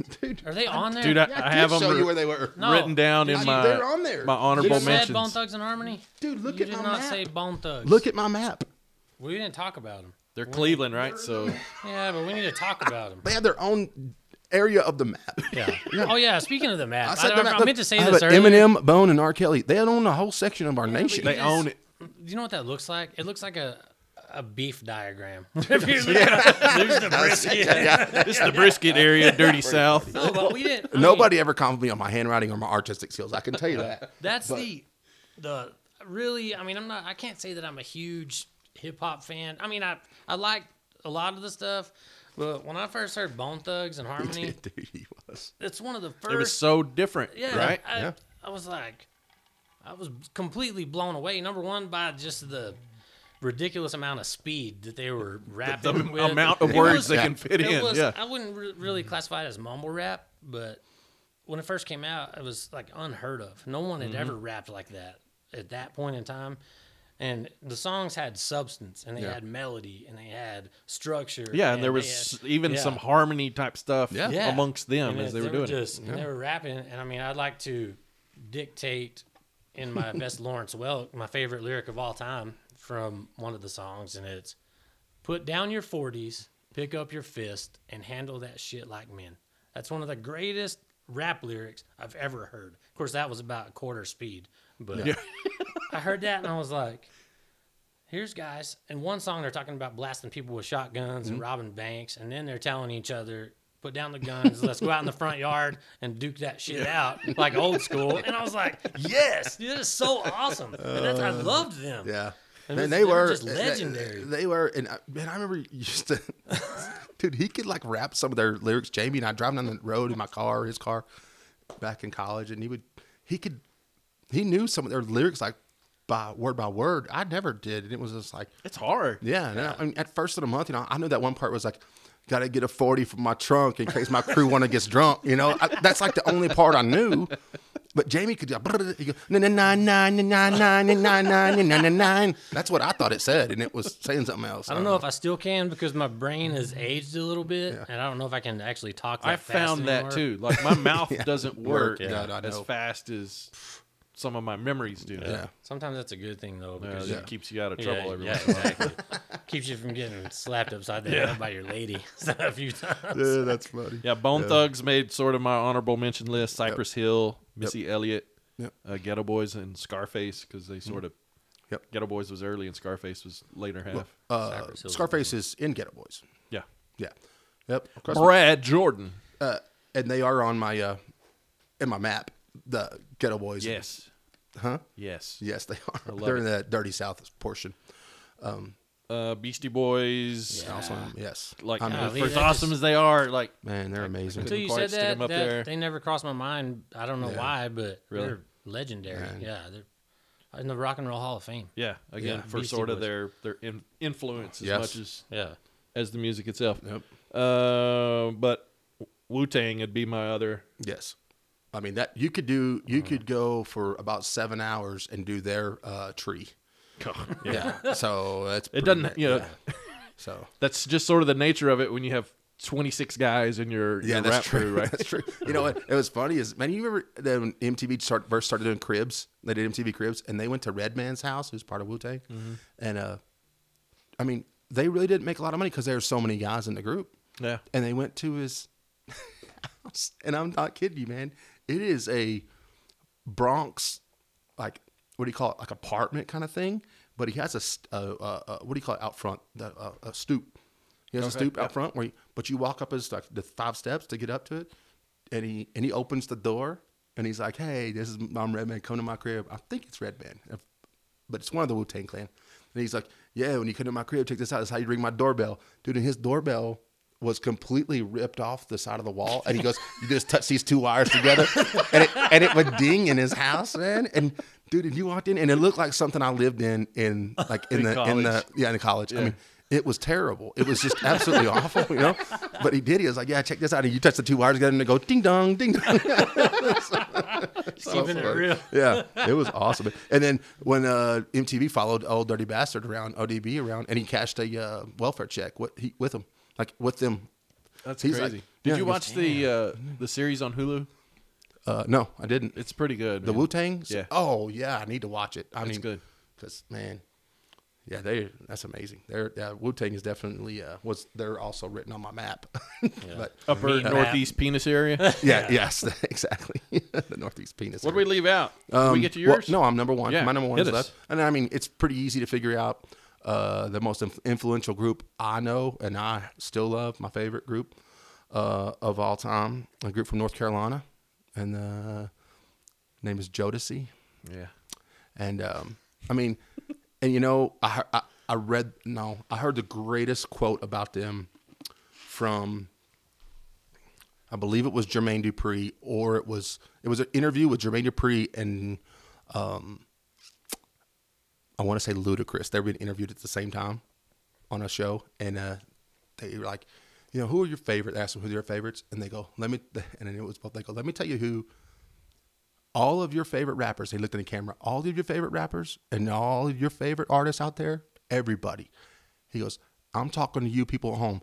Speaker 2: Are they on there?
Speaker 1: Dude, I, I have them.
Speaker 3: show you where they were.
Speaker 2: No.
Speaker 1: written down
Speaker 2: Did
Speaker 1: in
Speaker 2: you-
Speaker 1: my
Speaker 3: They're on there.
Speaker 1: my
Speaker 2: you
Speaker 1: honorable
Speaker 2: said
Speaker 1: mentions.
Speaker 2: Bone Thugs and Harmony.
Speaker 3: Dude, look
Speaker 2: you
Speaker 3: at
Speaker 2: did
Speaker 3: my
Speaker 2: not
Speaker 3: map.
Speaker 2: say Bone Thugs.
Speaker 3: Look at my map.
Speaker 2: we didn't talk about them.
Speaker 1: They're Cleveland, right? So
Speaker 2: Yeah, but we need to talk about them.
Speaker 3: They have their own area of the map. (laughs)
Speaker 2: Yeah. Oh yeah. Speaking of the map, I,
Speaker 3: said
Speaker 2: I,
Speaker 3: the map.
Speaker 2: I
Speaker 3: Look,
Speaker 2: meant to say
Speaker 3: I have
Speaker 2: this
Speaker 3: an
Speaker 2: earlier.
Speaker 3: Eminem, Bone, and R. Kelly. They own a whole section of our nation.
Speaker 1: they
Speaker 2: Yes.
Speaker 1: own it.
Speaker 2: You know what that looks like? It looks like a a beef
Speaker 3: (laughs)
Speaker 2: diagram. (laughs) If you look at- There's (laughs) the brisket.
Speaker 1: This is the brisket area, dirty south.
Speaker 2: No, but we didn't. I mean,
Speaker 3: Nobody ever complimented me on my handwriting or my artistic skills. I can tell
Speaker 2: (laughs)
Speaker 3: you that.
Speaker 2: That's the the really. I mean, I'm not. I can't say that I'm a huge hip hop fan. I mean, I I like a lot of the stuff, but when I first heard Bone Thugs and
Speaker 3: (laughs)
Speaker 2: Harmony,
Speaker 3: Dude, he was.
Speaker 2: it's one of the first.
Speaker 1: It was so different,
Speaker 2: yeah,
Speaker 1: right?
Speaker 2: I,
Speaker 3: Yeah.
Speaker 2: I was like, I was completely blown away. Number one by just the ridiculous amount of speed that they were
Speaker 1: The
Speaker 2: rapping
Speaker 1: m-
Speaker 2: with.
Speaker 1: amount of
Speaker 2: It
Speaker 1: words
Speaker 2: was-
Speaker 1: they can fit
Speaker 2: it
Speaker 1: in.
Speaker 2: was,
Speaker 1: yeah.
Speaker 2: I wouldn't re- really classify it as mumble rap, but when it first came out, it was like unheard of. No one
Speaker 1: Mm-hmm.
Speaker 2: had ever rapped like that at that point in time. And the songs had substance and they had melody and they had structure.
Speaker 1: yeah, and there
Speaker 2: they
Speaker 1: was
Speaker 2: had-
Speaker 1: even
Speaker 2: yeah.
Speaker 1: some harmony type stuff
Speaker 3: Yeah.
Speaker 2: Yeah.
Speaker 1: amongst them
Speaker 2: And
Speaker 1: as
Speaker 2: if
Speaker 1: they were doing it.
Speaker 2: just, They were rapping. And I mean, I'd like to dictate in my best Lawrence Welk, my favorite lyric of all time from one of the songs. And it's put down your 40s, pick up your fist, and handle that shit like men. That's one of the greatest rap lyrics I've ever heard. Of course, that was about quarter speed, but I heard that and I was like, here's guys. In one song, they're talking about blasting people with shotguns and robbing banks, and then they're telling each other, put down the guns, let's go out in the front yard and duke that shit out like old school. And I was like, yes, dude, this is so awesome. And that's, I loved them.
Speaker 3: Yeah.
Speaker 2: It
Speaker 3: Man,
Speaker 2: was-
Speaker 3: they,
Speaker 2: they
Speaker 3: were
Speaker 2: were just
Speaker 3: they-
Speaker 2: legendary.
Speaker 3: They, were, and I, man, I remember you used
Speaker 2: (laughs)
Speaker 3: to, dude. He could like rap some of their lyrics. Jamie and I driving down the road in my car, his car, back in college, and he would, he could, he knew some of their lyrics like by word by word. I never did, and it was just like,
Speaker 1: It's hard.
Speaker 3: Yeah, and I, I mean, at first of the month, you know, I knew that one part was like, gotta get a forty from my trunk in case my crew wanna gets drunk. You know, I, that's like the only part I knew. But Jamie could go nine nine nine nine nine nine nine nine nine. That's what I thought it said, and it was saying something else.
Speaker 2: I don't know if I still can because my brain has aged a little bit, and I don't know if I can actually talk. That
Speaker 1: I
Speaker 2: fast
Speaker 1: found that
Speaker 2: anymore.
Speaker 1: too. Like my mouth doesn't work
Speaker 3: Work, yeah. God, I
Speaker 1: as
Speaker 3: know.
Speaker 1: fast as some of my memories do.
Speaker 3: Yeah,
Speaker 2: Sometimes that's a good thing though
Speaker 1: Uh,
Speaker 2: because
Speaker 1: It keeps you out of
Speaker 2: Yeah,
Speaker 1: trouble every
Speaker 2: yeah,
Speaker 1: once in a while.
Speaker 2: exactly. Keeps you from getting slapped upside the head by your lady (laughs) a few times.
Speaker 3: yeah, that's funny.
Speaker 1: Yeah, Bone Thugs made sort of my honorable mention list: Cypress Hill, Missy Elliott,
Speaker 3: Yep. Mm-hmm.
Speaker 1: uh, Ghetto Boys, and Scarface, because they sort of.
Speaker 3: Yep.
Speaker 1: Ghetto Boys was early, and Scarface was later half.
Speaker 3: Uh,
Speaker 2: Cypress Hill's
Speaker 3: Scarface is in Ghetto Boys.
Speaker 1: yeah.
Speaker 3: Yeah, yep. Of course.
Speaker 1: Brad Jordan.
Speaker 3: Uh, and they are on my uh, in my map. The Ghetto Boys.
Speaker 1: Yes.
Speaker 3: Huh.
Speaker 1: Yes.
Speaker 3: Yes, they are.
Speaker 1: love
Speaker 3: They're
Speaker 1: it.
Speaker 3: in the Dirty South portion.
Speaker 1: Uh, Beastie Boys.
Speaker 2: Yeah.
Speaker 3: Also, yes.
Speaker 1: Like
Speaker 3: I mean,
Speaker 1: uh,
Speaker 2: they-
Speaker 1: for as
Speaker 2: they
Speaker 1: awesome
Speaker 2: just-
Speaker 1: as they are, like
Speaker 3: man, they're amazing.
Speaker 2: Until you
Speaker 1: quite
Speaker 2: said
Speaker 1: stick
Speaker 2: that,
Speaker 1: 'em up
Speaker 2: that-
Speaker 1: there.
Speaker 2: they never crossed my mind. I don't know why, but
Speaker 1: Really?
Speaker 2: they're legendary. Yeah, they're in the Rock and Roll Hall of Fame.
Speaker 1: yeah, again
Speaker 2: Yeah,
Speaker 1: for
Speaker 2: Beastie
Speaker 1: sort of
Speaker 2: Boys.
Speaker 1: their their in, influence as
Speaker 3: Yes.
Speaker 1: much as
Speaker 2: Yeah,
Speaker 1: as the music itself.
Speaker 3: Yep. (laughs)
Speaker 1: Uh, but Wu Tang would be my other
Speaker 3: Yes. I mean that you could do you could go for about seven hours and do their uh, tree. Yeah. So that's
Speaker 1: It
Speaker 3: pretty
Speaker 1: doesn't,
Speaker 3: much-
Speaker 1: you know, (laughs)
Speaker 3: So
Speaker 1: that's just sort of the nature of it when you have 26 guys in your,
Speaker 3: yeah,
Speaker 1: your
Speaker 3: that's
Speaker 1: rap
Speaker 3: true.
Speaker 1: crew, right?
Speaker 3: (laughs) That's true. You know what? It was funny is man, you remember that when MTV start, first started doing cribs? They did MTV cribs, and they went to Redman's house, who's part of Wu Tang,
Speaker 1: Mm-hmm.
Speaker 3: and uh, I mean they really didn't make a lot of money because there were so many guys in the group.
Speaker 1: Yeah.
Speaker 3: and they went to his (laughs) house. And I'm not kidding you, man. It is a Bronx, like what do you call it, like apartment kind of thing. But he has a, st- uh, uh, uh, what do you call it out front, the, uh, a stoop. He has a stoop out front where, you, but you walk up his like the five steps to get up to it, and he and he opens the door and he's like, "Hey, this is I'm Redman. Come to my crib. I think it's Redman, if- but it's one of the Wu Tang Clan." And he's like, "Yeah, when you come to my crib, check this out. This is how you ring my doorbell, dude." And his doorbell was completely ripped off the side of the wall, and he goes, "You just touch these two wires (laughs) together, and it, and it would ding in his house, man." And dude, and you walked in, and it looked like something I lived in in like (laughs) in,
Speaker 1: In
Speaker 3: the in the
Speaker 1: college.
Speaker 3: yeah in college. I mean. It was terrible. It was just absolutely awful, you know. But he did. He was like, "Yeah, check this out." And you touch the two wires together, and they go ding dong, ding dong. (laughs)
Speaker 2: keeping it
Speaker 3: Like,
Speaker 2: real.
Speaker 1: (laughs)
Speaker 3: Yeah, it was awesome. And then when uh, MTV followed old Dirty Bastard around, ODB around, and he cashed a uh, welfare check with, he, with him, like with them.
Speaker 1: That's
Speaker 3: He's
Speaker 1: crazy.
Speaker 3: like-
Speaker 1: Did
Speaker 3: yeah,
Speaker 1: you
Speaker 3: he goes,
Speaker 1: watch the uh, the series on Hulu?
Speaker 3: Uh, no, I didn't.
Speaker 1: It's pretty good.
Speaker 3: the
Speaker 1: man.
Speaker 3: Wu Tang.
Speaker 1: Yeah.
Speaker 3: Oh yeah, I need to watch it. I
Speaker 1: It's
Speaker 3: mean,
Speaker 1: good.
Speaker 3: Because man, yeah, they that's amazing. They're yeah, Wu Tang is definitely uh, was they're also written on my map. (laughs) but
Speaker 1: upper
Speaker 2: Meat and
Speaker 1: northeast penis area.
Speaker 3: yeah, yes, (laughs) exactly. the Northeast penis.
Speaker 1: what do
Speaker 3: area.
Speaker 1: we leave out? Did we get to
Speaker 3: Um, well,
Speaker 1: yours?
Speaker 3: no, I'm number one.
Speaker 1: Yeah,
Speaker 3: My number one
Speaker 1: hit us.
Speaker 3: is left. And I mean, it's pretty easy to figure out uh, the most inf- influential group I know and I still love, my favorite group uh, of all time, a group from North Carolina. And uh, name is Jodeci.
Speaker 1: Yeah.
Speaker 3: And um, I mean, and you know, I, hear- I I read no, I heard the greatest quote about them from I believe it was Jermaine Dupree or it was it was an interview with Jermaine Dupree and um, I want to say Ludacris. They were being interviewed at the same time on a show, and uh, they were like, you know, who are your favorite? They asked them who their favorites, and they go, let me, (laughs) and then it was both. They go, let me tell you who all of your favorite rappers. They looked in the camera. All of your favorite rappers and all of your favorite artists out there. Everybody. He goes, I'm talking to you people at home.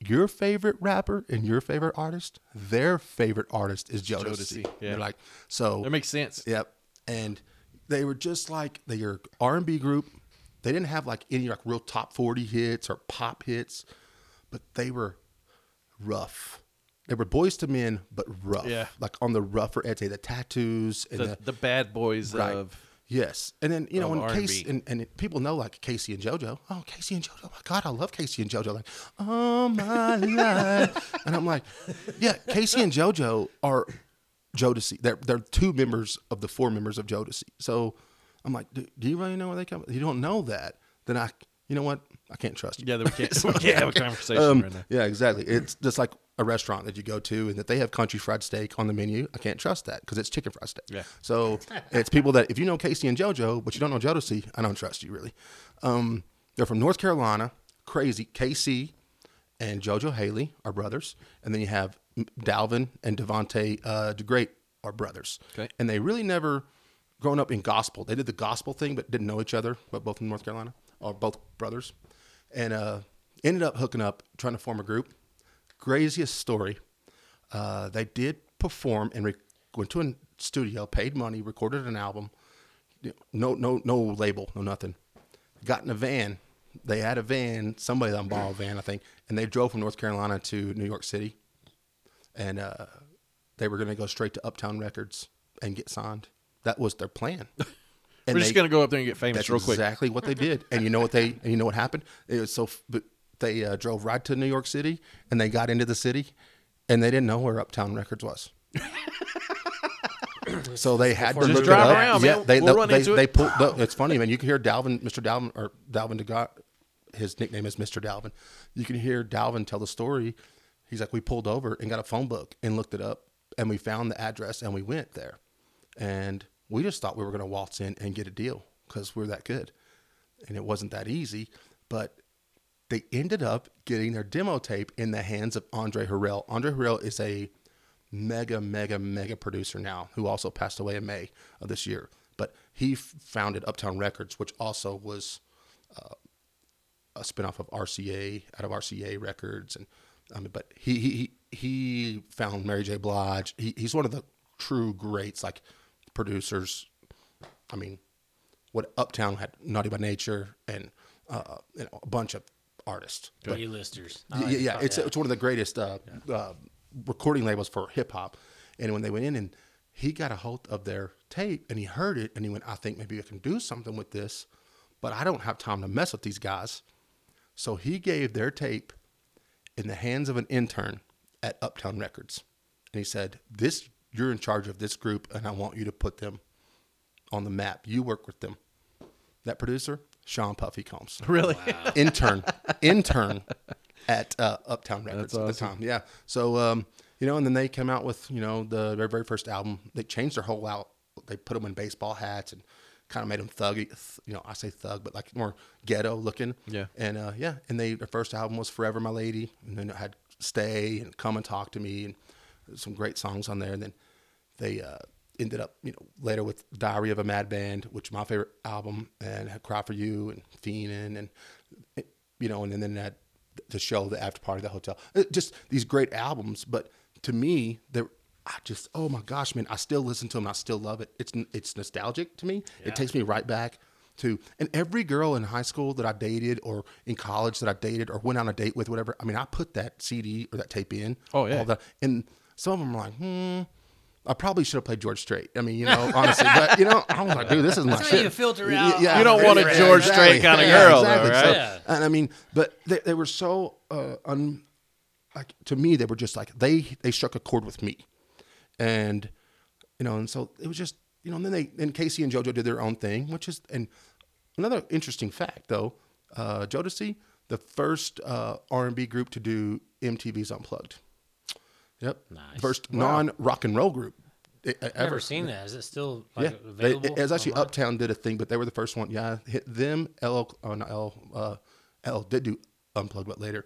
Speaker 3: Your favorite rapper and your favorite artist, their favorite artist is Jodeci.
Speaker 1: Jodeci, yeah.
Speaker 3: They're like, so
Speaker 1: That makes sense.
Speaker 3: Yep. And they were just like they are R and B group. They didn't have like any like real top forty hits or pop hits, but they were rough. They were boys to men, but rough.
Speaker 1: Yeah.
Speaker 3: Like on the rougher edge, They had the tattoos and the,
Speaker 1: The, the bad boys
Speaker 3: right.
Speaker 1: of
Speaker 3: Yes, and then you know,
Speaker 1: of
Speaker 3: and Casey
Speaker 1: R&B.
Speaker 3: and, and it- people know like Casey and JoJo. Oh, Casey and JoJo! My God, I love Casey and JoJo. Like all my (laughs) life, and I'm like, yeah, Casey and JoJo are Jodeci. They're they're two members of the four members of Jodeci. So I'm like, do, do you really know where they come? You don't know that? Then I, you know what? I can't trust you.
Speaker 1: yeah, that we can't,
Speaker 3: (laughs)
Speaker 1: we can't have a conversation
Speaker 3: Um,
Speaker 1: right now.
Speaker 3: yeah, exactly. It's just like a restaurant that you go to and that they have country fried steak on the menu. I can't trust that because it's chicken fried steak.
Speaker 1: Yeah.
Speaker 3: So it's people that if you know Casey and JoJo, but you don't know Jodeci, I don't trust you really. Um, they're from North Carolina. Crazy. Casey and JoJo Haley are brothers, and then you have Dalvin and Devonte uh, DeGreat are brothers.
Speaker 1: Okay.
Speaker 3: And they really never grown up in gospel. They did the gospel thing, but didn't know each other. But both from North Carolina, or both brothers, and uh, ended up hooking up, trying to form a group. Craziest story. Uh, they did perform and re- went to a studio, paid money, recorded an album. No, no, no label, no nothing. Got in a van. They had a van. Somebody on ball van, I think, and they drove from North Carolina to New York City and uh, they were going to go straight to Uptown Records and get signed. That was their
Speaker 1: (laughs)
Speaker 3: plan. And
Speaker 1: We're just
Speaker 3: they-
Speaker 1: gonna go up there and get famous
Speaker 3: that's
Speaker 1: real quick.
Speaker 3: exactly what they did. And you know what they
Speaker 1: (laughs)
Speaker 3: and you know what happened? It was so f- but they uh, drove right to New York City and they got into the city and they didn't know where Uptown Records was. so they had to
Speaker 1: Just
Speaker 3: look it
Speaker 1: drive
Speaker 3: up.
Speaker 1: around,
Speaker 3: yeah,
Speaker 1: man.
Speaker 3: they
Speaker 1: We'll
Speaker 3: they-
Speaker 1: run
Speaker 3: they,
Speaker 1: into it.
Speaker 3: they pulled. The, it's funny, man. You can hear Dalvin, Mr. Dalvin, or Dalvin DeGot. His nickname is Mr. Dalvin. You can hear Dalvin tell the story. He's like, we pulled over and got a phone book and looked it up, and we found the address and we went there, and we just thought we were going to waltz in and get a deal because we're that good, and it wasn't that easy, but. They ended up getting their demo tape in the hands of Andre Harrell. Andre Harrell is a mega, mega, mega producer now who also passed away in May of this year. But he f- founded Uptown Records, which also was uh, a spinoff of RCA, out of RCA Records, and I mean, but he he he he found Mary J. Blige. He, he's one of the true greats, like producers. I mean, what Uptown had Naughty by Nature and uh, you know, a bunch of artists. But
Speaker 2: A-listers.
Speaker 3: yeah, yeah, yeah. It's, it's one of the greatest uh, uh, recording labels for hip hop. And when they went in and he got a hold of their tape and he heard it and he went, I think maybe I can do something with this, but I don't have time to mess with these guys. So he gave their tape in the hands of an intern at Uptown Records. And he said, This, you're in charge of this group and I want you to put them on the map. You work with them. That producer, Sean Puffy Combs
Speaker 1: Really?
Speaker 3: (laughs) intern, intern at uh, Uptown Records at the time. Yeah. So um, you know, and then they came out with you know the very very first album. They changed their whole out. They put them in baseball hats and kind of made them thuggy. th- You know, I say thug, but like more ghetto looking.
Speaker 1: Yeah.
Speaker 3: And uh, yeah, and they their first album was Forever My Lady, and then it had Stay and Come and Talk to Me, and some great songs on there. And then they uh, ended up, you know, later with Diary of a Mad Band, which is my favorite album, and Cry for You and Fiendin', and it- you know, and then that the show, the after party, the hotel, It- just these great albums. But to me, they're I just oh my gosh, man, I still listen to them. I still love it. It's it's nostalgic to me. It takes me right back to and every girl in high school that I dated or in college that I dated or went on a date with, whatever. I mean, I put that CD or that tape in.
Speaker 1: Oh, yeah.
Speaker 3: all that, and some of them are like, hmm. I probably should have played George Strait. I mean, you know, honestly, but you know, I was like, dude, this is my
Speaker 2: how
Speaker 3: shit.
Speaker 2: you filter
Speaker 3: Y-
Speaker 2: out
Speaker 1: You don't want a
Speaker 3: yeah,
Speaker 1: George Strait kinda
Speaker 3: Yeah,
Speaker 1: girl, though, right?
Speaker 2: Yeah.
Speaker 3: And I mean, but they, they were so uh, un, like to me, they were just like they they struck a chord with me, and you know, and so it was just you know, and then they and Casey and JoJo did their own thing, which is and another interesting fact though, uh, Jodeci, the first uh, R and B group to do MTV's Unplugged. Yep,
Speaker 2: Nice.
Speaker 3: first non rock and roll group e- e-
Speaker 2: I've
Speaker 3: ever
Speaker 2: never seen that. Is it still
Speaker 3: yeah,
Speaker 2: like,
Speaker 3: they,
Speaker 2: available?
Speaker 3: it was actually
Speaker 2: online?
Speaker 3: Uptown did a thing, but they were the first one. Yeah, hit them. LL, oh, not L, uh, L did do unplugged, but later,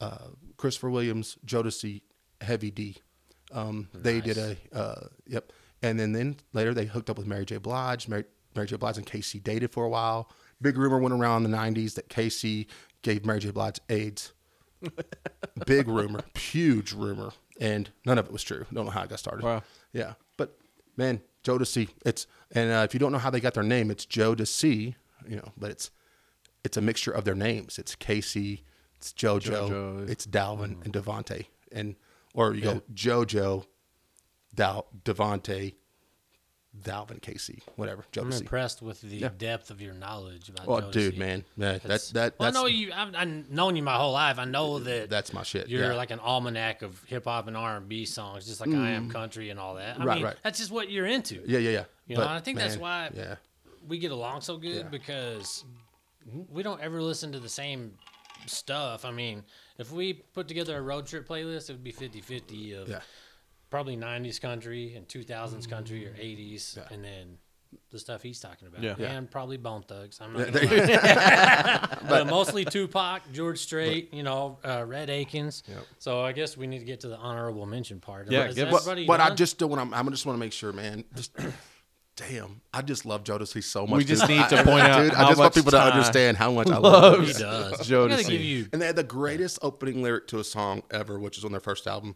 Speaker 3: uh, Christopher Williams, Jodeci, Heavy D. Um, They did a uh, yep, and then then later they hooked up with Mary J. Blige. Mary, Mary J. Blige and Casey dated for a while. Big rumor went around in the '90s that Casey gave Mary J. Blige AIDS. Big rumor, huge rumor, and none of it was true. Don't know how it got started.
Speaker 1: Wow.
Speaker 3: Yeah, but man, Jodeci. It's and uh, if you don't know how they got their name, it's Jodeci. You know, but it's it's a mixture of their names. It's Casey, it's JoJo,
Speaker 1: JoJo.
Speaker 3: it's Dalvin
Speaker 2: Mm-hmm.
Speaker 3: and Devante, and or you go JoJo, Dal Devante, Dalvin Casey, whatever.
Speaker 2: I'm
Speaker 3: Jodeci.
Speaker 2: impressed with the depth of your knowledge about
Speaker 3: Oh,
Speaker 2: Jodeci.
Speaker 3: dude, man, yeah, that
Speaker 2: That's-
Speaker 3: that that's
Speaker 2: well, I know you. I've, I've known you my whole life. I know that
Speaker 3: that's my shit.
Speaker 2: You're
Speaker 3: yeah.
Speaker 2: like an almanac of hip hop and R and B songs, just like I am country and all that. I
Speaker 3: Mm. Right,
Speaker 2: mean,
Speaker 3: right.
Speaker 2: That's just what you're into.
Speaker 3: yeah, yeah, yeah.
Speaker 2: You know, and I think that's why-
Speaker 3: Yeah,
Speaker 2: We get along so good
Speaker 3: Yeah. Mm-hmm.
Speaker 2: because we don't ever listen to the same stuff. I mean, if we put together a road trip playlist, it would be 50-50 of
Speaker 3: yeah.
Speaker 2: probably 90s country and 2000s country
Speaker 3: Mm-hmm.
Speaker 2: or 80s, and then the stuff he's talking about,
Speaker 1: Yeah. Yeah.
Speaker 2: and probably Bone Thugs.
Speaker 3: (laughs)
Speaker 2: I'm not. gonna lie. but, mostly Tupac, George Strait, you know, uh, Red Akins.
Speaker 3: Yep.
Speaker 2: So I guess we need to get to the honorable mention part.
Speaker 1: Yeah,
Speaker 2: Is
Speaker 1: give us-
Speaker 3: But,
Speaker 2: everybody
Speaker 3: but I
Speaker 2: done?
Speaker 3: just don't want. to I just want to make sure, man. Just (clears throat) damn, I just love Jodeci so much.
Speaker 1: We just
Speaker 3: dude.
Speaker 1: need to
Speaker 3: I-
Speaker 1: point out
Speaker 3: dude,
Speaker 1: how
Speaker 3: I just want
Speaker 1: much
Speaker 3: people to
Speaker 1: time
Speaker 3: understand how much I love.
Speaker 2: he
Speaker 3: (laughs) Jodeci.
Speaker 2: does.
Speaker 1: Jodeci.
Speaker 2: We gotta give you.
Speaker 3: And they had the greatest opening lyric to a song ever, which is on their first album,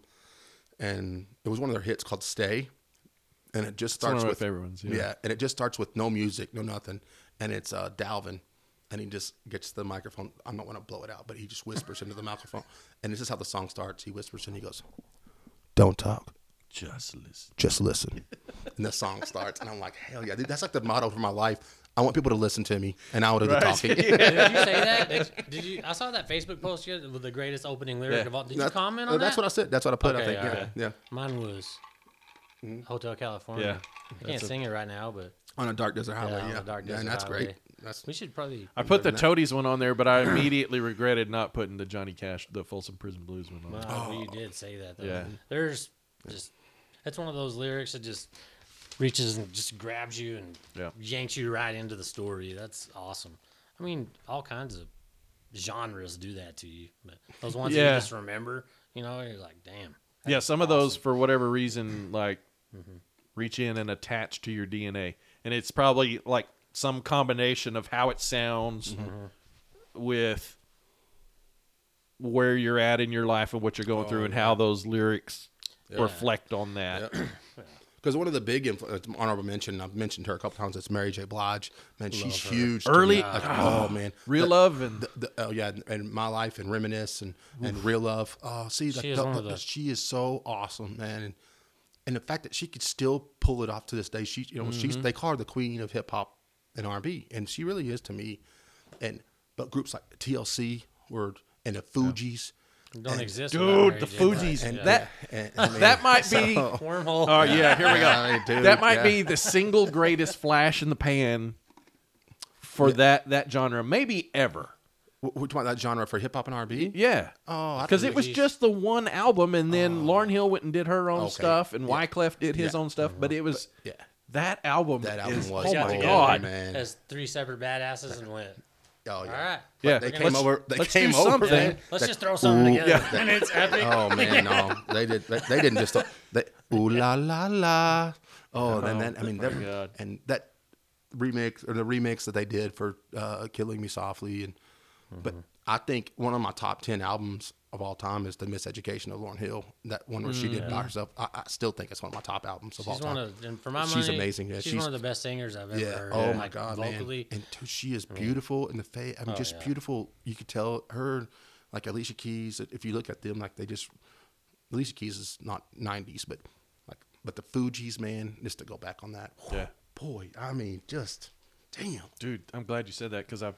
Speaker 3: and it was one of their hits called "Stay," and it just
Speaker 1: one
Speaker 3: starts
Speaker 1: of my
Speaker 3: with
Speaker 1: favorite ones, yeah.
Speaker 3: and it just starts with no music, no nothing, and it's uh, Dalvin, and he just gets the microphone. I don't want to blow it out, but he just whispers into the microphone, and this is how the song starts. He whispers and he goes, "Don't talk."
Speaker 1: Just listen.
Speaker 3: just listen. (laughs) and the song starts, and I'm like, hell yeah, dude, that's like the motto for my life. I want people to listen to me, and I will do
Speaker 1: (laughs)
Speaker 3: the talking.
Speaker 2: Did you say that? Did, did you? I saw that Facebook post yet with the greatest opening lyric
Speaker 1: Yeah.
Speaker 2: of all. Did (laughs) you
Speaker 3: That's-
Speaker 2: comment
Speaker 3: uh,
Speaker 2: on
Speaker 3: That's
Speaker 2: that?
Speaker 3: what I said. That's what I put. I Mm-hmm.
Speaker 2: Okay,
Speaker 3: think. Yeah,
Speaker 2: alright.
Speaker 3: yeah.
Speaker 2: Mine was Hotel California.
Speaker 1: Yeah.
Speaker 2: I can't sing it right now, but
Speaker 3: On a dark desert highway.
Speaker 2: Yeah,
Speaker 3: Yeah,
Speaker 2: on a dark
Speaker 3: Yeah, and
Speaker 2: desert
Speaker 3: that's great.
Speaker 2: highway.
Speaker 3: That's
Speaker 2: we should probably.
Speaker 1: I put the Toadies one on there, but
Speaker 3: (clears throat)
Speaker 1: I immediately regretted not putting the Johnny Cash, the Folsom Prison Blues one on. there.
Speaker 2: Wow, you did say that. Though.
Speaker 1: Yeah.
Speaker 2: There's just that's one of those lyrics that just reaches and just grabs you and
Speaker 1: Yeah.
Speaker 2: yanks you right into the story. That's awesome. I mean, all kinds of genres do that to you, but those ones that
Speaker 1: Yeah.
Speaker 2: you just remember, you know, you're like, damn,
Speaker 1: yeah, some of those for whatever reason like
Speaker 3: Mm-hmm.
Speaker 1: reach in and attach to your DNA, and it's probably like some combination of how it sounds
Speaker 3: Mm-hmm.
Speaker 1: with where you're at in your life and what you're
Speaker 3: Oh,
Speaker 1: going through, and how those lyrics reflect on that.
Speaker 3: Because one of the big influences, honorable mention, I've mentioned her a couple times. It's Mary J. Blige. Man, she's huge. to
Speaker 1: Early-
Speaker 3: me. Like, oh man,
Speaker 1: Real
Speaker 3: The-
Speaker 1: love and
Speaker 3: the- the- oh yeah, and, and my life and reminisce and, and real love. Oh, see, like,
Speaker 2: She is
Speaker 3: the-
Speaker 2: one of
Speaker 3: the-
Speaker 2: the-
Speaker 3: she is so awesome, man. And, and the fact that she could still pull it off to this day, she you know
Speaker 1: Mm-hmm.
Speaker 3: she's they call her the queen of hip hop and R and B, and she really is to me. And but groups like TLC were and the Fugees.
Speaker 2: Don't exist. without
Speaker 1: dude,
Speaker 2: Mary
Speaker 1: the
Speaker 2: J. Blige.
Speaker 1: Fugees
Speaker 3: And
Speaker 1: that (laughs)
Speaker 3: and- I mean,
Speaker 1: that might
Speaker 3: (laughs)
Speaker 1: be.
Speaker 2: wormhole.
Speaker 1: Oh yeah, here we go.
Speaker 3: I mean, dude,
Speaker 1: that might
Speaker 3: yeah.
Speaker 1: be the single greatest flash in the pan for that that genre, maybe ever.
Speaker 3: We're talking about that genre for hip hop and R and B.
Speaker 1: Yeah.
Speaker 3: Oh, I
Speaker 1: because
Speaker 3: think
Speaker 1: it was
Speaker 2: he's-
Speaker 1: just the one album, and then Lauren Hill went and did her own
Speaker 3: Oh. Okay.
Speaker 1: stuff, and Wyclef did his
Speaker 3: Yeah.
Speaker 1: own stuff. But it was
Speaker 3: yeah.
Speaker 1: that album.
Speaker 3: That album
Speaker 1: is-
Speaker 3: was
Speaker 1: oh
Speaker 2: got
Speaker 1: my
Speaker 3: gold,
Speaker 2: together
Speaker 1: god.
Speaker 3: man.
Speaker 2: as three separate badasses and went.
Speaker 3: Oh yeah.
Speaker 2: All right.
Speaker 1: Yeah,
Speaker 3: They
Speaker 2: We're
Speaker 3: came
Speaker 2: gonna-
Speaker 3: over. They
Speaker 1: let's
Speaker 3: came
Speaker 1: do
Speaker 3: over.
Speaker 1: something.
Speaker 3: man.
Speaker 2: Let's
Speaker 3: They-
Speaker 2: just throw something
Speaker 3: Ooh.
Speaker 2: together, and (laughs) it's epic.
Speaker 3: Oh man, no, they did. They, they didn't just. They, ooh la la la. Oh, then that. I mean, that,
Speaker 1: God.
Speaker 3: and that remix or the remix that they did for uh, "Killing Me Softly" and. But
Speaker 1: Mm-hmm.
Speaker 3: I think one of my top ten albums of all time is "The Miseducation of Lauren Hill." That one where she did by herself. I, I still think it's one of my top albums of
Speaker 2: Mm. She's
Speaker 3: all
Speaker 2: one
Speaker 3: time.
Speaker 2: of, and for my money,
Speaker 3: She's amazing, yeah,
Speaker 2: she's,
Speaker 3: she's-
Speaker 2: one of the best singers I've ever
Speaker 3: yeah.
Speaker 2: heard.
Speaker 3: Oh
Speaker 2: and,
Speaker 3: my
Speaker 2: like,
Speaker 3: god,
Speaker 2: vocally, Oh,
Speaker 3: man. And dude, she is beautiful in the face. I mean, just
Speaker 2: yeah.
Speaker 3: beautiful. You could tell her, like Alicia Keys. If you look at them, like they just Alicia Keys is not '90s, but like but the Fugees, man. Just to go back on that, whew,
Speaker 1: Yeah.
Speaker 3: boy. I mean, just damn.
Speaker 1: Dude, I'm glad you said that because I,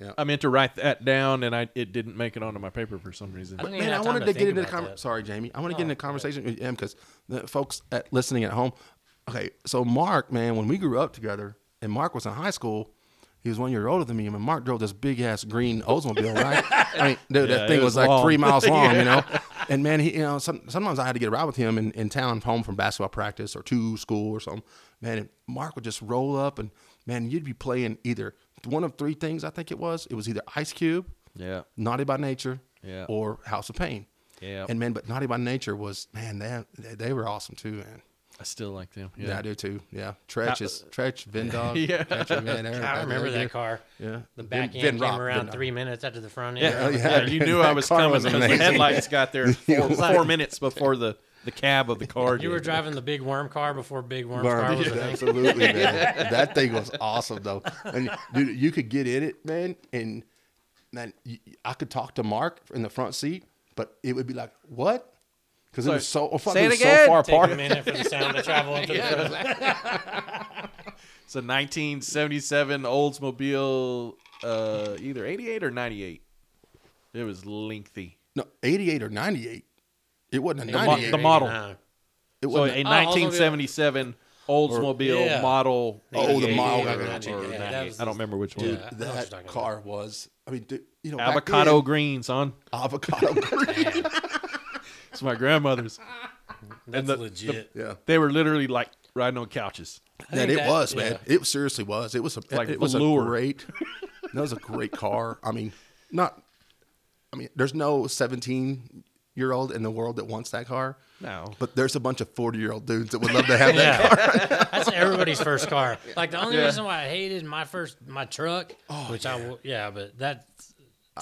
Speaker 3: Yeah.
Speaker 1: I meant to write that down, and I it didn't make it onto my paper for some reason.
Speaker 2: I didn't even
Speaker 3: Man, I
Speaker 2: have time
Speaker 3: wanted to, get
Speaker 2: think
Speaker 3: into the
Speaker 2: about
Speaker 3: conversation.
Speaker 2: that.
Speaker 3: Sorry, Jamie. I want to get into the conversation with him because the folks at, listening at home. Okay, so Mark, man, when we grew up together, and Mark was in high school, he was one year older than me. And Mark drove this big ass green Oldsmobile,
Speaker 2: (laughs)
Speaker 3: right? I mean, dude,
Speaker 1: Yeah,
Speaker 3: that
Speaker 1: it
Speaker 3: thing was,
Speaker 1: was
Speaker 3: like
Speaker 1: long. (laughs)
Speaker 3: three miles long, you know. And man, he, you know, some, sometimes I had to get a ride with him in, in town, home from basketball practice or to school or something. Man, and Mark would just roll up, and man, you'd be playing either one of three things. I think it was. It was either Ice Cube,
Speaker 1: Yeah.
Speaker 3: Naughty by Nature,
Speaker 1: Yeah.
Speaker 3: or House of Pain.
Speaker 1: Yeah.
Speaker 3: And man, but Naughty by Nature was man, they they, they were awesome too, man.
Speaker 1: I still like them.
Speaker 3: Yeah, I do too. Yeah, Tretch is Tretch, Vin
Speaker 1: (laughs)
Speaker 3: Dog.
Speaker 1: Yeah.
Speaker 3: Tretch, man,
Speaker 1: (laughs)
Speaker 3: they're-
Speaker 2: I
Speaker 3: they're
Speaker 2: remember
Speaker 3: good.
Speaker 2: that car.
Speaker 3: Yeah.
Speaker 2: The
Speaker 3: Vin-
Speaker 2: back end
Speaker 3: Vin
Speaker 2: came
Speaker 3: Rock, Vin
Speaker 2: around
Speaker 3: Rock.
Speaker 2: three minutes after the front end.
Speaker 1: Yeah,
Speaker 3: yeah.
Speaker 1: yeah, you knew I was
Speaker 3: (laughs) That car
Speaker 1: coming
Speaker 3: was
Speaker 1: because the
Speaker 3: amazing.
Speaker 1: headlights got
Speaker 3: (laughs)
Speaker 1: there four, four minutes before the, the cab of the car.
Speaker 2: You were
Speaker 1: did.
Speaker 2: driving the big worm car before big worm
Speaker 3: Burn. (laughs)
Speaker 2: car was
Speaker 3: Yeah,
Speaker 2: a thing.
Speaker 3: absolutely, man. That thing was awesome though, and dude, you could get in it, man, and man, you, I could talk to Mark in the front seat, but it would be like what? Because it was so oh, it
Speaker 1: it
Speaker 3: was so
Speaker 1: again.
Speaker 3: far
Speaker 2: Take
Speaker 3: apart.
Speaker 2: a minute for the sound to travel
Speaker 3: (laughs)
Speaker 2: into the front.
Speaker 1: It's a 1977 Oldsmobile, uh, either 88 or 98. It was lengthy.
Speaker 3: No, eighty-eight or ninety-eight. It wasn't a
Speaker 1: mo-
Speaker 3: ninety-eight.
Speaker 1: the model.
Speaker 2: Uh,
Speaker 3: It
Speaker 1: So a
Speaker 3: wasn't. a-
Speaker 1: 1977 Oldsmobile
Speaker 2: yeah.
Speaker 1: model.
Speaker 3: oh, the
Speaker 2: 88
Speaker 3: model.
Speaker 2: or
Speaker 3: I got you.
Speaker 2: 98.
Speaker 1: or
Speaker 2: Yeah, that
Speaker 1: 98.
Speaker 2: was
Speaker 1: I don't
Speaker 2: the-
Speaker 1: remember which
Speaker 2: Dude.
Speaker 1: one.
Speaker 2: I know what you're
Speaker 3: that
Speaker 2: talking
Speaker 3: car was. I mean, dude, you know, back
Speaker 1: Avocado
Speaker 3: then,
Speaker 1: green, son.
Speaker 3: avocado green.
Speaker 1: It's my grandmother's.
Speaker 2: That's
Speaker 1: the-
Speaker 2: legit.
Speaker 3: (laughs) yeah,
Speaker 1: They were literally like riding on couches.
Speaker 3: that
Speaker 2: think
Speaker 3: it
Speaker 2: that-
Speaker 3: was, man. It seriously was. It was a,
Speaker 1: Like
Speaker 3: it was
Speaker 1: velour.
Speaker 3: a great. That was a great car. I mean, not. I mean, there's no 17 year old in the world that wants that car.
Speaker 1: No.
Speaker 3: But there's a bunch of 40 year old dudes that would love to have
Speaker 2: (laughs)
Speaker 3: that car.
Speaker 2: That's everybody's first car. Like the only
Speaker 1: Yeah.
Speaker 2: reason why I hated my first my truck, which I will, Oh, yeah, but that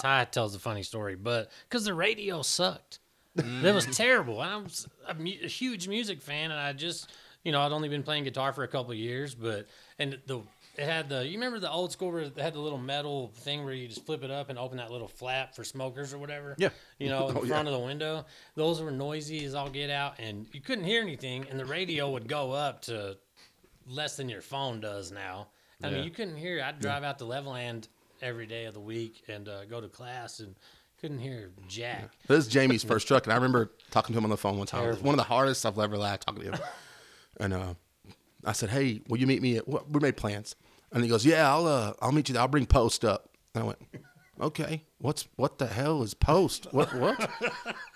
Speaker 2: Ty tells a funny story, but because the radio sucked, it
Speaker 3: Mm.
Speaker 2: was terrible. And I was a, mu- a huge music fan, and I just you know I'd only been playing guitar for a couple of years, but and the it had the you remember the old school where it had the little metal thing where you just flip it up and open that little flap for smokers or whatever.
Speaker 1: Yeah.
Speaker 2: you know, in
Speaker 3: (laughs) Oh, yeah.
Speaker 2: front of the window. Those were noisy as all get out, and you couldn't hear anything, and the radio would go up to less than your phone does now. I
Speaker 1: Yeah.
Speaker 2: mean, you couldn't hear. I'd drive out to Leveland every day of the week and uh, go to class and couldn't hear jack.
Speaker 3: This is Jamie's first truck, and I remember talking to him on the phone one time. It was one of the hardest I've ever laughed talking to him. And uh, I said, "Hey, will you meet me at?" What, we made plans, and he goes, "Yeah, I'll uh, I'll meet you. there. I'll bring Post up." And I went, "Okay, what's what the hell is Post? What what? Are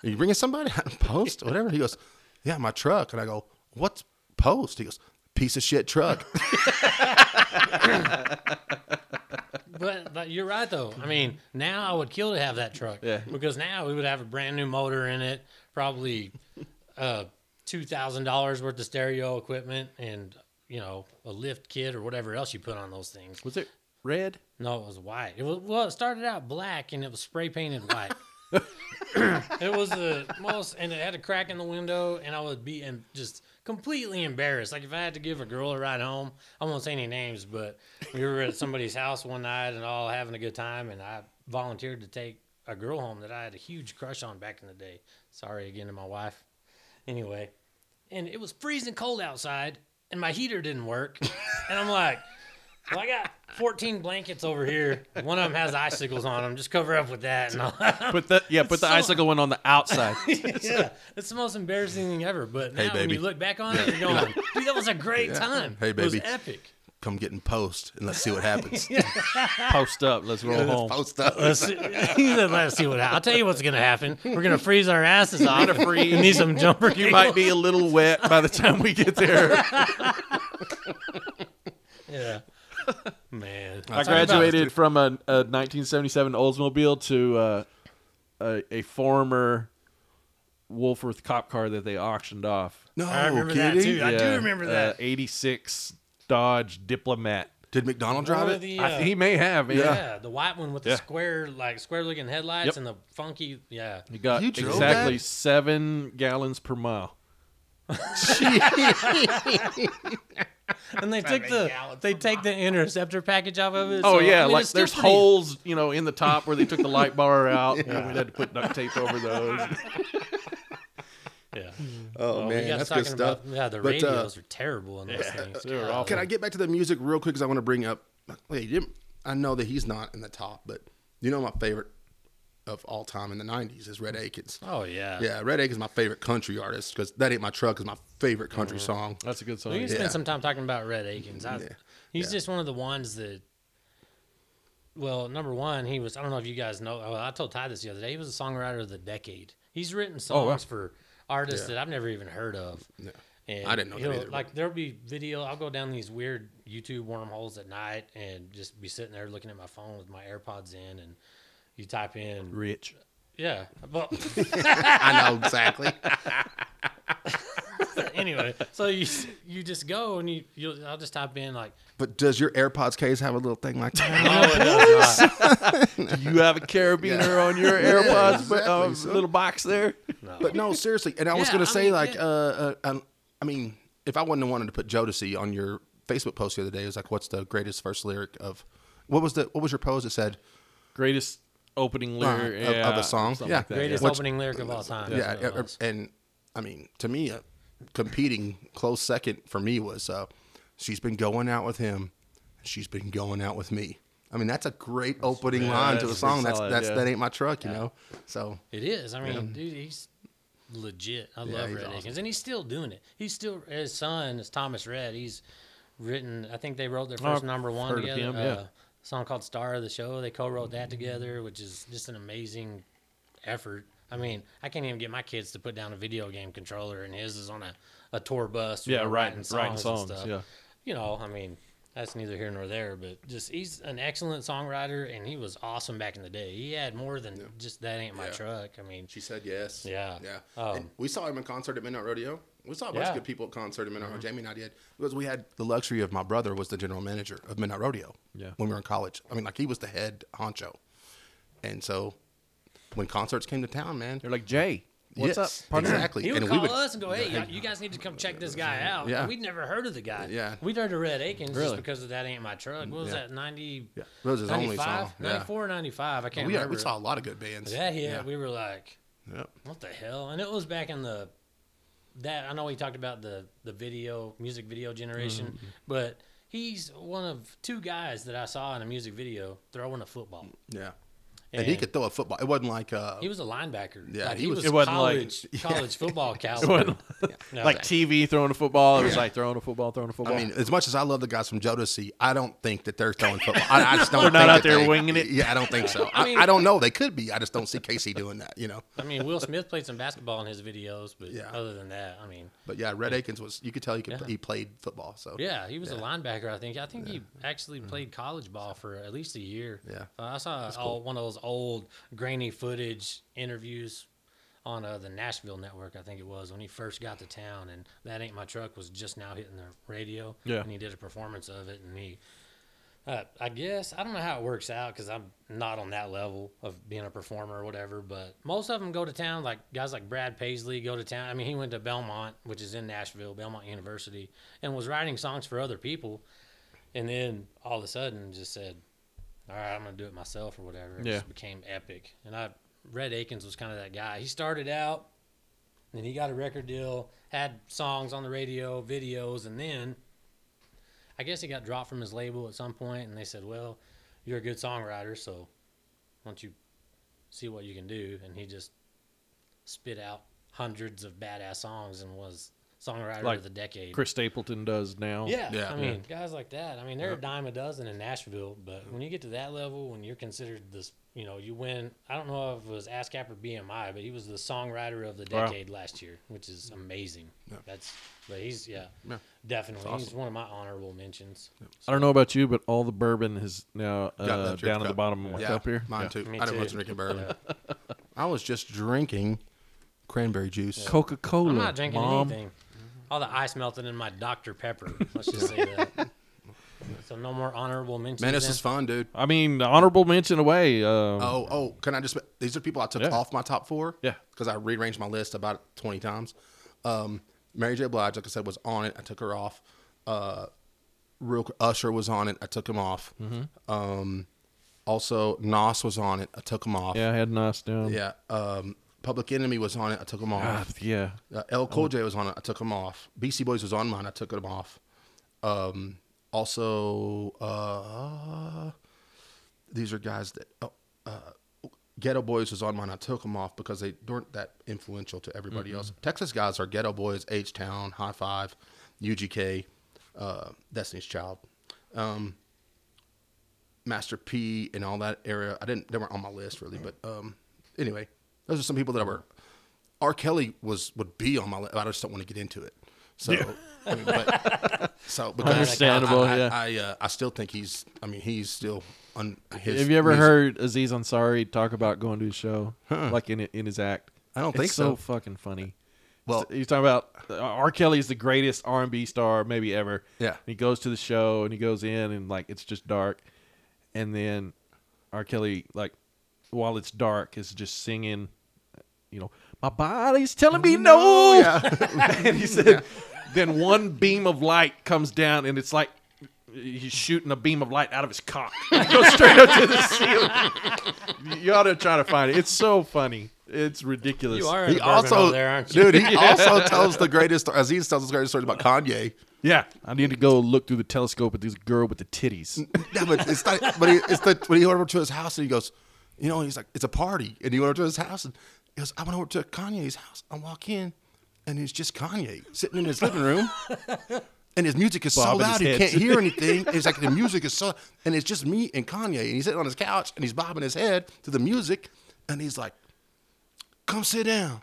Speaker 3: you bringing somebody (laughs) Post? Whatever." He goes, "Yeah, my truck." And I go, "What's Post?" He goes, "Piece of shit truck." (laughs)
Speaker 2: But, but you're right though. I mean, now I would kill to have that truck.
Speaker 1: Yeah.
Speaker 2: Because now we would have a brand new motor in it, probably uh, two thousand dollars worth of stereo equipment and you know a lift kit or whatever else you put on those things.
Speaker 1: Was it
Speaker 2: (laughs)
Speaker 1: red?
Speaker 2: No, it was white. It was, well, it started out black and it was spray painted white. (clears throat) it was the most, and it had a crack in the window, and I would be em- just completely embarrassed. Like if I had to give a girl a ride home, I won't say any names, but we were at somebody's house one night and all having a good time, and I volunteered to take a girl home that I had a huge crush on back in the day. Sorry again to my wife. Anyway, and it was freezing cold outside, and my heater didn't work, and I'm like. Well, I got 14 blankets over here. One of them has icicles on them. Just cover up with that, (laughs) and I'll,
Speaker 1: Put the yeah, put the
Speaker 2: So-
Speaker 1: icicle one on the outside.
Speaker 2: (laughs) yeah, it's the most embarrassing thing ever. But now when
Speaker 3: baby.
Speaker 2: you look back on it, you're going, dude, that was a great time.
Speaker 3: Hey,
Speaker 2: It was
Speaker 3: baby."
Speaker 2: epic.
Speaker 3: Come get in post and let's see
Speaker 2: (laughs)
Speaker 3: what happens.
Speaker 1: Post up. Let's roll home.
Speaker 3: Post up.
Speaker 2: Let's see, (laughs) let's see what I'll tell you what's gonna happen. We're gonna freeze our asses (laughs) off.
Speaker 1: gonna freeze.
Speaker 2: We need some jumper.
Speaker 1: You might be a little wet by the time we get
Speaker 2: (laughs)
Speaker 1: there.
Speaker 2: Yeah. (laughs) Man.
Speaker 1: I graduated from a, a 1977 Oldsmobile to uh, a, a former Wolfworth cop car that they auctioned off.
Speaker 3: No
Speaker 2: I remember that,
Speaker 3: kidding.
Speaker 2: too. I do remember
Speaker 1: Uh,
Speaker 2: that.
Speaker 1: 86 Dodge Diplomat.
Speaker 3: Did McDonald drive
Speaker 2: One
Speaker 3: it?
Speaker 2: of the,
Speaker 1: I-
Speaker 2: uh,
Speaker 1: he may have. Yeah.
Speaker 2: yeah. the white one with the
Speaker 1: Yeah.
Speaker 2: square, like square looking headlights
Speaker 1: Yep.
Speaker 2: and the funky, yeah.
Speaker 1: He got
Speaker 3: You drove
Speaker 1: exactly
Speaker 3: that?
Speaker 1: seven gallons per mile.
Speaker 2: And they took the they take the interceptor package off of it.
Speaker 1: Oh
Speaker 2: so, I
Speaker 1: yeah,
Speaker 2: mean,
Speaker 1: like
Speaker 2: it's still
Speaker 1: there's
Speaker 2: pretty-
Speaker 1: holes, you know, in the top where they
Speaker 2: (laughs)
Speaker 1: took the light bar out, and we had to put duct tape over those.
Speaker 2: Yeah.
Speaker 3: Oh,
Speaker 2: Well,
Speaker 3: man,
Speaker 2: we got
Speaker 3: that's
Speaker 2: talking
Speaker 3: good stuff.
Speaker 2: About, yeah, the
Speaker 3: But, uh,
Speaker 2: radios are terrible in those
Speaker 3: (laughs)
Speaker 2: things.
Speaker 1: they were
Speaker 2: God.
Speaker 1: awful.
Speaker 3: Can I get back to the music real quick? Because I want to bring up. Wait, you didn't- I know that he's not in the top, but you know my favorite of all time in the '90s is Red Akins.
Speaker 2: Oh yeah.
Speaker 3: Yeah, Red Akins is my favorite country artist because "That Ain't My Truck" is my favorite country
Speaker 2: Mm-hmm.
Speaker 3: song.
Speaker 1: That's a good song.
Speaker 2: We can
Speaker 1: Yeah.
Speaker 2: spend some time talking about Red Akins. I,
Speaker 3: Yeah.
Speaker 2: He's just one of the ones that. Well, number one, he was. I don't know if you guys know. Well, I told Ty this the other day. He was a songwriter of the decade. He's written songs
Speaker 3: Oh,
Speaker 1: wow.
Speaker 2: for artists that I've never even heard of. Yeah. And
Speaker 3: I didn't know that
Speaker 2: he'll-
Speaker 3: either, but-
Speaker 2: Like there'll be video. I'll go down these weird YouTube wormholes at night and just be sitting there looking at my phone with my AirPods in, and you type in,
Speaker 1: Rich.
Speaker 2: yeah. Well,
Speaker 3: I know
Speaker 2: (laughs)
Speaker 3: exactly.
Speaker 2: anyway, so you you just go and you you'll, I'll just type
Speaker 1: (laughs)
Speaker 2: in like
Speaker 3: but does your AirPods case have a little thing
Speaker 2: (laughs)
Speaker 3: like that?
Speaker 2: oh, it does not.
Speaker 1: You have a carabiner on
Speaker 2: (laughs)
Speaker 1: your
Speaker 3: Yeah,
Speaker 1: AirPods,
Speaker 3: exactly,
Speaker 1: but, um,
Speaker 3: so-
Speaker 1: little box there.
Speaker 3: but no, seriously. And I was
Speaker 2: Yeah,
Speaker 3: gonna
Speaker 2: I
Speaker 3: say
Speaker 2: mean,
Speaker 3: like,
Speaker 2: yeah.
Speaker 3: uh, uh, um, I mean, if I wouldn't have wanted to put Jodeci on your Facebook post the other day, it was like, "What's the greatest first lyric of?" What was the what was your post that said?
Speaker 1: Greatest opening
Speaker 3: uh,
Speaker 1: lyric
Speaker 3: of,
Speaker 1: yeah,
Speaker 3: of a song.
Speaker 1: something
Speaker 3: Yeah,
Speaker 1: like that,
Speaker 2: Greatest
Speaker 1: yeah.
Speaker 2: opening lyric of all time.
Speaker 3: yeah,
Speaker 2: That's what it
Speaker 3: er- er-
Speaker 2: was.
Speaker 3: and I mean, to me, uh, competing close second for me was uh, she's been going out with him, she's been going out with me. I mean, that's a great opening line to a
Speaker 1: that's
Speaker 3: song. That's
Speaker 1: solid,
Speaker 3: that's
Speaker 1: yeah.
Speaker 3: that ain't my truck, you know. So
Speaker 2: it is. I mean, dude, he's legit. I love
Speaker 3: he's
Speaker 2: Red
Speaker 3: awesome.
Speaker 2: Akins, and he's still doing it. He's still his son is Thomas Red. He's written. I think they wrote their first
Speaker 1: I've
Speaker 2: number one
Speaker 1: heard of
Speaker 2: together.
Speaker 1: him, yeah.
Speaker 2: uh, a song called "Star of the Show." They co-wrote that together, which is just an amazing effort. I mean, I can't even get my kids to put down a video game controller, and his is on a, a tour bus. you
Speaker 1: Yeah,
Speaker 2: know,
Speaker 1: writing- writing
Speaker 2: and
Speaker 1: songs,
Speaker 2: stuff.
Speaker 1: yeah.
Speaker 2: you know, I mean, that's neither here nor there, but just he's an excellent songwriter, and he was awesome back in the day. He had more than just that ain't my
Speaker 3: Yeah.
Speaker 2: truck. I mean,
Speaker 3: she said yes.
Speaker 2: Yeah.
Speaker 3: yeah.
Speaker 1: Oh.
Speaker 2: Um,
Speaker 3: And we saw him in concert at Midnight Rodeo. We saw a bunch
Speaker 2: Yeah.
Speaker 3: of good people at concert at Midnight
Speaker 1: Mm-hmm.
Speaker 3: Rodeo. Jamie and I did because we had the luxury of my brother was the general manager of Midnight Rodeo.
Speaker 1: Yeah.
Speaker 3: when we were in college, I mean, like he was the head honcho, and so when concerts came to town, man,
Speaker 1: They're like Jay. What's
Speaker 3: yes,
Speaker 1: up? partner?" (laughs)
Speaker 3: Exactly.
Speaker 2: he would
Speaker 3: and
Speaker 2: call
Speaker 3: we would
Speaker 2: us and go, "Hey, y'all- you guys need to come check this guy out."
Speaker 3: Yeah.
Speaker 2: And we'd never heard of the guy.
Speaker 3: Yeah.
Speaker 2: we'd heard of Red Akins
Speaker 1: Really?
Speaker 2: just because of that ain't my truck. What was
Speaker 3: Yeah.
Speaker 2: that? Ninety.
Speaker 3: Yeah. That was his only
Speaker 2: 95?
Speaker 3: song, yeah.
Speaker 2: 94 or 95. I can't
Speaker 3: we,
Speaker 2: remember.
Speaker 3: we saw a lot of good bands.
Speaker 2: Yeah, yeah, We were like,
Speaker 3: Yep.
Speaker 2: what the hell? And it was back in the that I know we talked about the the video music video generation,
Speaker 1: Mm-hmm.
Speaker 2: but he's one of two guys that I saw in a music video throwing a football.
Speaker 3: Yeah. And, he
Speaker 2: And-
Speaker 3: could throw a football. It wasn't like uh
Speaker 2: He was a linebacker.
Speaker 3: Yeah,
Speaker 2: Like,
Speaker 3: he
Speaker 2: he
Speaker 3: was-
Speaker 2: was,
Speaker 1: It wasn't like- (laughs)
Speaker 2: college college football caliber.
Speaker 1: wasn't-
Speaker 2: No,
Speaker 1: Like TV throwing a football. It was like throwing a football, throwing a football.
Speaker 3: I mean, as much as I love the guys from Jodeci, I don't think that they're throwing football. I,
Speaker 1: (laughs)
Speaker 3: I just don't
Speaker 1: They're not
Speaker 3: think
Speaker 1: out
Speaker 3: that
Speaker 1: there
Speaker 3: they-
Speaker 1: winging it?
Speaker 3: Yeah, I don't
Speaker 2: (laughs)
Speaker 3: think so. I, I,
Speaker 2: mean-
Speaker 3: don't know. They could be. I just don't see Casey doing that, you know.
Speaker 2: I mean, Will Smith played some basketball in his videos, but
Speaker 3: Yeah.
Speaker 2: other than that, I mean,
Speaker 3: But yeah, Red Akins was you could tell he could
Speaker 2: Yeah.
Speaker 3: he played football. So Mm-hmm.
Speaker 2: yeah, he was a linebacker. I think. I think he actually played college ball for at least a year.
Speaker 3: Yeah.
Speaker 2: Uh, I saw all, one of those old grainy footage interviews on uh, the Nashville network, I think it was, when he first got to town, and that ain't my truck was just now hitting the radio.
Speaker 1: Yeah.
Speaker 2: and he did a performance of it, and he. Uh, I guess I don't know how it works out because I'm not on that level of being a performer or whatever. But most of them go to town, like guys like Brad Paisley go to town. I mean, he went to Belmont, which is in Nashville, Belmont University, and was writing songs for other people. And then all of a sudden, just said, "All right, I'm gonna do it myself" or whatever. It
Speaker 1: Yeah.
Speaker 2: just became epic. And I, Red Akins was kind of that guy. He started out, then he got a record deal, had songs on the radio, videos, and then I guess he got dropped from his label at some point, and they said, "Well, you're a good songwriter, so why don't you see what you can do?" And he just spit out hundreds of badass songs and was songwriter
Speaker 1: Like
Speaker 2: of the decade.
Speaker 1: Chris Stapleton does now.
Speaker 2: Yeah,
Speaker 3: Yeah.
Speaker 2: I mean, guys like that. I mean, they're a dime a dozen in Nashville, but when you get to that level, when you're considered this, you know, you win. I don't know if it was ASCAP or BMI, but he was the songwriter of the
Speaker 1: Wow.
Speaker 2: decade last year, which is amazing. That's, but he's yeah, definitely. He's one of my honorable mentions.
Speaker 1: I don't know about you, but all the bourbon is now
Speaker 3: Got
Speaker 1: uh,
Speaker 3: left your
Speaker 1: down at the
Speaker 3: cup.
Speaker 1: bottom of my
Speaker 3: yeah,
Speaker 1: cup here.
Speaker 3: Mine
Speaker 1: Yeah.
Speaker 3: too.
Speaker 2: Me
Speaker 3: I didn't
Speaker 2: too.
Speaker 3: want to drink bourbon.
Speaker 2: (laughs)
Speaker 3: I was just drinking cranberry juice.
Speaker 1: Coca Cola.
Speaker 2: I'm not drinking
Speaker 1: Mom.
Speaker 2: anything. All the ice melting in my Dr Pepper. Let's just say that. So no more honorable mentions.
Speaker 3: Man, this
Speaker 2: then?
Speaker 3: is fun, dude.
Speaker 1: I mean, honorable mention away. Um,
Speaker 3: Oh, oh, can I just? These are people I took
Speaker 1: Yeah.
Speaker 3: off my top four.
Speaker 1: Yeah.
Speaker 3: because I rearranged my list about twenty times. Um, Mary J. Blige, like I said, was on it. I took her off. Uh, real Usher was on it. I took him off.
Speaker 1: Mm-hmm.
Speaker 3: Um, also Nas was on it. I took him off.
Speaker 1: Yeah, I had nice down.
Speaker 3: Yeah. Um, Public Enemy was on it. I took him
Speaker 1: Ah,
Speaker 3: off.
Speaker 1: yeah.
Speaker 3: Uh, L. Cool J was on it. I took him off. BC Boys was on mine. I took him off. Um, also, uh, these are guys that oh, uh, Ghetto Boys was on mine. I took them off because they weren't that influential to everybody
Speaker 1: Mm-hmm.
Speaker 3: else. Texas guys are Ghetto Boys, H Town, High Five, UGK, uh, Destiny's Child, um, Master P, and all that era. I didn't. They weren't on my list really, but um, anyway, those are some people that were. R. Kelly was would be on my list. I just don't want to get into it. So, I mean, but, so
Speaker 1: (laughs)
Speaker 3: because
Speaker 1: Understandable,
Speaker 3: I, I,
Speaker 1: yeah.
Speaker 3: I uh, I still think he's. I mean, he's still on his.
Speaker 1: Have you ever
Speaker 3: music-
Speaker 1: heard Aziz Ansari talk about going to a show, like in in his act?
Speaker 3: I don't
Speaker 1: It's
Speaker 3: think so.
Speaker 1: Fucking funny.
Speaker 3: Well-
Speaker 1: So he's talking about uh, R. Kelly is the greatest R and B star maybe ever.
Speaker 3: Yeah.
Speaker 1: And he goes to the show and he goes in and like it's just dark, and then R. Kelly like while it's dark is just singing, you know, my body's telling me no. (laughs) and he said, then one beam of light comes down, and it's like he's shooting a beam of light out of his cock. (laughs) It goes straight up to the ceiling. (laughs) You ought to try to find it. It's so funny. It's ridiculous.
Speaker 2: You are
Speaker 3: He
Speaker 2: a also
Speaker 3: also,
Speaker 2: over there, aren't you?
Speaker 3: dude.
Speaker 2: (laughs)
Speaker 3: He also tells the greatest. Aziz tells the greatest stories about Kanye.
Speaker 1: Yeah, I need to go look through the telescope at this girl with the titties.
Speaker 3: No, but it's not. But he, it's the when he went over to his house and he goes, you know, he's like, it's a party, and he went over to his house and he goes, I went over to Kanye's house. I walk in, and it's just Kanye sitting in his living room. And his music is so
Speaker 1: Bobbing his
Speaker 3: loud he
Speaker 1: head.
Speaker 3: can't hear anything. He's like the music is so, and it's just me and Kanye. And he's sitting on his couch and he's bobbing his head to the music, and he's like, "Come sit down.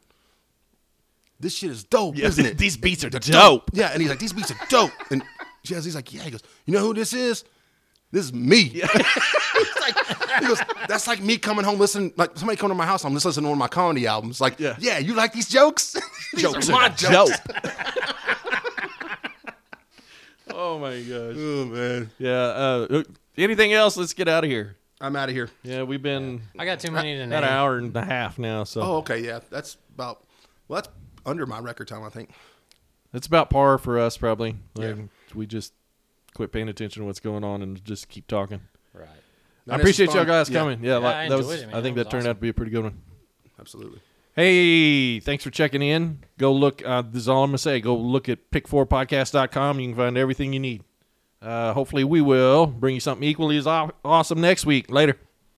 Speaker 3: This shit is dope, isn't
Speaker 1: (laughs)
Speaker 3: it?
Speaker 1: These beats are dope.
Speaker 3: Yeah, and he's like, these beats are
Speaker 1: (laughs)
Speaker 3: dope. And Jazzy's like, yeah. He goes, you know who this is? This is me. (laughs) It's like, he goes, that's like me coming home listening, like somebody coming to my house, I'm just listening to one of my comedy albums. Like,
Speaker 1: Yeah.
Speaker 3: yeah, you like these jokes? (laughs) these
Speaker 1: Jokes
Speaker 3: are my
Speaker 1: are
Speaker 3: jokes.
Speaker 1: (laughs) Oh my gosh.
Speaker 3: Oh, man.
Speaker 1: Yeah. Uh, anything else? Let's get out of here.
Speaker 3: I'm out of here.
Speaker 1: Yeah, we've been
Speaker 2: I got too many to
Speaker 1: about
Speaker 2: name.
Speaker 1: an hour and a half now, so
Speaker 3: Oh, okay, yeah. That's about, well, that's under my record time, I think.
Speaker 1: It's about par for us, probably. Like,
Speaker 3: Yeah.
Speaker 1: We just quit paying attention to what's going on and just keep talking.
Speaker 2: Right.
Speaker 3: No,
Speaker 1: I
Speaker 3: this
Speaker 1: appreciate
Speaker 3: is
Speaker 1: y'all
Speaker 3: fun.
Speaker 1: guys
Speaker 3: Yeah,
Speaker 1: coming. Yeah,
Speaker 2: Yeah,
Speaker 1: like,
Speaker 2: I
Speaker 1: that was.
Speaker 2: enjoyed it, man.
Speaker 1: I think that,
Speaker 2: That was
Speaker 1: turned out to be a pretty good one.
Speaker 3: Absolutely.
Speaker 1: Hey, thanks for checking in. Go look. Uh, this is all I'm going to say. Go look at pick4podcast.com. You can find everything you need. Uh, hopefully, we will bring you something equally as aw- awesome next week. Later.